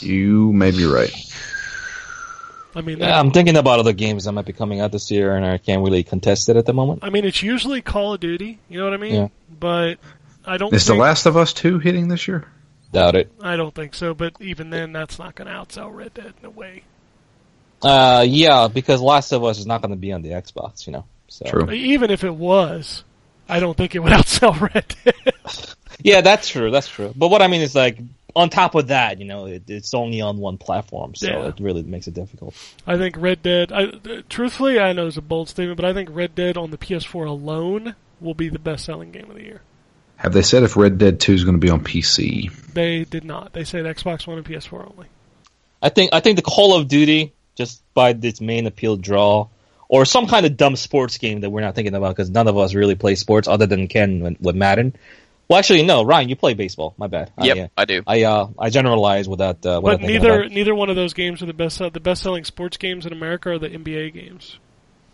Speaker 5: You may be right.
Speaker 2: I mean,
Speaker 6: Yeah,
Speaker 2: that,
Speaker 6: I'm thinking about other games that might be coming out this year, and I can't really contest it at the moment.
Speaker 2: I mean, it's usually Call of Duty, you know what I mean?
Speaker 6: Yeah.
Speaker 2: But I don't
Speaker 5: Is The
Speaker 2: think,
Speaker 5: Last of Us 2 hitting this year?
Speaker 6: Doubt it.
Speaker 2: I don't think so, but even then that's not going to outsell Red Dead in a way.
Speaker 6: Uh, yeah, because Last of Us is not going to be on the Xbox, you know. So.
Speaker 5: True.
Speaker 2: Even if it was, I don't think it would outsell Red Dead.
Speaker 6: Yeah, that's true. That's true. But what I mean is, like, on top of that, you know, it, it's only on one platform, so
Speaker 2: Yeah.
Speaker 6: it really makes it difficult.
Speaker 2: I think Red Dead. I, uh, truthfully, I know it's a bold statement, but I think Red Dead on the PS4 alone will be the best-selling game of the year.
Speaker 5: Have they said if Red Dead 2 is going to be on PC?
Speaker 2: They did not. They said Xbox One and PS4 only.
Speaker 6: I think I think the Call of Duty just by its main appeal draw, or some kind of dumb sports game that we're not thinking about because none of us really play sports other than Ken with- with Madden. Well, actually, no, Ryan, you play baseball. My bad.
Speaker 4: yep,
Speaker 6: I, uh,
Speaker 4: I do.
Speaker 6: I uh, I generalize without. Uh, without
Speaker 2: But
Speaker 6: thinking
Speaker 2: neither
Speaker 6: about it.
Speaker 2: neither one of those games are the best. The best-selling sports games in America are the NBA games.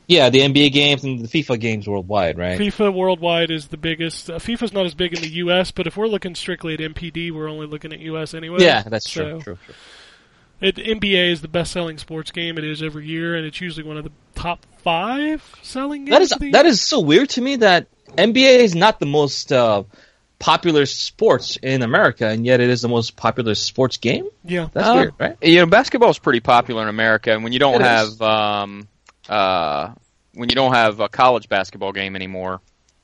Speaker 6: Yeah, the NBA games and the FIFA games worldwide, right?
Speaker 2: FIFA worldwide is the biggest. Uh, FIFA's not as big in the U.S., but if we're looking strictly at MPD, we're only looking at U.S. anyway.
Speaker 6: Yeah, that's
Speaker 2: So-
Speaker 6: true. true, true.
Speaker 2: It, NBA is the best-selling sports game. It is every year, and it's usually one of the top five selling games.
Speaker 6: That is
Speaker 2: of the year.
Speaker 6: that is so weird to me that NBA is not the most uh, popular sports in America, and yet it is the most popular sports game.
Speaker 2: yeah.
Speaker 6: That's
Speaker 5: Uh,
Speaker 4: Oh.
Speaker 6: weird, right?
Speaker 4: You know, basketball's pretty popular in America, and when you don't
Speaker 6: It
Speaker 4: have
Speaker 6: is.
Speaker 4: um, uh, when you don't have a college basketball game anymore,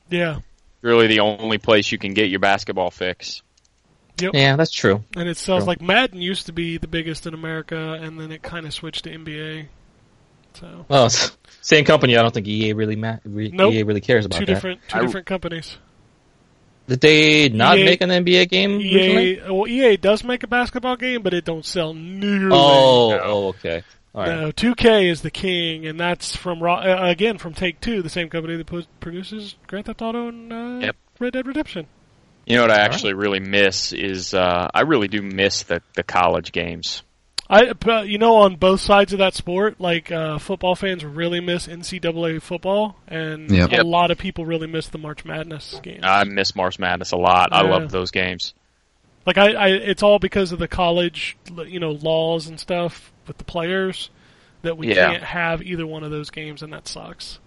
Speaker 2: Yeah.
Speaker 4: really the only place you can get your basketball fix.
Speaker 6: Yeah, that's true.
Speaker 2: And it sells
Speaker 6: Sure.
Speaker 2: like Madden used to be the biggest in America, and then it kind of switched to NBA. So
Speaker 6: Well, it's- same company. I don't think EA really ma- re-
Speaker 2: Nope.
Speaker 6: EA really cares about
Speaker 2: two
Speaker 6: that.
Speaker 2: different two
Speaker 4: I-
Speaker 2: different companies.
Speaker 6: Did they not
Speaker 2: EA
Speaker 6: make an NBA
Speaker 2: E
Speaker 6: game originally?
Speaker 2: EA well EA does make a basketball game, but it don't sell nearly.
Speaker 6: Oh, oh, okay. All right.
Speaker 2: No, 2K is the king, and that's from Ro- uh, again from Take Two, the same company that po- produces Grand Theft Auto and uh,
Speaker 4: Yep.
Speaker 2: Red Dead Redemption.
Speaker 4: You know what I actually really miss is uh, I really do miss the, the college games.
Speaker 2: I, but, you know, on both sides of that sport, like uh, football fans really miss NCAA football, and
Speaker 5: Yep.
Speaker 2: a
Speaker 4: Yep. Ah.
Speaker 2: lot of people really miss the March Madness game.
Speaker 4: I miss March Madness a lot. I
Speaker 2: Yeah.
Speaker 4: love those games.
Speaker 2: Like I, I, it's all because of the college, you know, laws and stuff with the players that we
Speaker 4: Yeah.
Speaker 2: can't have either one of those games, and that sucks.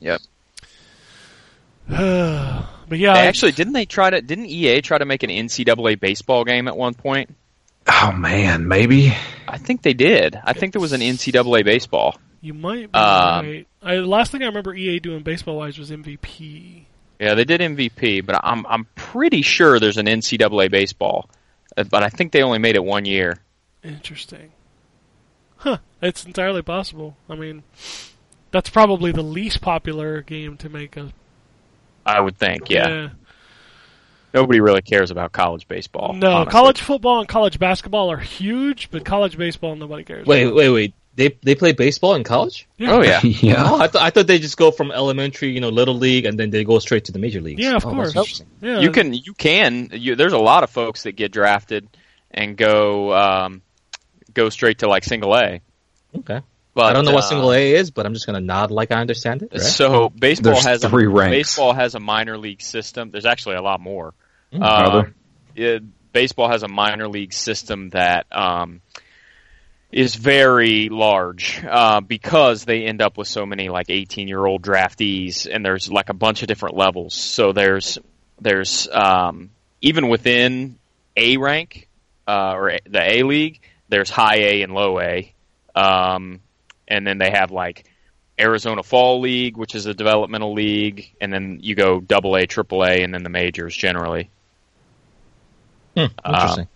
Speaker 4: Yep.
Speaker 2: But yeah,
Speaker 4: They
Speaker 2: I-
Speaker 4: actually, didn't they try to? Didn't EA try to make an NCAA baseball game at one point?
Speaker 5: Oh man, maybe.
Speaker 4: I think they did. I think there was an NCAA baseball.
Speaker 2: you might be
Speaker 4: Um,
Speaker 2: right. I, the last thing I remember EA doing baseball wise was MVP.
Speaker 4: Yeah, they did MVP, but I'm I'm pretty sure there's an NCAA baseball, Uh, but I think they only made it one year.
Speaker 2: Interesting. Huh. It's entirely possible. I mean, that's probably the least popular game to make a.
Speaker 4: I would think. Yeah, nobody really cares about college baseball.
Speaker 2: No,
Speaker 4: honestly.
Speaker 2: college football and college basketball are huge, but college baseball nobody cares.
Speaker 6: Wait,
Speaker 2: about.
Speaker 6: wait, wait. They they play baseball in college?
Speaker 4: Oh yeah,
Speaker 5: yeah.
Speaker 6: Oh, I, th- I thought they just go from elementary, you know, little league, and then they go straight to the major leagues.
Speaker 2: Yeah, of
Speaker 6: Oh, that's
Speaker 2: course.
Speaker 6: interesting.
Speaker 2: Yeah,
Speaker 4: you can you can. You, there's a lot of folks that get drafted and go um, go straight to like single A.
Speaker 6: Okay.
Speaker 4: But
Speaker 6: I don't know what
Speaker 4: uh,
Speaker 6: single A is, but I'm just gonna nod like I understand it. Right?
Speaker 4: So baseball
Speaker 5: There's
Speaker 4: has
Speaker 5: three
Speaker 4: a,
Speaker 5: ranks.
Speaker 4: Baseball has a minor league system. There's actually a lot more.
Speaker 5: are
Speaker 4: Uh,
Speaker 5: there?
Speaker 4: it- baseball has a minor league system that um, is very large uh, because they end up with so many like 18 year old draftees, and there's like a bunch of different levels. So there's there's um, even within A rank uh, or A- the A league, there's high A and low A, um, and then they have like Arizona Fall League, which is a developmental league, and then you go double A, triple A, and then the majors generally.
Speaker 6: Hmm, interesting.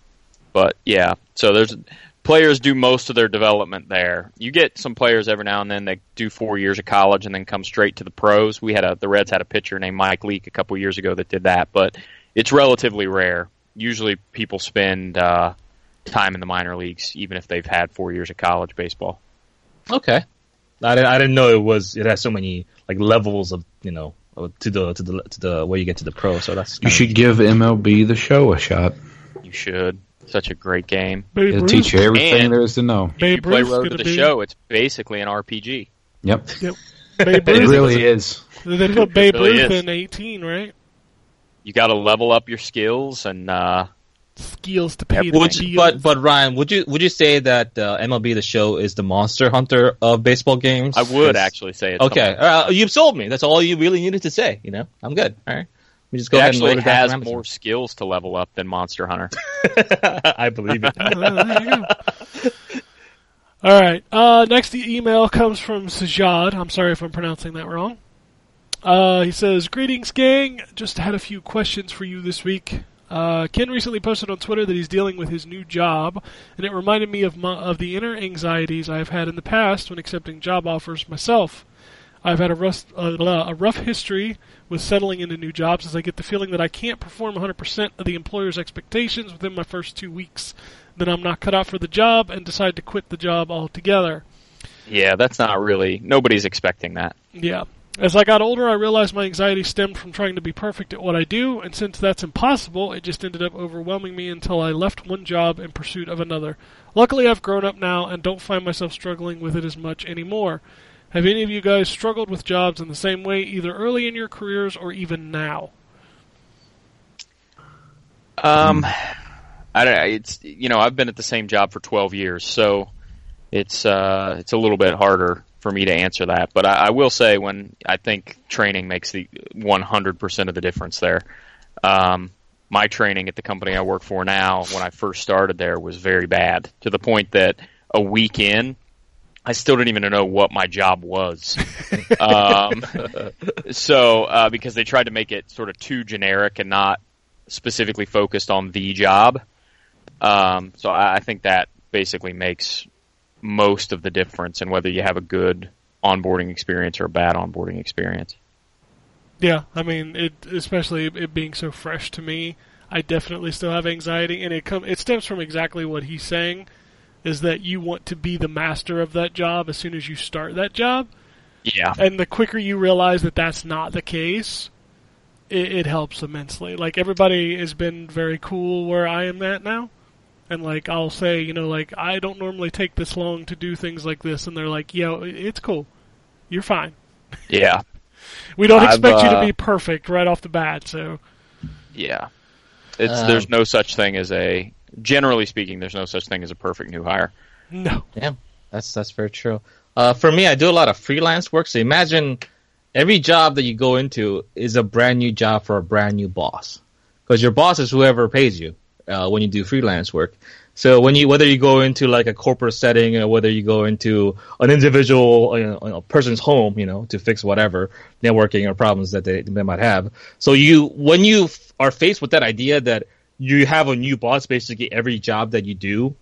Speaker 4: But yeah, so there's players do most of their development there. You get some players every now and then that do four years of college and then come straight to the pros. We had a the Reds had a pitcher named Mike Leake a couple years ago that did that, but it's relatively rare. Usually, people spend uh, time in the minor leagues, even if they've had four years of college baseball.
Speaker 6: okay. I didn't, I didn't know it was it has so many like levels of you know to the to the to the way you get to the pro. So that's
Speaker 5: You
Speaker 6: kind of-
Speaker 5: should give MLB the show a shot.
Speaker 4: You should. Such a great game.
Speaker 2: Babe
Speaker 5: It'll
Speaker 2: Ruth-
Speaker 5: teach you everything
Speaker 4: And-
Speaker 5: there is to know.
Speaker 2: Babe
Speaker 4: you play
Speaker 2: Ruth's
Speaker 4: Road to
Speaker 2: gonna
Speaker 4: the
Speaker 2: be-
Speaker 4: Show. It's basically an RPG.
Speaker 5: Yep.
Speaker 2: Babe
Speaker 5: It
Speaker 2: Ruth.
Speaker 5: really is.
Speaker 2: They put Babe
Speaker 4: really
Speaker 2: Ruth
Speaker 4: is.
Speaker 2: in 18, right?
Speaker 4: You got to level up your skills and uh,
Speaker 2: Skills to pay the
Speaker 6: Would you-
Speaker 2: bills.
Speaker 6: but but Ryan, would you would you say that uh, MLB the Show is the Monster Hunter of baseball games?
Speaker 4: I would
Speaker 6: 'Cause-
Speaker 4: actually say it's
Speaker 6: Okay, uh, you've sold me. That's all you really needed to say. You know, I'm good. All right, let me just go
Speaker 4: it
Speaker 6: ahead and
Speaker 4: actually
Speaker 6: order that
Speaker 4: has
Speaker 6: from Amazon.
Speaker 4: more skills to level up than Monster Hunter.
Speaker 6: I believe it.
Speaker 2: Uh, there you go. All right. Uh, next e- email comes from Sajad. I'm sorry if I'm pronouncing that wrong. Uh, he says, "Greetings, gang. Just had a few questions for you this week. Uh, Ken recently posted on Twitter that he's dealing with his new job, and it reminded me of my, of the inner anxieties I have had in the past when accepting job offers myself. I've had a rough, uh, a rough history with settling into new jobs as I get the feeling that I can't perform 100% of the employer's expectations within my first two weeks. Then I'm not cut out for the job and decide to quit the job altogether.
Speaker 4: Yeah, that's not really. Nobody's expecting that.
Speaker 2: Yeah. As I got older, I realized my anxiety stemmed from trying to be perfect at what I do, and since that's impossible, it just ended up overwhelming me until I left one job in pursuit of another. Luckily, I've grown up now and don't find myself struggling with it as much anymore. Have any of you guys struggled with jobs in the same way, either early in your careers or even now?
Speaker 4: Um, I don't. It's you know I've been at the same job for 12 years, so it's uh it's a little bit harder for me to answer that. But I, I will say when I think training makes the 100% of the difference there. Um, my training at the company I work for now, when I first started there, was very bad to the point that a week in, I still didn't even know what my job was. um, so uh, because they tried to make it sort of too generic and not specifically focused on the job. Um, so I, I think that basically makes most of the difference in whether you have a good onboarding experience or a bad onboarding experience.
Speaker 2: Yeah, I mean, it especially it being so fresh to me, I definitely still have anxiety, and it come it stems from exactly what he's saying, is that you want to be the master of that job as soon as you start that job,
Speaker 4: Yeah.
Speaker 2: and the quicker you realize that that's not the case, it, it helps immensely. Like everybody has been very cool where I am at now, and like I'll say, you know, like I don't normally take this long to do things like this, and they're like, "Yo, it- it's cool, you're fine.
Speaker 4: Yeah.
Speaker 2: We don't
Speaker 4: I've,
Speaker 2: expect you to
Speaker 4: uh,
Speaker 2: be perfect right off the bat." So
Speaker 4: Yeah. It's
Speaker 6: Um,
Speaker 4: there's no such thing as a generally speaking, there's no such thing as a perfect new hire.
Speaker 2: no,
Speaker 6: Damn, that's that's very true. Uh, for me, I do a lot of freelance work. So imagine every job that you go into is a brand new job for a brand new boss, because your boss is whoever pays you uh, when you do freelance work. So when you whether you go into like a corporate setting or whether you go into an individual you know, you know, person's home, you know, to fix whatever networking or problems that they, they might have. So you when you f- are faced with that idea that you have a new boss basically every job that you do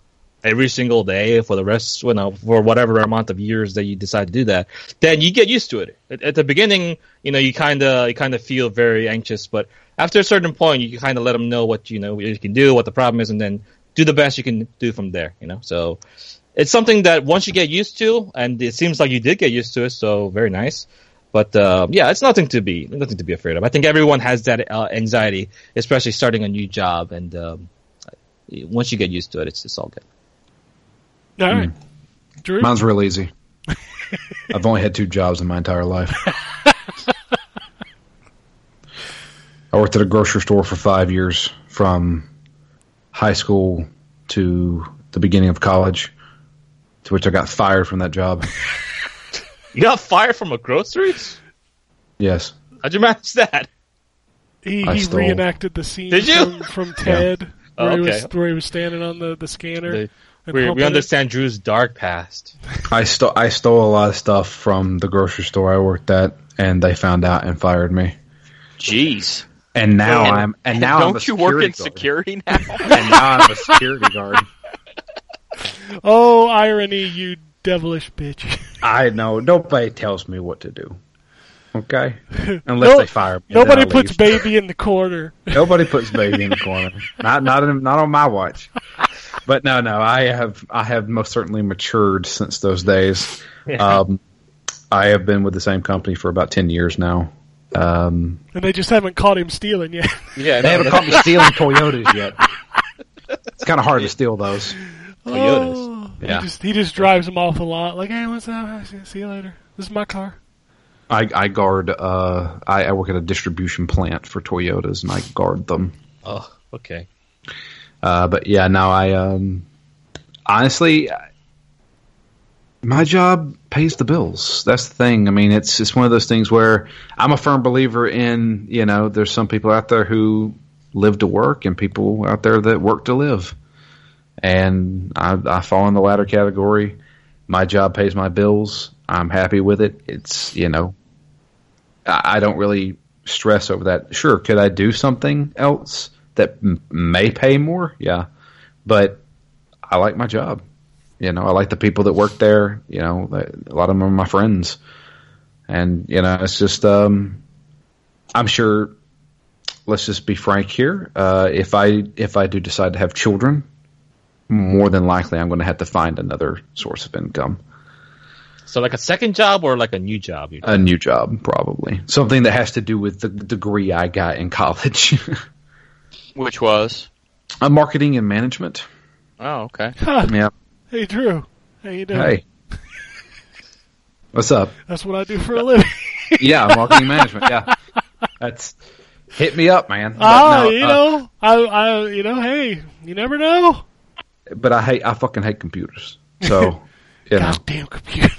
Speaker 6: every single day for the rest, you know, for whatever amount of years that you decide to do that, then you get used to it. At, at the beginning, you know, you kind of you kind of feel very anxious, but after a certain point, you kind of let them know what you know what you can do, what the problem is, and then do the best you can do from there. You know, so it's something that once you get used to, and it seems like you did get used to it, so very nice. But uh, yeah, it's nothing to be nothing to be afraid of. I think everyone has that uh, anxiety, especially starting a new job, and um, once you get used to it, it's, it's all good.
Speaker 2: all right, Drew.
Speaker 5: Mine's real easy. I've only had two jobs in my entire life. I worked at a grocery store for five years from high school to the beginning of college, to which I got fired from that job.
Speaker 6: You got fired from a grocery?
Speaker 5: Yes.
Speaker 6: How'd you manage that?
Speaker 2: He,
Speaker 5: I
Speaker 2: he
Speaker 5: stole-
Speaker 2: reenacted the scene
Speaker 6: Did you?
Speaker 2: From, from Ted
Speaker 6: Oh,
Speaker 2: where, he
Speaker 6: okay.
Speaker 2: was, where he was standing on the, the scanner.
Speaker 6: The-
Speaker 2: and
Speaker 6: We,
Speaker 2: pumping
Speaker 6: we
Speaker 2: it.
Speaker 6: understand Drew's dark past.
Speaker 5: I stole I stole a lot of stuff from the grocery store I worked at, and they found out and fired me.
Speaker 4: Jeez.
Speaker 5: And now
Speaker 4: And-
Speaker 5: I'm and now I'm a
Speaker 4: Don't you work in
Speaker 5: security
Speaker 4: security now?
Speaker 5: guard. and now I'm a security guard.
Speaker 2: Oh, irony, you devilish bitch.
Speaker 5: I know nobody tells me what to do. Okay, unless
Speaker 2: No-
Speaker 5: they fire me. then
Speaker 2: Nobody
Speaker 5: I
Speaker 2: puts
Speaker 5: leave.
Speaker 2: baby in the corner.
Speaker 5: nobody puts baby in the corner. Not not in, not on my watch. But no, no, I have I have most certainly matured since those days. Um, I have been with the same company for about ten years now. Um,
Speaker 2: And they just haven't caught him stealing yet.
Speaker 6: Yeah,
Speaker 5: they haven't caught me stealing Toyotas yet. It's kind of hard to steal those.
Speaker 6: Toyotas.
Speaker 2: Oh,
Speaker 5: Yeah.
Speaker 2: He just, he just drives them off the lot. Like, hey, what's up? See you later. This is my car.
Speaker 5: I, I guard. Uh, I, I work at a distribution plant for Toyotas, and I guard them.
Speaker 6: Oh, okay.
Speaker 5: Uh, but yeah, now I um, honestly, I- my job pays the bills. That's the thing. I mean, it's it's one of those things where I'm a firm believer in. You know, there's some people out there who live to work, and people out there that work to live. And I, I fall in the latter category. My job pays my bills. I'm happy with it. It's you know, I, I don't really stress over that. Sure, could I do something else that m- may pay more? Yeah, but I like my job. You know, I like the people that work there. You know, that- a lot of them are my friends, and you know, it's just um, I'm sure. Let's just be frank here. Uh, if I if I do decide to have children, more than likely I'm going to have to find another source of income,
Speaker 6: So like a second job or like a new job? You
Speaker 5: a new job, probably something that has to do with the degree I got in college.
Speaker 4: Which was
Speaker 5: Uh, marketing and management.
Speaker 4: Oh, okay.
Speaker 5: Yeah.
Speaker 2: Hey, Drew. How you doing?
Speaker 5: Hey. What's up?
Speaker 2: That's what I do for a living.
Speaker 5: Yeah, marketing management. Yeah. That's hit me up, man. But
Speaker 2: oh,
Speaker 5: no,
Speaker 2: you
Speaker 5: uh,
Speaker 2: know, I, I, you know, hey, you never know.
Speaker 5: But I hate. I fucking hate computers. So. You know,
Speaker 2: Goddamn computer.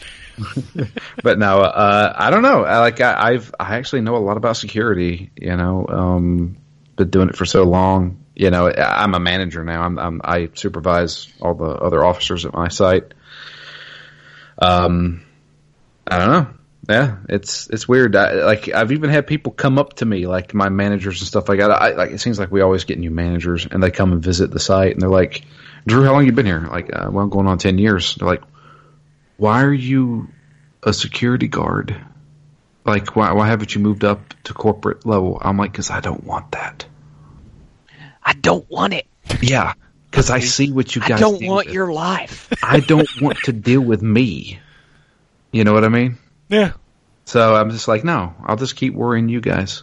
Speaker 5: but no, uh, I don't know. I, like I, I've, I actually know a lot about security. You know, um, been doing it for so long. You know, I- I'm a manager now. I'm, I'm I supervise all the other officers at my site. Um, I don't know. Yeah, it's it's weird. I, like I've even had people come up to me, like my managers and stuff like that. I, like it seems like we always get new managers, and they come and visit the site, and they're like, "Drew, how long you been here?" Like, uh, "Well, going on ten years." They're like, "Why are you a security guard? Like, why why haven't you moved up to corporate level?" I'm like, "Cause I don't want that."
Speaker 4: I don't want it.
Speaker 5: Yeah, because I see what you guys.
Speaker 4: I don't
Speaker 5: deal
Speaker 4: want
Speaker 5: with.
Speaker 4: your life.
Speaker 5: I don't want to deal with me. You know what I mean?
Speaker 2: Yeah.
Speaker 5: So I'm just like, no, I'll just keep worrying you guys.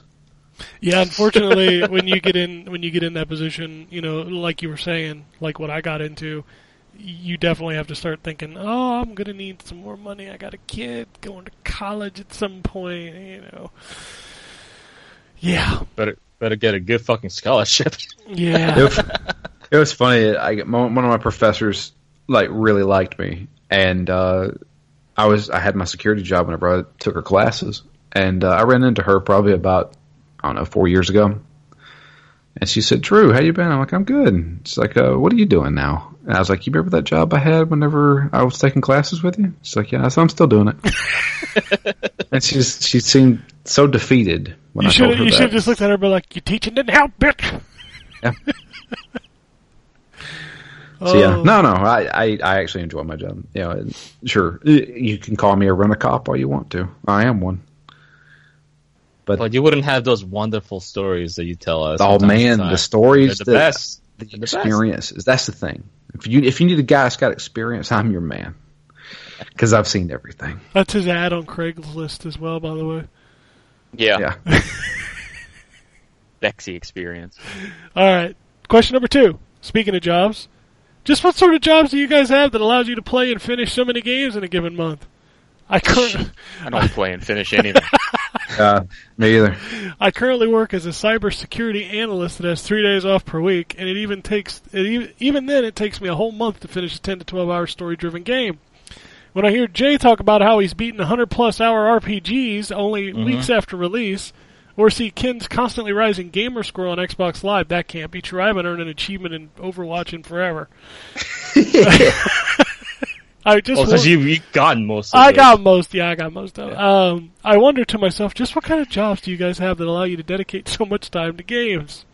Speaker 2: Yeah, unfortunately, when you get in when you get in that position, you know, like you were saying, like what I got into, you definitely have to start thinking, "Oh, I'm going to need some more money. I got a kid going to college at some point, you know." Yeah.
Speaker 6: Better better get a good fucking scholarship.
Speaker 2: Yeah.
Speaker 5: it, was- it was funny. I my- one of my professors like really liked me, and uh, I was I had my security job whenever I took her classes, and uh, I ran into her probably about I don't know four years ago, and she said, "Drew, how you been?" I'm like, "I'm good." She's like, uh, "What are you doing now?" And I was like, "You remember that job I had whenever I was taking classes with you?" She's like, "Yeah." I said, "I'm still doing it," and she's she seemed so defeated when
Speaker 2: You
Speaker 5: I told
Speaker 2: should
Speaker 5: her
Speaker 2: you
Speaker 5: that.
Speaker 2: should have just looked at her and be like, "Your teaching didn't help, bitch."
Speaker 5: Yeah.
Speaker 2: oh,
Speaker 5: So yeah, no, no, I, I, I actually enjoy my job. Yeah, and sure, y- you can call me a rent a cop all you want to. I am one.
Speaker 6: But you wouldn't have those wonderful stories that you tell us.
Speaker 5: oh
Speaker 6: from time to
Speaker 5: man,
Speaker 6: time.
Speaker 5: the stories,
Speaker 6: They're
Speaker 5: the,
Speaker 6: the best.
Speaker 5: the
Speaker 6: They're the best.
Speaker 5: experiences. That's the thing. If you if you need a guy that's got experience, I'm your man. Because I've seen everything.
Speaker 2: That's his ad on Craigslist as well, by the way.
Speaker 4: Yeah,
Speaker 5: Yeah.
Speaker 4: sexy experience.
Speaker 2: All right. Question number two. Speaking of jobs, just what sort of jobs do you guys have that allows you to play and finish so many games in a given month? I current,
Speaker 4: I don't play and finish anything.
Speaker 5: Uh, me either.
Speaker 2: I currently work as a cybersecurity analyst that has three days off per week, and it even takes it even, even then it takes me a whole month to finish a ten to twelve hour story driven game. When I hear Jay talk about how he's beaten hundred plus hour RPGs only weeks after release, or see Ken's constantly rising gamer score on Xbox Live, that can't be true. I haven't earned an achievement in Overwatch in forever. I just
Speaker 6: Oh,
Speaker 2: want-
Speaker 6: because you you gotten most. Of
Speaker 2: I
Speaker 6: those.
Speaker 2: got most. Yeah, I got most of. it. Um, I wonder to myself, just what kind of jobs do you guys have that allow you to dedicate so much time to games?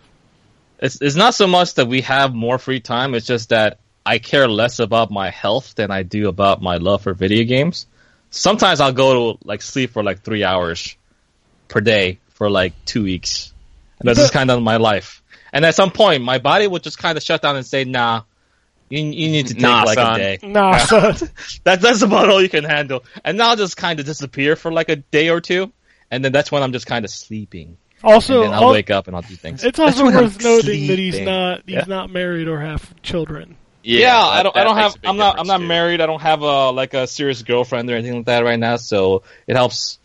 Speaker 6: It's it's not so much that we have more free time. It's just that I care less about my health than I do about my love for video games. Sometimes I'll go to like sleep for like three hours per day for like two weeks. And that's just kind of my life. And at some point, my body will just kind of shut down and say, "Nah, you, you need to take
Speaker 4: Nah,
Speaker 6: like
Speaker 4: son.
Speaker 6: a day."
Speaker 2: Nah, son.
Speaker 6: That, that's about all you can handle. And I'll just kind of disappear for like a day or two, and then that's when I'm just kind of sleeping.
Speaker 2: Also,
Speaker 6: and then I'll
Speaker 2: al-
Speaker 6: wake up and I'll do things.
Speaker 2: it's also
Speaker 5: when I'm
Speaker 2: worth noting that he's
Speaker 6: sleeping.
Speaker 2: not he's
Speaker 6: Yeah.
Speaker 2: not married or have children.
Speaker 6: Yeah, I
Speaker 4: that-
Speaker 6: don't.
Speaker 4: that
Speaker 6: I don't
Speaker 4: makes
Speaker 6: have.
Speaker 4: a big
Speaker 6: I'm not. I'm
Speaker 4: difference,
Speaker 6: not
Speaker 4: too.
Speaker 6: married. I don't have a like a serious girlfriend or anything like that right now. So it helps.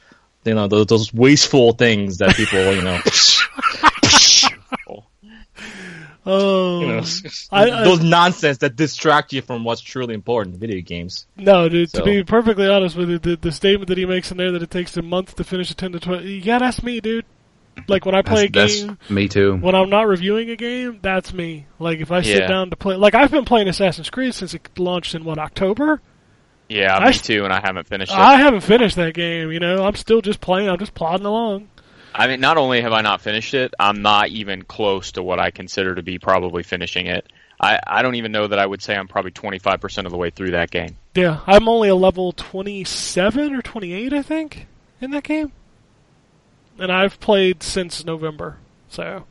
Speaker 6: You know those, those wasteful things that people. You know.
Speaker 2: Oh,
Speaker 6: you know
Speaker 2: I- I-
Speaker 6: those nonsense that distract you from what's truly important: video games.
Speaker 2: no, dude. To
Speaker 6: So-
Speaker 2: be perfectly honest with you, the, the statement that he makes in there that it takes a month to finish a ten to twelve. Yeah, that's me, dude. Like when I play
Speaker 5: That's,
Speaker 2: a game,
Speaker 5: that's me too.
Speaker 2: when I'm not reviewing a game, that's me. Like if I sit
Speaker 4: Yeah.
Speaker 2: down to play, like I've been playing Assassin's Creed since it launched in what October.
Speaker 4: Yeah,
Speaker 2: I-
Speaker 4: me too, and I haven't finished it.
Speaker 2: I haven't finished that game. You know, I'm still just playing. I'm just plodding along.
Speaker 4: I mean, not only have I not finished it, I'm not even close to what I consider to be probably finishing it. I, I don't even know that I would say I'm probably 25% of the way through that game.
Speaker 2: Yeah, I'm only a level 27 or 28, I think, in that game, and I've played since November. So,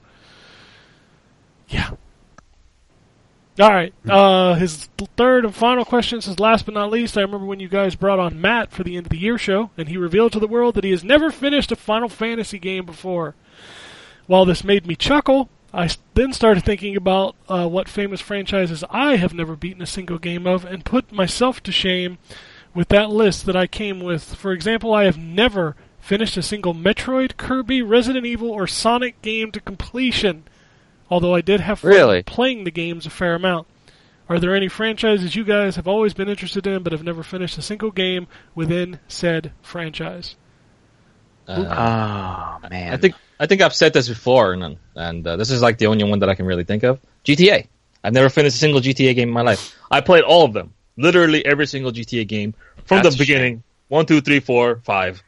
Speaker 2: yeah. All right. Uh, his third and final question says, last but not least, I remember when you guys brought on Matt for the end of the year show, and he revealed to the world that he has never finished a Final Fantasy game before. While this made me chuckle, I s- then started thinking about uh, what famous franchises I have never beaten a single game of and put myself to shame with that list that I came with. For example, I have never finished a single Metroid, Kirby, Resident Evil, or Sonic game to completion, although I did have fun
Speaker 4: Really?
Speaker 2: playing the games a fair amount. Are there any franchises you guys have always been interested in but have never finished a single game within said franchise?
Speaker 6: Uh,
Speaker 4: Oh, man.
Speaker 6: I think. I think I've said this before, and and uh, this is like the only one that I can really think of. GTA. I've never finished a single GTA game in my life. I played all of them, literally every single GTA game from
Speaker 4: That's
Speaker 6: the
Speaker 4: a shame.
Speaker 6: beginning. One, two, three, four, five.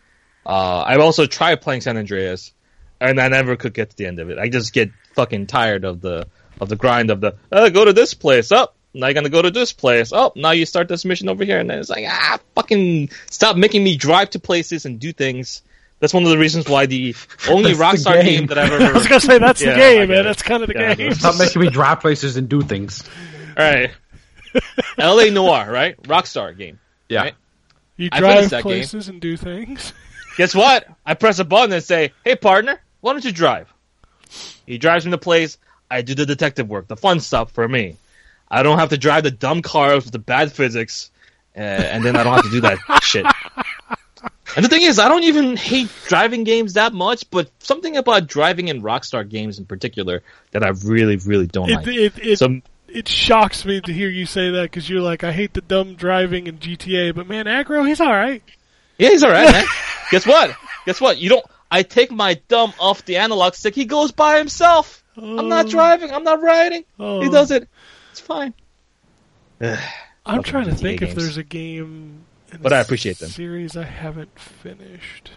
Speaker 6: Uh, I've also tried playing San Andreas, and I never could get to the end of it. I just get fucking tired of the of the grind of the oh, go to this place up. Now you're gonna go to this place. Oh, now you start this mission over here, and then it's like ah, fucking stop making me drive to places and do things. That's one of the reasons why the only
Speaker 5: That's the
Speaker 6: Rockstar
Speaker 5: game.
Speaker 6: game. that I've
Speaker 2: I
Speaker 6: ever.
Speaker 2: was gonna say that's the
Speaker 6: Yeah, I
Speaker 2: game,
Speaker 6: get
Speaker 2: man.
Speaker 6: it.
Speaker 2: That's kind of the
Speaker 6: Yeah,
Speaker 2: game.
Speaker 5: Stop making me drive places and do things.
Speaker 6: All right. L.A. Noir, right? Rockstar game.
Speaker 5: Yeah.
Speaker 6: Right.
Speaker 2: You
Speaker 6: I
Speaker 2: drive
Speaker 6: finished that game.
Speaker 2: places and do things.
Speaker 6: Guess what? I press a button and say, "Hey, partner, why don't you drive?" He drives me to place. I do the detective work, the fun stuff for me. I don't have to drive the dumb cars with the bad physics, uh, and then I don't have to do that shit. And the thing is, I don't even hate driving games that much, but something about driving in Rockstar games in particular that I really, really don't
Speaker 2: It,
Speaker 6: like.
Speaker 2: it, it,
Speaker 6: Some
Speaker 2: it shocks me to hear you say that because you're like, I hate the dumb driving in GTA, but man, aggro, he's all right.
Speaker 6: Yeah, he's all right, man. Guess what? Guess what? You don't. I take my thumb off the analog stick. He goes by himself. I'm not
Speaker 2: Oh.
Speaker 6: driving. I'm not riding. He
Speaker 2: Oh.
Speaker 6: does it. It's fine.
Speaker 2: I'm
Speaker 6: Fucking
Speaker 2: trying to
Speaker 6: GTA
Speaker 2: think if
Speaker 6: games.
Speaker 2: there's a game. In
Speaker 6: But
Speaker 2: the
Speaker 6: I appreciate them.
Speaker 2: Series I haven't finished.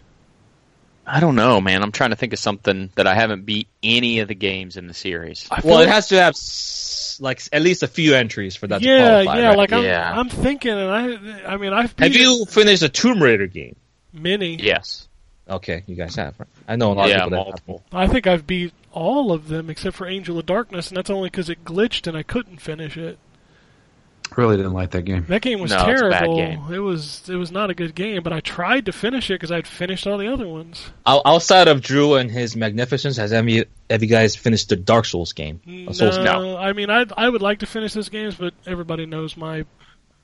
Speaker 4: I don't know, man. I'm trying to think of something that I haven't beat any of the games in the series.
Speaker 2: I feel
Speaker 6: Well, it
Speaker 2: like-
Speaker 6: has to have s- like s- at least a few entries for that to
Speaker 2: yeah,
Speaker 6: qualify.
Speaker 2: yeah.
Speaker 6: right?
Speaker 2: Like I'm,
Speaker 4: Yeah.
Speaker 2: I'm thinking, and I, I mean, I've
Speaker 6: have
Speaker 2: beat
Speaker 6: you finished a Tomb Raider game?
Speaker 2: many.
Speaker 4: Yes.
Speaker 6: Okay, you guys have. Right? I know a lot
Speaker 4: Yeah,
Speaker 6: of people that
Speaker 4: multiple.
Speaker 2: I think I've beat all of them except for Angel of Darkness, and that's only because it glitched and I couldn't finish it.
Speaker 5: Really didn't like that game.
Speaker 2: That game was
Speaker 4: No, it's a
Speaker 2: terrible.
Speaker 4: bad game.
Speaker 2: It was it was not a good game, but I tried to finish it because I'd finished all the other ones.
Speaker 6: Out- Outside of Drew and his magnificence, has any have you guys finished the Dark Souls game? A Souls-
Speaker 2: No, I mean I I would like to finish those games, but everybody knows my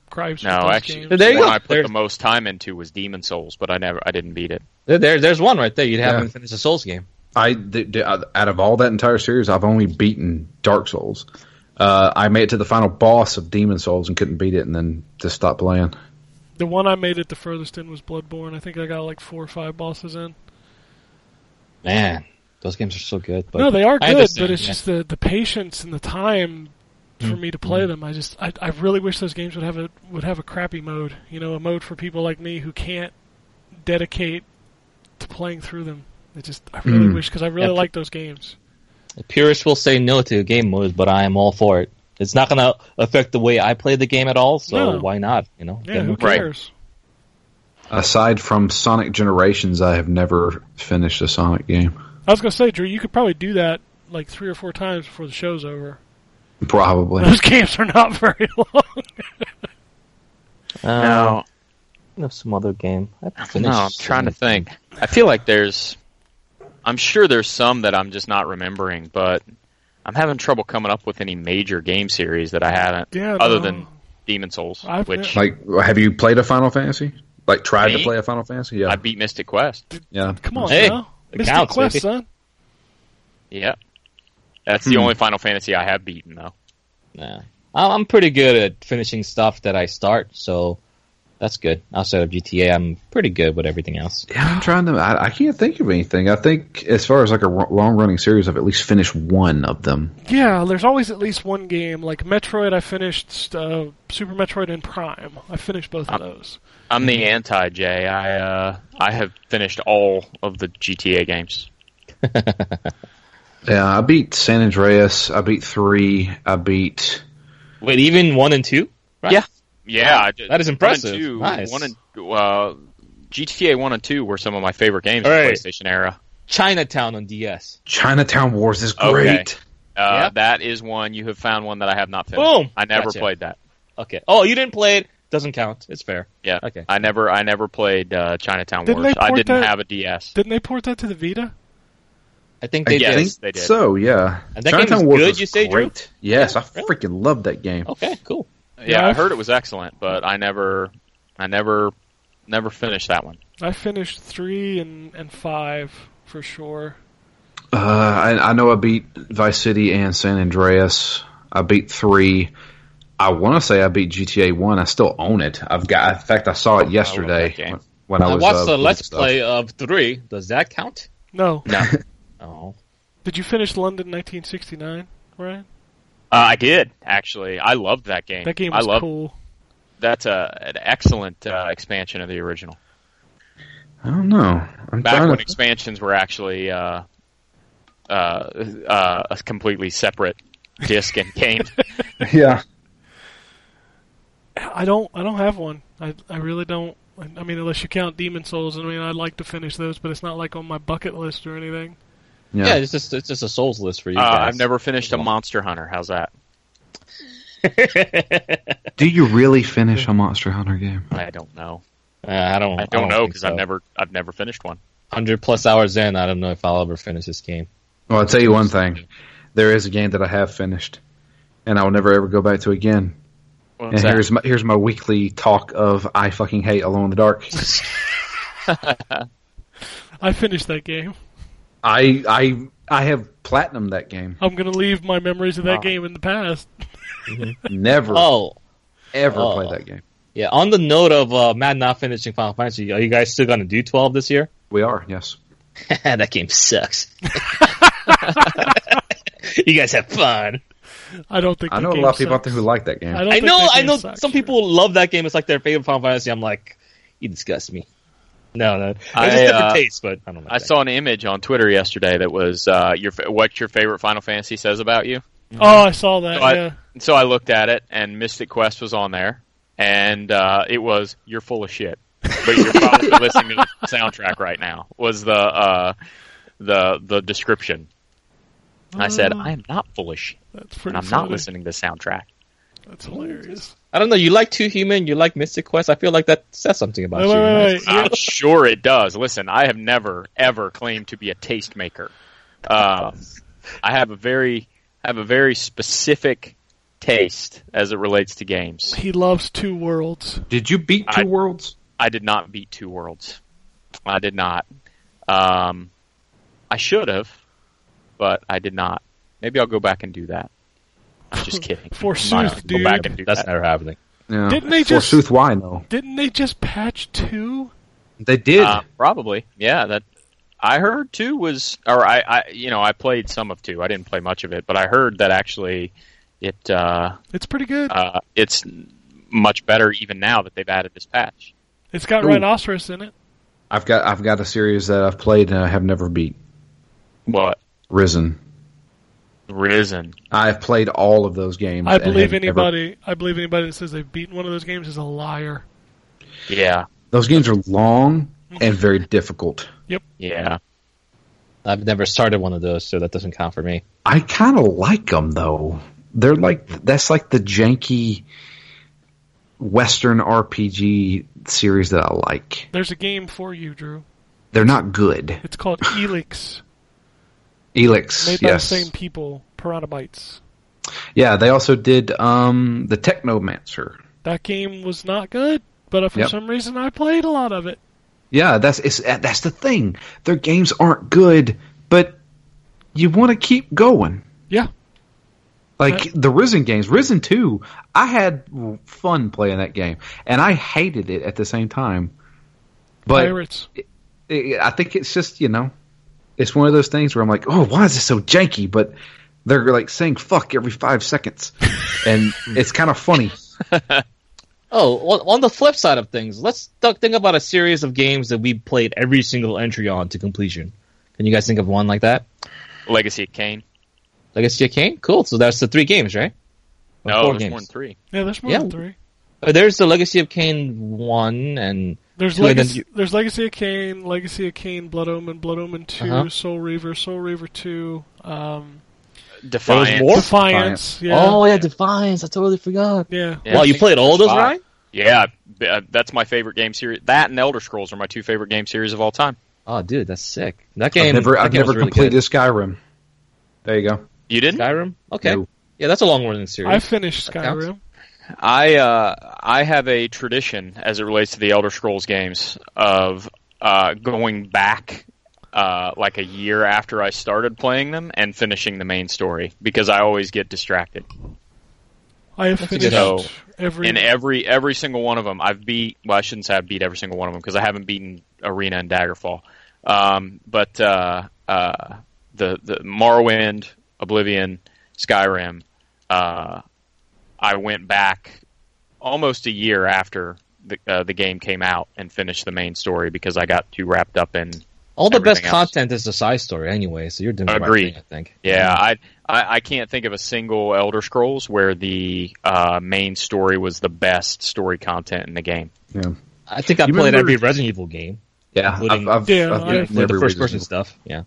Speaker 2: gripes.
Speaker 4: No,
Speaker 2: with those
Speaker 4: actually,
Speaker 2: games.
Speaker 6: There you
Speaker 4: the one
Speaker 6: go.
Speaker 4: I put
Speaker 6: There's-
Speaker 4: the most time into was Demon Souls, but I never, I didn't beat it.
Speaker 6: There, there- there's one right there. You haven't
Speaker 5: Yeah.
Speaker 6: finished a Souls game.
Speaker 5: I th- th- out of all that entire series, I've only beaten Dark Souls. Uh, I made it to the final boss of Demon Souls and couldn't beat it, and then just stopped playing.
Speaker 2: the one I made it the furthest in was Bloodborne. I think I got like four or five bosses in.
Speaker 6: Man, those games are so good. But
Speaker 2: no, they are
Speaker 6: I
Speaker 2: good,
Speaker 6: understand,
Speaker 2: but it's
Speaker 6: yeah. Mm-hmm.
Speaker 2: just the the patience and the time for me to play them. I just I, I really wish those games would have a would have a crappy mode. You know, a mode for people like me who can't dedicate to playing through them. It just I really
Speaker 6: Mm.
Speaker 2: wish because I really
Speaker 6: Yeah,
Speaker 2: like those games.
Speaker 6: purists will say no to game modes, but I am all for it. It's not going to affect the way I play the game at all, so
Speaker 2: No.
Speaker 6: why not? You know,
Speaker 2: Yeah,
Speaker 6: Then
Speaker 2: who
Speaker 6: we can-
Speaker 2: cares?
Speaker 5: Aside from Sonic Generations, I have never finished a Sonic game.
Speaker 2: I was gonna say, Drew, you could probably do that like three or four times before the show's over.
Speaker 5: Probably.
Speaker 2: Those games are not very long.
Speaker 6: Uh,
Speaker 4: No,
Speaker 6: I know some other game. I
Speaker 4: no, I'm trying to think. I feel like there's, I'm sure there's some that I'm just not remembering, but I'm having trouble coming up with any major game series that I haven't,
Speaker 2: Yeah,
Speaker 4: other
Speaker 2: no.
Speaker 4: than Demon Souls,
Speaker 2: I've-
Speaker 4: which
Speaker 5: Like, have you played a Final Fantasy? Like, tried
Speaker 4: Me?
Speaker 5: to play a Final Fantasy? Yeah,
Speaker 4: I beat Mystic Quest.
Speaker 5: yeah.
Speaker 2: Come on,
Speaker 6: Hey,
Speaker 2: now.
Speaker 6: it
Speaker 2: Mystic
Speaker 6: counts,
Speaker 2: Quest,
Speaker 6: baby.
Speaker 2: son.
Speaker 4: Yeah, that's
Speaker 6: Hmm.
Speaker 4: the only Final Fantasy I have beaten though.
Speaker 6: Nah. I- I'm pretty good at finishing stuff that I start, so that's good. Outside of GTA, I'm pretty good with everything else.
Speaker 5: Yeah, I'm trying to. I, I can't think of anything. I think as far as like a long running series, I've at least finished one of them.
Speaker 2: Yeah, there's always at least one game. Like Metroid, I finished uh, Super Metroid and Prime. I finished both of those.
Speaker 4: I'm the
Speaker 6: Hmm.
Speaker 4: anti Jay. I uh, I have finished all of the GTA games.
Speaker 5: Yeah, I beat San Andreas. I beat three. I beat.
Speaker 6: Wait, even one and two? Right?
Speaker 4: Yeah. Yeah, I did-
Speaker 6: that is impressive.
Speaker 4: One and two,
Speaker 6: Nice.
Speaker 4: one and uh, GTA one and two were some of my favorite games in
Speaker 6: Alright.
Speaker 4: the PlayStation era.
Speaker 6: Chinatown on DS.
Speaker 5: Chinatown Wars is
Speaker 4: Okay.
Speaker 5: great.
Speaker 4: Uh,
Speaker 6: Yeah.
Speaker 4: That is one you have found one that I have not finished.
Speaker 6: Boom.
Speaker 4: I never
Speaker 6: Gotcha.
Speaker 4: played that.
Speaker 6: Okay. Oh, you didn't play it. Doesn't count. It's fair.
Speaker 4: Yeah.
Speaker 6: Okay.
Speaker 4: I never I never played uh, Chinatown
Speaker 2: Didn't
Speaker 4: Wars.
Speaker 2: they
Speaker 4: I
Speaker 2: port
Speaker 4: didn't
Speaker 2: that-
Speaker 4: have a DS.
Speaker 2: Didn't they port that to the Vita?
Speaker 6: I think they
Speaker 5: I
Speaker 4: Yes,
Speaker 6: did.
Speaker 5: think
Speaker 4: they did.
Speaker 5: So yeah,
Speaker 6: And that game is good, you say, Drew?
Speaker 5: great. Yes, I
Speaker 6: Really?
Speaker 5: freaking love that game.
Speaker 6: Okay, cool.
Speaker 4: Yeah,
Speaker 2: Yeah.
Speaker 4: I heard it was excellent, but I never I never never finished that one.
Speaker 2: I finished three and, and five for sure.
Speaker 5: Uh, I, I know I beat Vice City and San Andreas. I beat three. I want to say I beat GTA One. I still own it. I've got. In fact, I
Speaker 6: Oh,
Speaker 5: saw it yesterday
Speaker 4: game.
Speaker 5: when, when I
Speaker 6: I
Speaker 5: was.
Speaker 6: watched
Speaker 5: uh,
Speaker 6: the
Speaker 5: looking
Speaker 6: Let's
Speaker 5: stuff.
Speaker 6: Play of three. Does that count?
Speaker 2: No.
Speaker 4: No.
Speaker 6: Oh,
Speaker 2: Did you finish London 1969, Ryan?
Speaker 4: Uh, I did actually. I loved that game.
Speaker 2: That game
Speaker 4: I
Speaker 2: was
Speaker 4: loved
Speaker 2: cool.
Speaker 4: that's a an excellent uh, expansion of the original.
Speaker 5: I don't know. I'm
Speaker 4: Back
Speaker 5: trying
Speaker 4: when
Speaker 5: to,
Speaker 4: expansions were actually uh, uh, uh, a completely separate disc and game.
Speaker 5: yeah.
Speaker 2: I don't. I don't have one. I. I really don't. I I mean, unless you count Demon Souls. I mean, I'd like to finish those, but it's not like on my bucket list or anything.
Speaker 5: yeah,
Speaker 6: yeah. it's just it's just a Souls list for you
Speaker 4: Uh,
Speaker 6: guys.
Speaker 4: I've never finished a Monster Hunter. How's that?
Speaker 5: Do you really finish a Monster Hunter game?
Speaker 4: I don't know.
Speaker 6: Uh, I don't.
Speaker 4: I don't know
Speaker 6: think
Speaker 4: because
Speaker 6: so.
Speaker 4: I've never I've never finished one.
Speaker 6: hundred plus hours in. I don't know if I'll ever finish this game.
Speaker 5: Well, I'll tell you one thing. There is a game that I have finished, and I'll never ever go back to again.
Speaker 4: What's
Speaker 5: And
Speaker 4: that?
Speaker 5: here's my here's my weekly talk of I fucking hate Alone in the Dark.
Speaker 2: I finished that game.
Speaker 5: I I I have platinum that game.
Speaker 2: I'm gonna leave my memories of that
Speaker 5: Wow.
Speaker 2: game in the past.
Speaker 5: Never
Speaker 6: Oh,
Speaker 5: ever
Speaker 6: oh.
Speaker 5: play that game.
Speaker 6: yeah. On the note of uh, Matt not finishing Final Fantasy, are you guys still gonna do twelve this year?
Speaker 5: We are yes.
Speaker 6: that game sucks. you guys have fun.
Speaker 2: I don't think
Speaker 5: I
Speaker 2: that
Speaker 5: know a
Speaker 2: game
Speaker 5: lot of people out
Speaker 2: sucks.
Speaker 5: there who like that game.
Speaker 2: I, don't
Speaker 6: I
Speaker 2: think
Speaker 6: know,
Speaker 2: that
Speaker 6: I
Speaker 2: game
Speaker 6: know.
Speaker 2: sucks.
Speaker 6: Some people love that game. It's like their favorite Final Fantasy. I'm like, you disgust me. No, no, it's
Speaker 4: I,
Speaker 6: just different
Speaker 4: uh,
Speaker 6: taste. But I don't know.
Speaker 4: I saw an image on Twitter yesterday that was uh, your fa- what your favorite Final Fantasy says about you.
Speaker 2: Oh, I saw that.
Speaker 4: So I-
Speaker 2: yeah.
Speaker 4: So I looked at it, and Mystic Quest was on there, and uh, it was "You're full of shit," but you're probably listening to the soundtrack right now. Was the uh, the the description? I said,
Speaker 2: Oh.
Speaker 4: "I am not full of shit,
Speaker 2: That's
Speaker 4: and
Speaker 2: pretty.
Speaker 4: I'm
Speaker 2: funny.
Speaker 4: not listening to the soundtrack."
Speaker 2: That's hilarious.
Speaker 6: I don't know. You like Two Human. You like Mystic Quest. I feel like that says something about
Speaker 2: Wait,
Speaker 6: you.
Speaker 2: wait,
Speaker 6: right?
Speaker 2: wait, wait.
Speaker 4: I'm sure it does. Listen, I have never ever claimed to be a tastemaker. Um, I have a very I have a very specific taste as it relates to games.
Speaker 2: He loves two worlds.
Speaker 5: Did you beat Two
Speaker 4: I-
Speaker 5: Worlds?
Speaker 4: I did not beat Two Worlds. I did not. Um, I should have, but I did not. Maybe I'll go back and do that. I'm just kidding.
Speaker 2: Forsooth,
Speaker 4: I'll Go back
Speaker 2: dude.
Speaker 4: and do
Speaker 6: That's
Speaker 4: that.
Speaker 6: never happening.
Speaker 5: Yeah.
Speaker 2: Didn't they just-
Speaker 5: Forsooth, why no?
Speaker 2: Didn't they just patch two?
Speaker 5: They did.
Speaker 2: Ah.
Speaker 4: Uh, probably, yeah. That I heard two was, or I, I, you know, I played some of two. I didn't play much of it, but I heard that actually it uh,
Speaker 2: It's pretty good.
Speaker 4: uh, it's much better even now that they've added this patch.
Speaker 2: it's got
Speaker 5: ooh.
Speaker 2: rhinoceros in it.
Speaker 5: I've got I've got a series that I've played and I have never beat.
Speaker 4: What
Speaker 5: Risen.
Speaker 4: risen?
Speaker 5: I've played all of those games.
Speaker 2: I
Speaker 5: and
Speaker 2: believe
Speaker 5: have never-
Speaker 2: anybody. I believe anybody that says they've beaten one of those games is a liar.
Speaker 4: Yeah,
Speaker 5: those games are long and very difficult.
Speaker 4: yeah.
Speaker 6: I've never started one of those, so that doesn't count for me.
Speaker 5: I kind of like them though. They're like that's like the janky Western RPG series that I like.
Speaker 2: There's a game for you, Drew.
Speaker 5: They're not good.
Speaker 2: It's called Elix,
Speaker 5: Elix,
Speaker 2: made by
Speaker 5: yes,
Speaker 2: the same people, Piranabytes.
Speaker 5: yeah. They also did um, the Technomancer.
Speaker 2: That game was not good, but uh, for
Speaker 5: Yep.
Speaker 2: some reason I played a lot of it.
Speaker 5: Yeah, that's it's uh, that's the thing. Their games aren't good, but you want to keep going.
Speaker 2: Yeah.
Speaker 5: Like the Risen games, Risen 2, I had fun playing that game, and I hated it at the same time. But
Speaker 2: Pirates.
Speaker 5: it- I think it's just you know, it's one of those things where I'm like, oh, why is this so janky? But they're like saying fuck every five seconds, and it's kind of funny.
Speaker 6: Oh, well, on the flip side of things, let's th- think about a series of games that we played every single entry on to completion. Can you guys think of one like that?
Speaker 4: Legacy of Kane.
Speaker 6: I guess you can. Cool. So that's the three games, right? Or
Speaker 4: No,
Speaker 6: four
Speaker 4: there's
Speaker 6: games.
Speaker 4: more than three.
Speaker 2: Yeah, there's more
Speaker 6: yeah.
Speaker 2: than three.
Speaker 6: Uh, There's the Legacy of Kane one, and
Speaker 2: There's
Speaker 6: So then
Speaker 2: Legacy,
Speaker 6: you-
Speaker 2: there's Legacy of Kane, Legacy of Kane, Blood Omen, Blood Omen 2
Speaker 6: Uh-huh.
Speaker 2: Soul Reaver, Soul Reaver Two, um,
Speaker 4: Defiance.
Speaker 6: more?
Speaker 2: Defiance. Yeah,
Speaker 6: oh yeah, Defiance. I totally forgot.
Speaker 2: yeah.
Speaker 4: Yeah,
Speaker 6: wow,
Speaker 4: I
Speaker 6: you
Speaker 4: think
Speaker 6: played all those,
Speaker 4: five.
Speaker 6: right?
Speaker 4: Yeah, b- uh, that's my favorite game series. That and Elder Scrolls are my two favorite game series of all time.
Speaker 6: Oh, dude, that's sick. That
Speaker 5: I've
Speaker 6: game.
Speaker 5: never,
Speaker 6: that
Speaker 5: I've
Speaker 6: game was
Speaker 5: never
Speaker 6: really
Speaker 5: completed
Speaker 6: good.
Speaker 5: Skyrim. There you go.
Speaker 4: You didn't?
Speaker 6: Skyrim. Okay.
Speaker 5: No.
Speaker 6: Yeah, that's a long-running series.
Speaker 2: I finished
Speaker 6: That counts.
Speaker 2: Skyrim.
Speaker 4: I uh, I have a tradition as it relates to the Elder Scrolls games of uh, going back uh, like a year after I started playing them and finishing the main story because I always get distracted.
Speaker 2: I have
Speaker 6: a good
Speaker 2: finished
Speaker 4: So,
Speaker 2: every.
Speaker 4: In every every single one of them, I've beat. Well, I shouldn't say I've beat every single one of them because I haven't beaten Arena and Daggerfall. Um, but uh, uh, the the Morrowind, Oblivion, Skyrim, uh, I went back almost a year after the uh, the game came out and finished the main story because I got too wrapped up in
Speaker 6: all the best
Speaker 4: everything else.
Speaker 6: content is the side story, anyway. So you're doing the right
Speaker 4: Agreed.
Speaker 6: thing, I think.
Speaker 4: Yeah, I, I I can't think of a single Elder Scrolls where the uh, main story was the best story content in the game.
Speaker 6: I think I
Speaker 5: You
Speaker 6: played
Speaker 5: remember-
Speaker 6: every Resident Evil game.
Speaker 5: Yeah,
Speaker 6: Including-
Speaker 5: I've, I've,
Speaker 2: Yeah,
Speaker 5: I've
Speaker 2: I-
Speaker 5: never
Speaker 6: Like the first person
Speaker 5: reasoned.
Speaker 6: stuff. Yeah.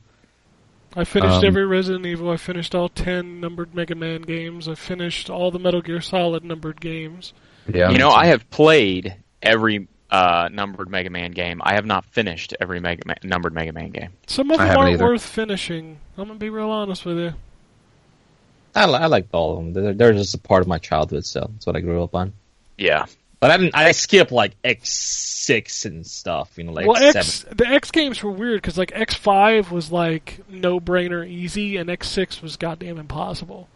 Speaker 2: I finished
Speaker 5: Um,
Speaker 2: every Resident Evil. I finished all ten numbered Mega Man games. I finished all the Metal Gear Solid numbered games.
Speaker 5: Yeah,
Speaker 4: you know, I have played every uh, numbered Mega Man game. I have not finished every Mega Man, numbered Mega Man game.
Speaker 2: Some of
Speaker 5: I
Speaker 2: them
Speaker 5: haven't
Speaker 2: aren't
Speaker 5: either.
Speaker 2: worth finishing. I'm gonna be real honest with you.
Speaker 6: I, li- I like all of them. They're, they're just a part of my childhood, so that's what I grew up on.
Speaker 4: Yeah,
Speaker 6: But I didn't. I skip like X six and stuff. You know, like
Speaker 2: well,
Speaker 6: seven.
Speaker 2: X the X games were weird because like X five was like no brainer easy, and X six was goddamn impossible.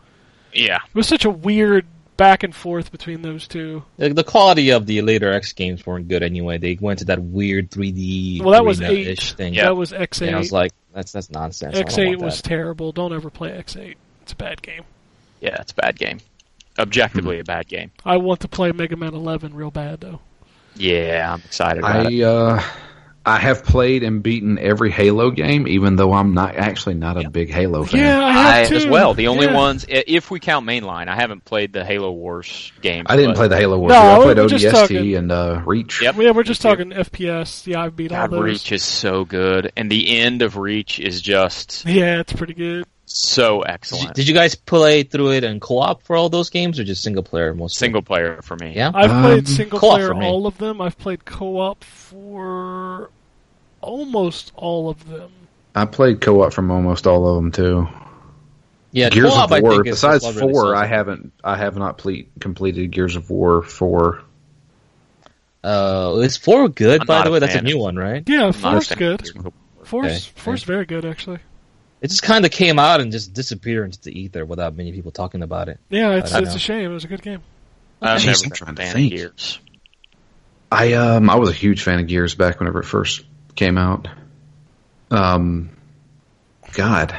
Speaker 4: yeah.
Speaker 2: It was such a weird back and forth between those two.
Speaker 6: The, the quality of the later X games weren't good anyway. They went to that weird 3D
Speaker 2: Well, that was
Speaker 6: arena-ish
Speaker 2: eight.
Speaker 6: thing.
Speaker 2: That was X
Speaker 6: And I
Speaker 2: eight.
Speaker 6: was like, that's that's nonsense. I don't
Speaker 2: X eight
Speaker 6: want
Speaker 2: was
Speaker 6: that.
Speaker 2: terrible. Don't ever play X eight. It's a bad game.
Speaker 4: Yeah, it's a bad game. Objectively, a bad game.
Speaker 2: I want to play Mega Man eleven real bad though.
Speaker 4: Yeah, I'm excited about it.
Speaker 5: I uh, I have played and beaten every Halo game, even though I'm not actually not a big Halo fan.
Speaker 2: Yeah, I
Speaker 4: I,
Speaker 2: have
Speaker 4: as
Speaker 2: too.
Speaker 4: well. The only
Speaker 2: Yeah.
Speaker 4: ones, i- if we count mainline, I haven't played the Halo Wars games.
Speaker 5: I didn't
Speaker 4: but
Speaker 5: play the Halo Wars.
Speaker 2: No,
Speaker 5: I played
Speaker 2: we're just
Speaker 5: ODST
Speaker 2: talking-
Speaker 5: and uh, Reach.
Speaker 4: Yep.
Speaker 2: Yeah, we're just talking FPS. Yeah, I've beat
Speaker 4: God,
Speaker 2: all those.
Speaker 4: Reach is so good, and the end of Reach is just
Speaker 2: Yeah, it's pretty good.
Speaker 4: so
Speaker 6: Did you,
Speaker 4: excellent.
Speaker 6: did you guys play through it in co-op for all those games, or just single player mostly?
Speaker 4: Single player for me.
Speaker 6: Yeah.
Speaker 2: I've
Speaker 5: Um,
Speaker 2: played single
Speaker 6: co-op
Speaker 2: player
Speaker 6: for me.
Speaker 2: all of them. I've played co-op for almost all of them.
Speaker 5: I played co-op from almost all of them too.
Speaker 6: Yeah.
Speaker 5: Gears
Speaker 6: co-op,
Speaker 5: of
Speaker 6: I
Speaker 5: War.
Speaker 6: think, is- is
Speaker 5: Besides
Speaker 6: what really
Speaker 5: four, I
Speaker 6: sells it.
Speaker 5: haven't. I have not ple- completed Gears of War four.
Speaker 6: Uh, is four good?
Speaker 4: I'm
Speaker 6: by
Speaker 4: not
Speaker 6: the
Speaker 4: a
Speaker 6: way, that's a
Speaker 4: fan
Speaker 6: new one, right?
Speaker 2: Yeah,
Speaker 4: I'm not a
Speaker 2: four's
Speaker 4: fan
Speaker 2: good.
Speaker 4: of single-
Speaker 2: Four's
Speaker 6: Okay.
Speaker 2: four's very good actually.
Speaker 6: It just kind of came out and just disappeared into the ether without many people talking about it.
Speaker 2: Yeah, it's
Speaker 6: I
Speaker 2: it's
Speaker 6: know.
Speaker 2: a shame. It was a good game.
Speaker 4: I've
Speaker 5: Jeez,
Speaker 4: never
Speaker 5: I'm
Speaker 4: been
Speaker 5: trying
Speaker 4: a
Speaker 5: to
Speaker 4: fan of
Speaker 5: think.
Speaker 4: Gears.
Speaker 5: I um I was a huge fan of Gears back whenever it first came out. Um, God,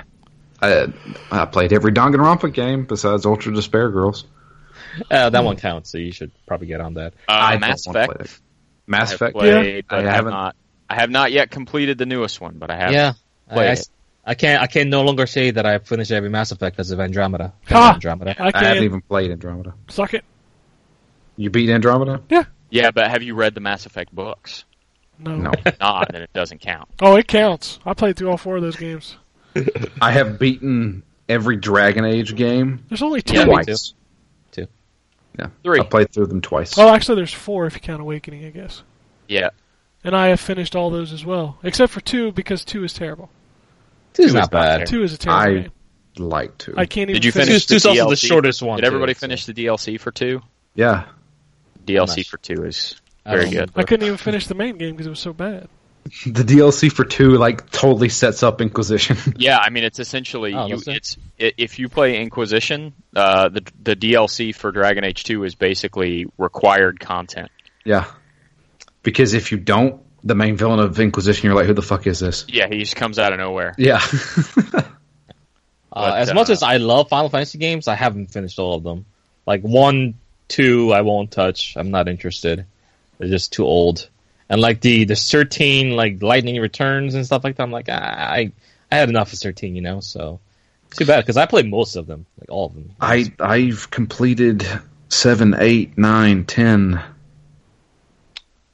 Speaker 5: I I played every Danganronpa game besides Ultra Despair Girls.
Speaker 6: Uh, that one counts, so you should probably get on that.
Speaker 4: Uh,
Speaker 5: I don't
Speaker 4: Mass
Speaker 5: wanna play
Speaker 4: Effect. I
Speaker 5: Mass
Speaker 4: have
Speaker 5: Effect.
Speaker 4: played,
Speaker 5: Yeah.
Speaker 4: but
Speaker 5: I
Speaker 4: I have
Speaker 5: haven't-
Speaker 4: not. I have not yet completed the newest one, but I have.
Speaker 6: yeah. I-
Speaker 4: play
Speaker 6: I,
Speaker 4: it.
Speaker 6: s- I can't. I can no longer say that I finished every Mass Effect because of Andromeda.
Speaker 2: Ha!
Speaker 6: Andromeda.
Speaker 2: I
Speaker 5: I haven't
Speaker 2: can't
Speaker 5: even played Andromeda.
Speaker 2: suck it.
Speaker 5: You beat Andromeda?
Speaker 4: Yeah, but have you read the Mass Effect books?
Speaker 2: No.
Speaker 5: No,
Speaker 4: If not, then it doesn't count.
Speaker 2: Oh, it counts. I played through all four of those games.
Speaker 5: I have beaten every Dragon Age game
Speaker 2: There's only two.
Speaker 4: Yeah, me
Speaker 5: twice.
Speaker 6: too. Two.
Speaker 5: Yeah,
Speaker 4: Three.
Speaker 5: I played through them twice.
Speaker 2: oh, actually, there's four if you count Awakening, I guess.
Speaker 4: Yeah,
Speaker 2: And I have finished all those as well, except for two because two is terrible.
Speaker 6: Two's not bad.
Speaker 2: Two is a terrible
Speaker 5: I
Speaker 2: game.
Speaker 5: like to.
Speaker 2: I can't even.
Speaker 4: Did you
Speaker 2: finish
Speaker 4: finish
Speaker 6: Two's- two's
Speaker 4: the
Speaker 6: also the
Speaker 4: DLC?
Speaker 6: shortest one,
Speaker 4: Did everybody
Speaker 6: too,
Speaker 4: finish the DLC for two?
Speaker 5: yeah,
Speaker 4: DLC
Speaker 6: Nice.
Speaker 4: for two is
Speaker 6: I
Speaker 4: very
Speaker 6: don't
Speaker 4: good.
Speaker 2: I couldn't even finish the main game because it was so bad.
Speaker 5: the DLC for two like totally sets up Inquisition.
Speaker 4: Yeah, I mean it's essentially
Speaker 6: Oh,
Speaker 4: you,
Speaker 6: that's it.
Speaker 4: it's i if you play Inquisition, uh, the the DLC for Dragon Age two is basically required content.
Speaker 5: yeah, because if you don't, the main villain of Inquisition, you're like, who the fuck is this?
Speaker 4: Yeah, he just comes out of nowhere.
Speaker 5: Yeah,
Speaker 6: Uh,
Speaker 4: But,
Speaker 6: as much
Speaker 4: uh,
Speaker 6: as I love Final Fantasy games, I haven't finished all of them. Like one, two, I won't touch. I'm not interested. They're just too old. And like the the thirteen, like Lightning Returns and stuff like that. I'm like, ah, I I had enough of thirteen, you know. So too bad because I played most of them, like all of them.
Speaker 5: I I've completed seven, eight, nine, ten.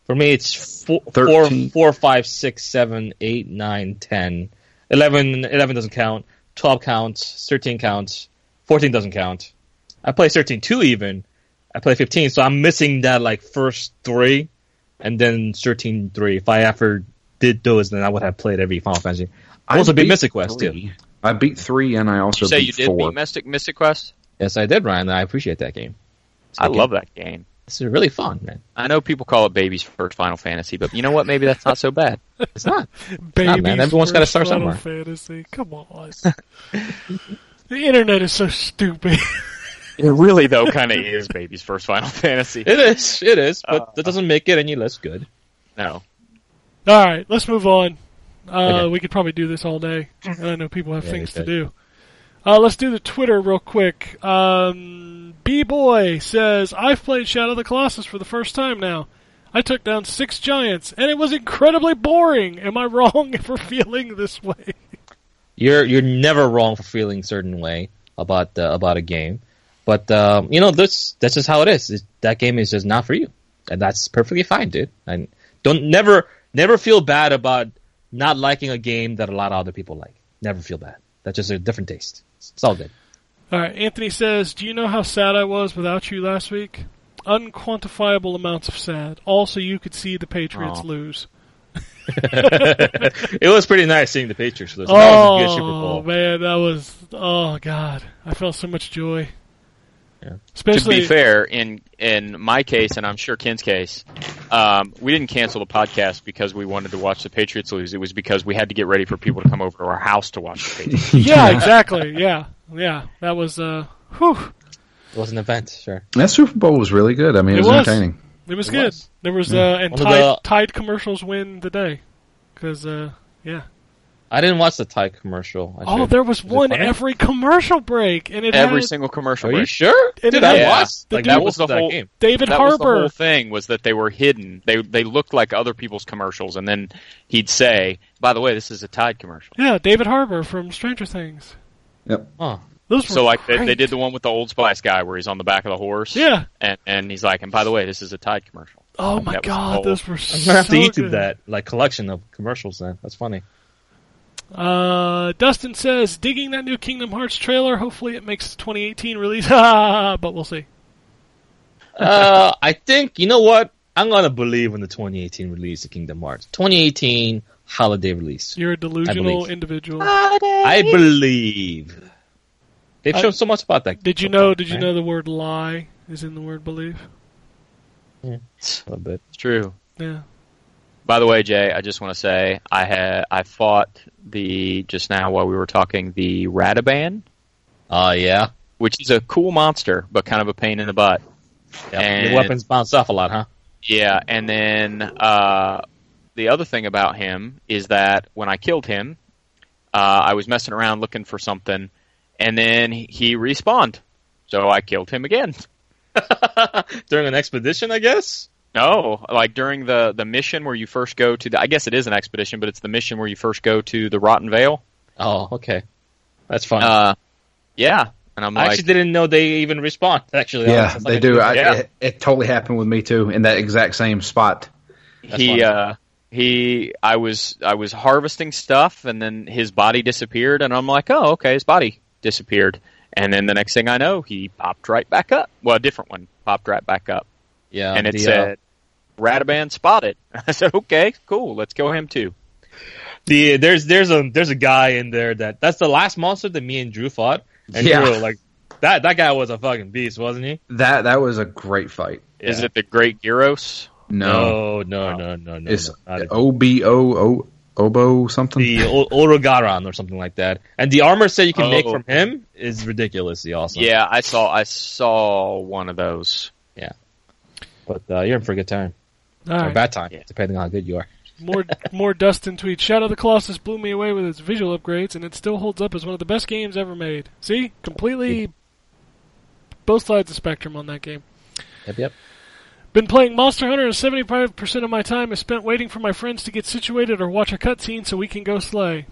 Speaker 6: For me, it's four, four,
Speaker 5: 13.
Speaker 6: four, five, six, seven, eight, nine, 10. 11, 11 doesn't count. 12 counts. 13 counts. 14 doesn't count. I play 13 too, even. I play 15, so I'm missing that, like, first three and then 13 three. If I ever did those, then I would have played every Final Fantasy. I also
Speaker 5: I
Speaker 6: beat
Speaker 5: beat
Speaker 6: Mystic Quest, too.
Speaker 5: three. I beat three, and I also
Speaker 4: You say
Speaker 5: beat
Speaker 4: you did
Speaker 5: four.
Speaker 4: beat Mystic Mystic Quest.
Speaker 6: Yes, I did, Ryan. I appreciate that game. It's a
Speaker 4: I
Speaker 6: good
Speaker 4: love
Speaker 6: game.
Speaker 4: that game.
Speaker 6: It's really fun, man.
Speaker 4: I know people call it baby's first Final Fantasy, but you know what? Maybe that's not so bad.
Speaker 6: It's not.
Speaker 2: Baby,
Speaker 6: not, man. Everyone's gotta start
Speaker 2: Final Fantasy. Come on. the internet is so stupid.
Speaker 4: It really, though, kind of is baby's first Final Fantasy.
Speaker 6: It is. It is, but that doesn't make it any less good.
Speaker 4: No,
Speaker 2: all right, let's move on. Uh,
Speaker 6: Okay.
Speaker 2: We could probably do this all day, and I know people have
Speaker 6: Yeah,
Speaker 2: things
Speaker 6: you
Speaker 2: to
Speaker 6: could.
Speaker 2: do. Uh, let's do the Twitter real quick. Um, B boy says I've played Shadow of the Colossus for the first time now. I took down six giants, and it was incredibly boring. Am I wrong for feeling this way?
Speaker 6: you're you're never wrong for feeling a certain way about uh, about a game, but um, you know this that's just how it is. It, that game is just not for you, and that's perfectly fine, dude. And don't never never feel bad about not liking a game that a lot of other people like. Never feel bad. That's just a different taste. It's all good.
Speaker 2: All right, Anthony says, "Do you know how sad I was without you last week? unquantifiable amounts of sad. Also, you could see the Patriots
Speaker 4: Aw.
Speaker 2: lose.
Speaker 3: it was pretty nice seeing the Patriots lose. that was a good Super
Speaker 2: oh
Speaker 3: Bowl.
Speaker 2: man, that was oh god, I felt so much joy.
Speaker 3: Yeah.
Speaker 4: to
Speaker 2: Especially
Speaker 4: be fair, in in my case, and I'm sure Ken's case, um, we didn't cancel the podcast because we wanted to watch the Patriots lose. It was because we had to get ready for people to come over to our house to watch the Patriots.
Speaker 2: yeah, exactly, yeah, yeah. That was uh, whew,
Speaker 6: It was an event, sure.
Speaker 5: That Super Bowl was really good. I mean, it,
Speaker 2: It
Speaker 5: was,
Speaker 2: was.
Speaker 5: entertaining.
Speaker 2: it was
Speaker 6: It
Speaker 2: good.
Speaker 6: was.
Speaker 2: There was
Speaker 5: Yeah.
Speaker 2: uh, and
Speaker 6: One of
Speaker 2: Tide,
Speaker 6: the-
Speaker 2: Tide commercials win the day because uh, yeah.
Speaker 6: I didn't watch the Thai commercial. I
Speaker 2: Oh,
Speaker 6: should.
Speaker 2: there was
Speaker 6: it
Speaker 2: one
Speaker 6: funny?
Speaker 2: every commercial break, and it
Speaker 4: Every
Speaker 2: had
Speaker 4: single commercial
Speaker 6: Are you
Speaker 4: break.
Speaker 6: sure?
Speaker 2: It is.
Speaker 6: Dude, I
Speaker 4: Yeah.
Speaker 6: watched.
Speaker 4: The
Speaker 6: Like
Speaker 4: dude
Speaker 6: that was
Speaker 4: was
Speaker 6: the
Speaker 4: the whole-
Speaker 6: game.
Speaker 2: David
Speaker 4: that was the
Speaker 2: Harbour.
Speaker 4: whole thing was that they were hidden. They they looked like other people's commercials, and then he'd say, "By the way, this is a Tide commercial."
Speaker 2: Yeah, David Harbour from Stranger Things.
Speaker 5: Yep.
Speaker 6: Huh.
Speaker 2: Those were
Speaker 4: So like they, they
Speaker 2: great.
Speaker 4: did the one with the Old Spice guy where he's on the back of the horse.
Speaker 2: Yeah.
Speaker 4: and and he's like, "And by the way, this is a Tide commercial."
Speaker 2: Oh my
Speaker 4: That was
Speaker 2: god,
Speaker 4: old.
Speaker 2: those were
Speaker 6: I'm
Speaker 2: so
Speaker 6: gonna have to YouTube
Speaker 2: good.
Speaker 6: that like collection of commercials. Then that's funny.
Speaker 2: Uh, Dustin says digging that new Kingdom Hearts trailer. Hopefully, it makes the 2018 release. but we'll see.
Speaker 6: uh, I think you know what? I'm gonna believe in the 2018 release of Kingdom Hearts. 2018 holiday release.
Speaker 2: You're a delusional
Speaker 6: believe.
Speaker 2: individual.
Speaker 6: I believe. They've
Speaker 2: I-
Speaker 6: shown so much about that.
Speaker 2: Uh, Did you know? Did you know the word lie is in the word believe?
Speaker 6: A little bit.
Speaker 4: It's true.
Speaker 2: Yeah.
Speaker 4: By the way, Jay, I just want to say I had I fought the just now while we were talking the Rataban,
Speaker 6: Oh yeah.
Speaker 4: which is a cool monster but kind of a pain in the butt.
Speaker 6: yeah.
Speaker 4: And-
Speaker 6: Your weapons bounce off a lot, huh?
Speaker 4: Yeah, and then uh, the other thing about him is that when I killed him, uh, I was messing around looking for something, and then he- he respawned, so I killed him again.
Speaker 6: During an expedition, I guess.
Speaker 4: No, Oh, like during the the mission where you first go to the I guess it is an expedition, but it's the mission where you first go to the Rotten Vale.
Speaker 6: Oh, okay. That's fine.
Speaker 4: Uh, yeah, and I'm
Speaker 6: I
Speaker 4: like,
Speaker 6: actually didn't know they even respond. Actually,
Speaker 5: yeah,
Speaker 6: That's like
Speaker 5: they
Speaker 6: a-
Speaker 5: do. I,
Speaker 4: Yeah.
Speaker 5: it, it totally happened with me too in that exact same spot.
Speaker 4: he
Speaker 6: funny.
Speaker 4: uh he I was I was harvesting stuff and then his body disappeared and I'm like, "Oh, okay, his body disappeared." And then the next thing I know, he popped right back up. Well, a different one popped right back up
Speaker 6: yeah,
Speaker 4: and it
Speaker 6: the, uh,
Speaker 4: said Rataban spotted. I said, "Okay, cool. Let's kill him too."
Speaker 6: The there's there's a there's a guy in there that that's the last monster that me and Drew fought, and
Speaker 5: Yeah.
Speaker 6: we were like, that that guy was a fucking beast, wasn't he?
Speaker 5: That that was a great fight.
Speaker 4: Is
Speaker 6: Yeah.
Speaker 4: it the Great Gyros?
Speaker 5: No,
Speaker 6: No, no, no, no, no.
Speaker 5: it's
Speaker 6: no, not it.
Speaker 5: O B O O Obo something.
Speaker 6: the O- Orogaron or something like that, and the armor set you can make
Speaker 4: Oh.
Speaker 6: from him is ridiculously awesome.
Speaker 4: Yeah, I saw I saw one of those.
Speaker 6: but uh, you're in for a good time
Speaker 2: All
Speaker 6: or
Speaker 2: right.
Speaker 6: bad time,
Speaker 4: Yeah.
Speaker 6: depending on how good you are.
Speaker 2: more more Dustin tweets. Shadow of the Colossus blew me away with its visual upgrades, and it still holds up as one of the best games ever made. See, completely both sides of the spectrum on that game.
Speaker 6: Yep, yep.
Speaker 2: Been playing Monster Hunter, and seventy-five percent of my time is spent waiting for my friends to get situated or watch a cutscene so we can go slay.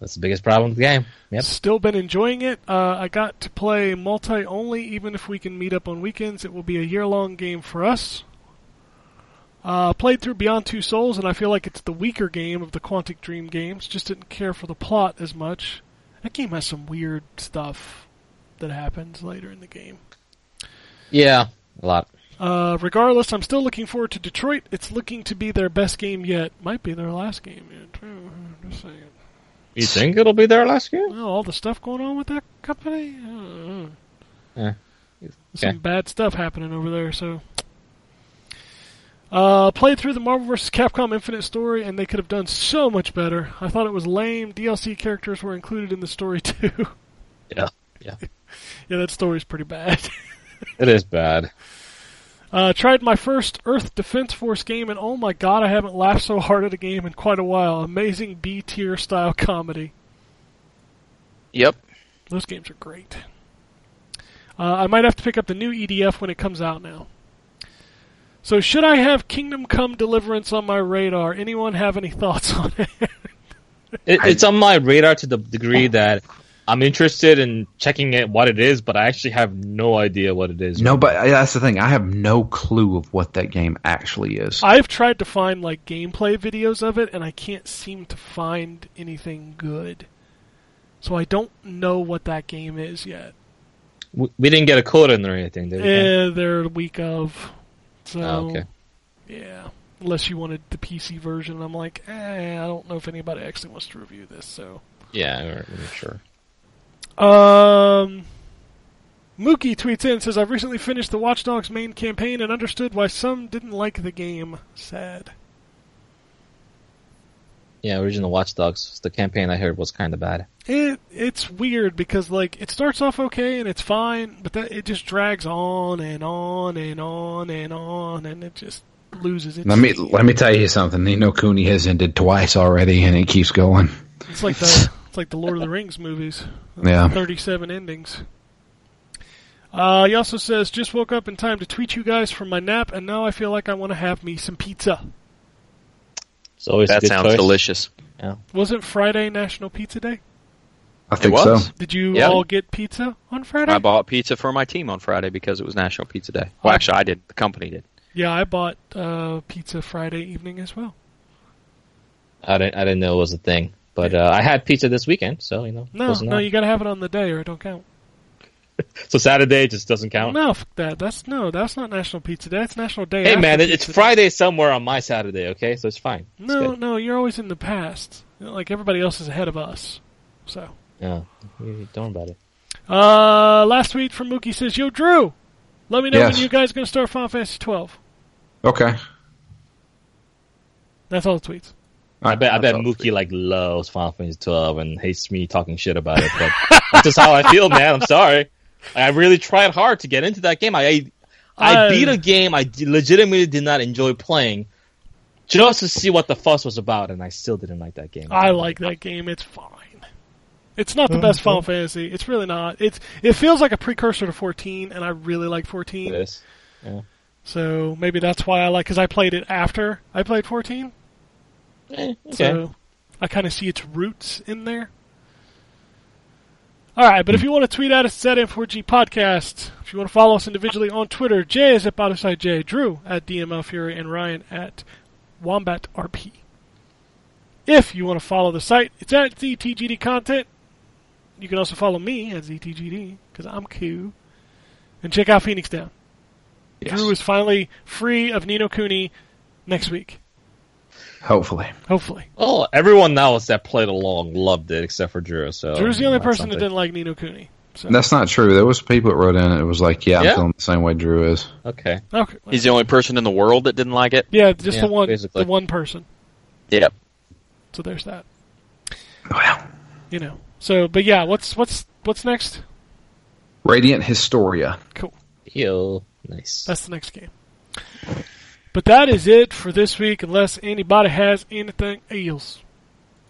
Speaker 6: That's the biggest problem with the game. Yep.
Speaker 2: Still been enjoying it. Uh, I got to play multi only, even if we can meet up on weekends. It will be a year long game for us. Uh, played through Beyond Two Souls, and I feel like it's the weaker game of the Quantic Dream games. Just didn't care for the plot as much. That game has some weird stuff that happens later in the game.
Speaker 6: Yeah, a lot.
Speaker 2: Uh, regardless, I'm still looking forward to Detroit. It's looking to be their best game yet. Might be their last game yet. too. Just saying.
Speaker 6: You think it'll be there last year?
Speaker 2: Well, all the stuff going on with that company. I don't know.
Speaker 6: Yeah.
Speaker 2: There's
Speaker 6: Okay.
Speaker 2: Some bad stuff happening over there, so. Uh, played through the Marvel vs. Capcom Infinite story, and they could have done so much better. I thought it was lame. DLC characters were included in the story too.
Speaker 6: Yeah, yeah.
Speaker 2: yeah, that story's pretty bad.
Speaker 6: It is bad.
Speaker 2: Uh, tried my first Earth Defense Force game, and oh my god, I haven't laughed so hard at a game in quite a while. Amazing B tier style comedy.
Speaker 4: Yep.
Speaker 2: Those games are great. Uh, I might have to pick up the new EDF when it comes out now. So, should I have Kingdom Come Deliverance on my radar? Anyone have any thoughts on it?
Speaker 6: It, it's on my radar to the degree that I'm interested in checking it what it is, but I actually have no idea what it is.
Speaker 5: No, but yeah, that's the thing. I have no clue of what that game actually is.
Speaker 2: I've tried to find like gameplay videos of it, and I can't seem to find anything good. So I don't know what that game is yet.
Speaker 6: We, we didn't get a quote in or anything, did we?
Speaker 2: Eh, they're the week of. So,
Speaker 6: Oh, okay.
Speaker 2: yeah. Unless you wanted the PC version, I'm like, eh, I don't know if anybody actually wants to review this. So,
Speaker 6: Yeah, all right, I'm sure.
Speaker 2: um, Mookie tweets in says, "I've recently finished the Watch Dogs main campaign and understood why some didn't like the game. Sad.
Speaker 6: Yeah, original Watch Dogs. The campaign I heard was kind of bad.
Speaker 2: It it's weird because like it starts off okay and it's fine, but that it just drags on and on and on and on, and it just loses. Its
Speaker 5: Let me
Speaker 2: steam.
Speaker 5: let me tell you something. Nino Cooney has ended twice already, and it keeps going.
Speaker 2: It's like the it's like the Lord of the Rings movies.
Speaker 5: Yeah.
Speaker 2: Thirty-seven endings. Uh, he also says, "Just woke up in time to tweet you guys from my nap, and now I feel like I want to have me some pizza."
Speaker 6: It's always a
Speaker 4: That
Speaker 6: good
Speaker 4: sounds
Speaker 6: choice.
Speaker 4: delicious.
Speaker 2: Wasn't Friday National Pizza Day?
Speaker 5: I think
Speaker 4: it
Speaker 5: so.
Speaker 4: was.
Speaker 2: Did you
Speaker 4: Yeah.
Speaker 2: all get pizza on Friday?
Speaker 4: I bought pizza for my team on Friday because it was National Pizza Day. Well, actually, I did. The company did.
Speaker 2: yeah, I bought uh, pizza Friday evening as well.
Speaker 6: I didn't, I didn't know it was a thing, but uh, I had pizza this weekend, so you know.
Speaker 2: No,
Speaker 6: close
Speaker 2: no,
Speaker 6: enough.
Speaker 2: you got to have it on the day, or it don't count.
Speaker 6: So Saturday just doesn't count.
Speaker 2: No, fuck that. That's no. That's not National Pizza Day. That's National Day.
Speaker 6: Hey
Speaker 2: After
Speaker 6: man, it, it's
Speaker 2: Pizza Day.
Speaker 6: Friday somewhere on my Saturday, okay? So it's fine. It's
Speaker 2: No,
Speaker 6: good.
Speaker 2: no, you're always in the past. Like everybody else is ahead of us. So.
Speaker 6: Yeah. You- Don't worry about it.
Speaker 2: Uh, last tweet from Mookie says, "Yo, Drew, let me know
Speaker 5: Yes.
Speaker 2: when you guys gonna start Final Fantasy 12."
Speaker 5: Okay.
Speaker 2: That's all the tweets.
Speaker 6: I bet I bet Mookie like loves Final Fantasy 12 and hates me talking shit about it. But that's just how I feel, man. I'm sorry. I really tried hard to get into that game. I I,
Speaker 2: I-
Speaker 6: I beat a game I d- legitimately did not enjoy playing just to see what the fuss was about, and I still didn't like that game.
Speaker 2: I like that game. It's fine. It's not the best Final Fantasy. It's really not. It's it feels like a precursor to 14, and I really like 14.
Speaker 6: this.
Speaker 2: So maybe that's why I like because I played it after I played 14.
Speaker 6: Eh, okay.
Speaker 2: So I kind of see its roots in there. All right, but if you want to tweet at us, it's at M4G Podcast. If you want to follow us individually on Twitter, Jay is at Bottomside J, Drew at DML Fury, and Ryan at Wombat RP. If you want to follow the site, it's at ZTGD Content. You can also follow me at ZTGD because I'm cool. And check out Phoenix Down. Drew is finally free of Nino Cooney next week,
Speaker 5: Hopefully.
Speaker 2: hopefully.
Speaker 6: Oh, everyone else that played along loved it except for Drew. So
Speaker 2: Drew's the only
Speaker 6: that's
Speaker 2: person
Speaker 6: something.
Speaker 2: that didn't like Nino Cooney. So
Speaker 5: That's not true. There was people that wrote in. It was like, yeah, I'm
Speaker 6: Yeah?
Speaker 5: feeling the same way Drew is.
Speaker 6: Okay.
Speaker 2: okay. well,
Speaker 4: He's the only person in the world that didn't like it.
Speaker 2: yeah, just
Speaker 6: Yeah,
Speaker 2: the one,
Speaker 6: basically.
Speaker 2: the one person.
Speaker 4: Yep.
Speaker 2: So there's that.
Speaker 5: Well,
Speaker 2: You know. So, but yeah, what's what's what's next?
Speaker 5: Radiant Historia.
Speaker 2: Cool.
Speaker 6: Yo, nice.
Speaker 2: That's the next game. But that is it for this week, unless anybody has anything else.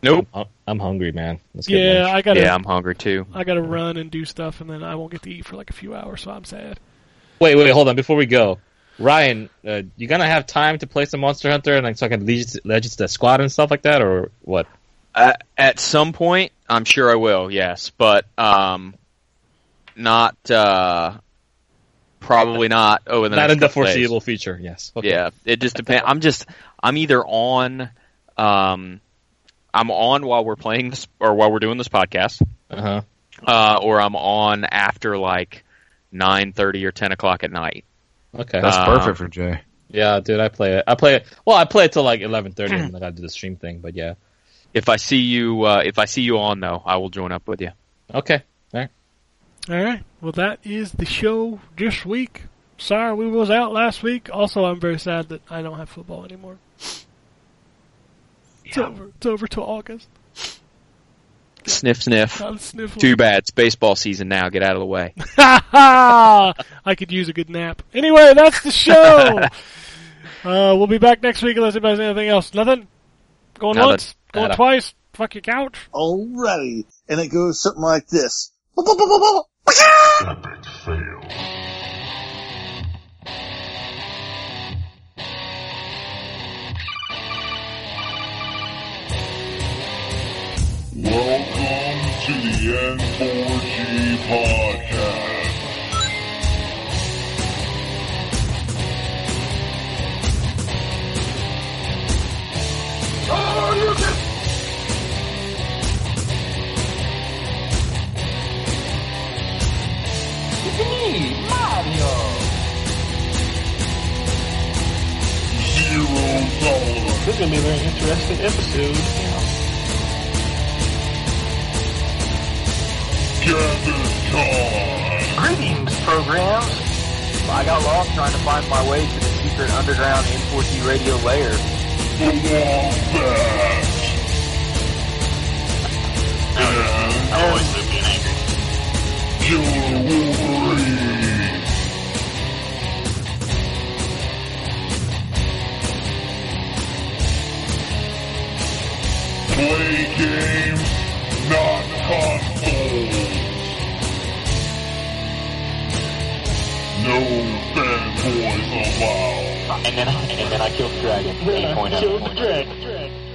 Speaker 4: Nope.
Speaker 6: I'm- I'm hungry, man. Let's get
Speaker 2: Yeah,
Speaker 6: lunch.
Speaker 2: I gotta
Speaker 4: Yeah, I'm hungry too.
Speaker 2: I gotta run and do stuff, and then I won't get to eat for like a few hours, so I'm sad.
Speaker 6: Wait, wait, hold on. Before we go, Ryan, uh, you gonna have time to play some Monster Hunter and like so I can lead you, to, lead you to the squad and stuff like that, or what?
Speaker 4: Uh, at some point, I'm sure I will. Yes, but um, not uh, probably not over the
Speaker 6: Not
Speaker 4: next
Speaker 6: in the
Speaker 4: couple days.
Speaker 6: foreseeable future. Yes. Okay.
Speaker 4: Yeah, it just depends. I'm just I'm either on um, I'm on while we're playing this or while we're doing this podcast,
Speaker 6: Uh huh.
Speaker 4: uh, or I'm on after like nine thirty or ten o'clock at night.
Speaker 6: Okay.
Speaker 5: That's
Speaker 4: Uh,
Speaker 5: perfect for Jay.
Speaker 6: yeah, dude, I play it. I play it. Well, I play it till like eleven thirty, and then I do the stream thing. But yeah.
Speaker 4: If I see you, uh, if I see you on though, I will join up with you.
Speaker 6: Okay.
Speaker 2: All right. Well, that is the show this week. Sorry, we was out last week. Also, I'm very sad that I don't have football anymore. It's over. It's over till August.
Speaker 4: Sniff, sniff.
Speaker 2: I'm sniffling.
Speaker 4: Too bad. It's baseball season now. Get out of the way.
Speaker 2: I could use a good nap. Anyway, that's the show. uh, we'll be back next week unless anybody has anything else. Nothing? Going
Speaker 4: Nada.
Speaker 2: once? Going
Speaker 6: Nada.
Speaker 2: twice? Fuck your couch?
Speaker 8: Alrighty. And it goes something like this.
Speaker 1: Epic fail. Welcome to the N4G podcast.
Speaker 9: Mario.
Speaker 4: This is gonna be a very interesting episode.
Speaker 10: Greetings, programs.
Speaker 11: I got lost trying to find my way to the secret underground M4T radio lair.
Speaker 10: I always live being angry.
Speaker 1: Play games, not consoles. No fanboys allowed.
Speaker 11: And then, and then I killed the dragon.
Speaker 4: Then I
Speaker 11: Eight point
Speaker 4: killed the
Speaker 11: point.
Speaker 4: dragon.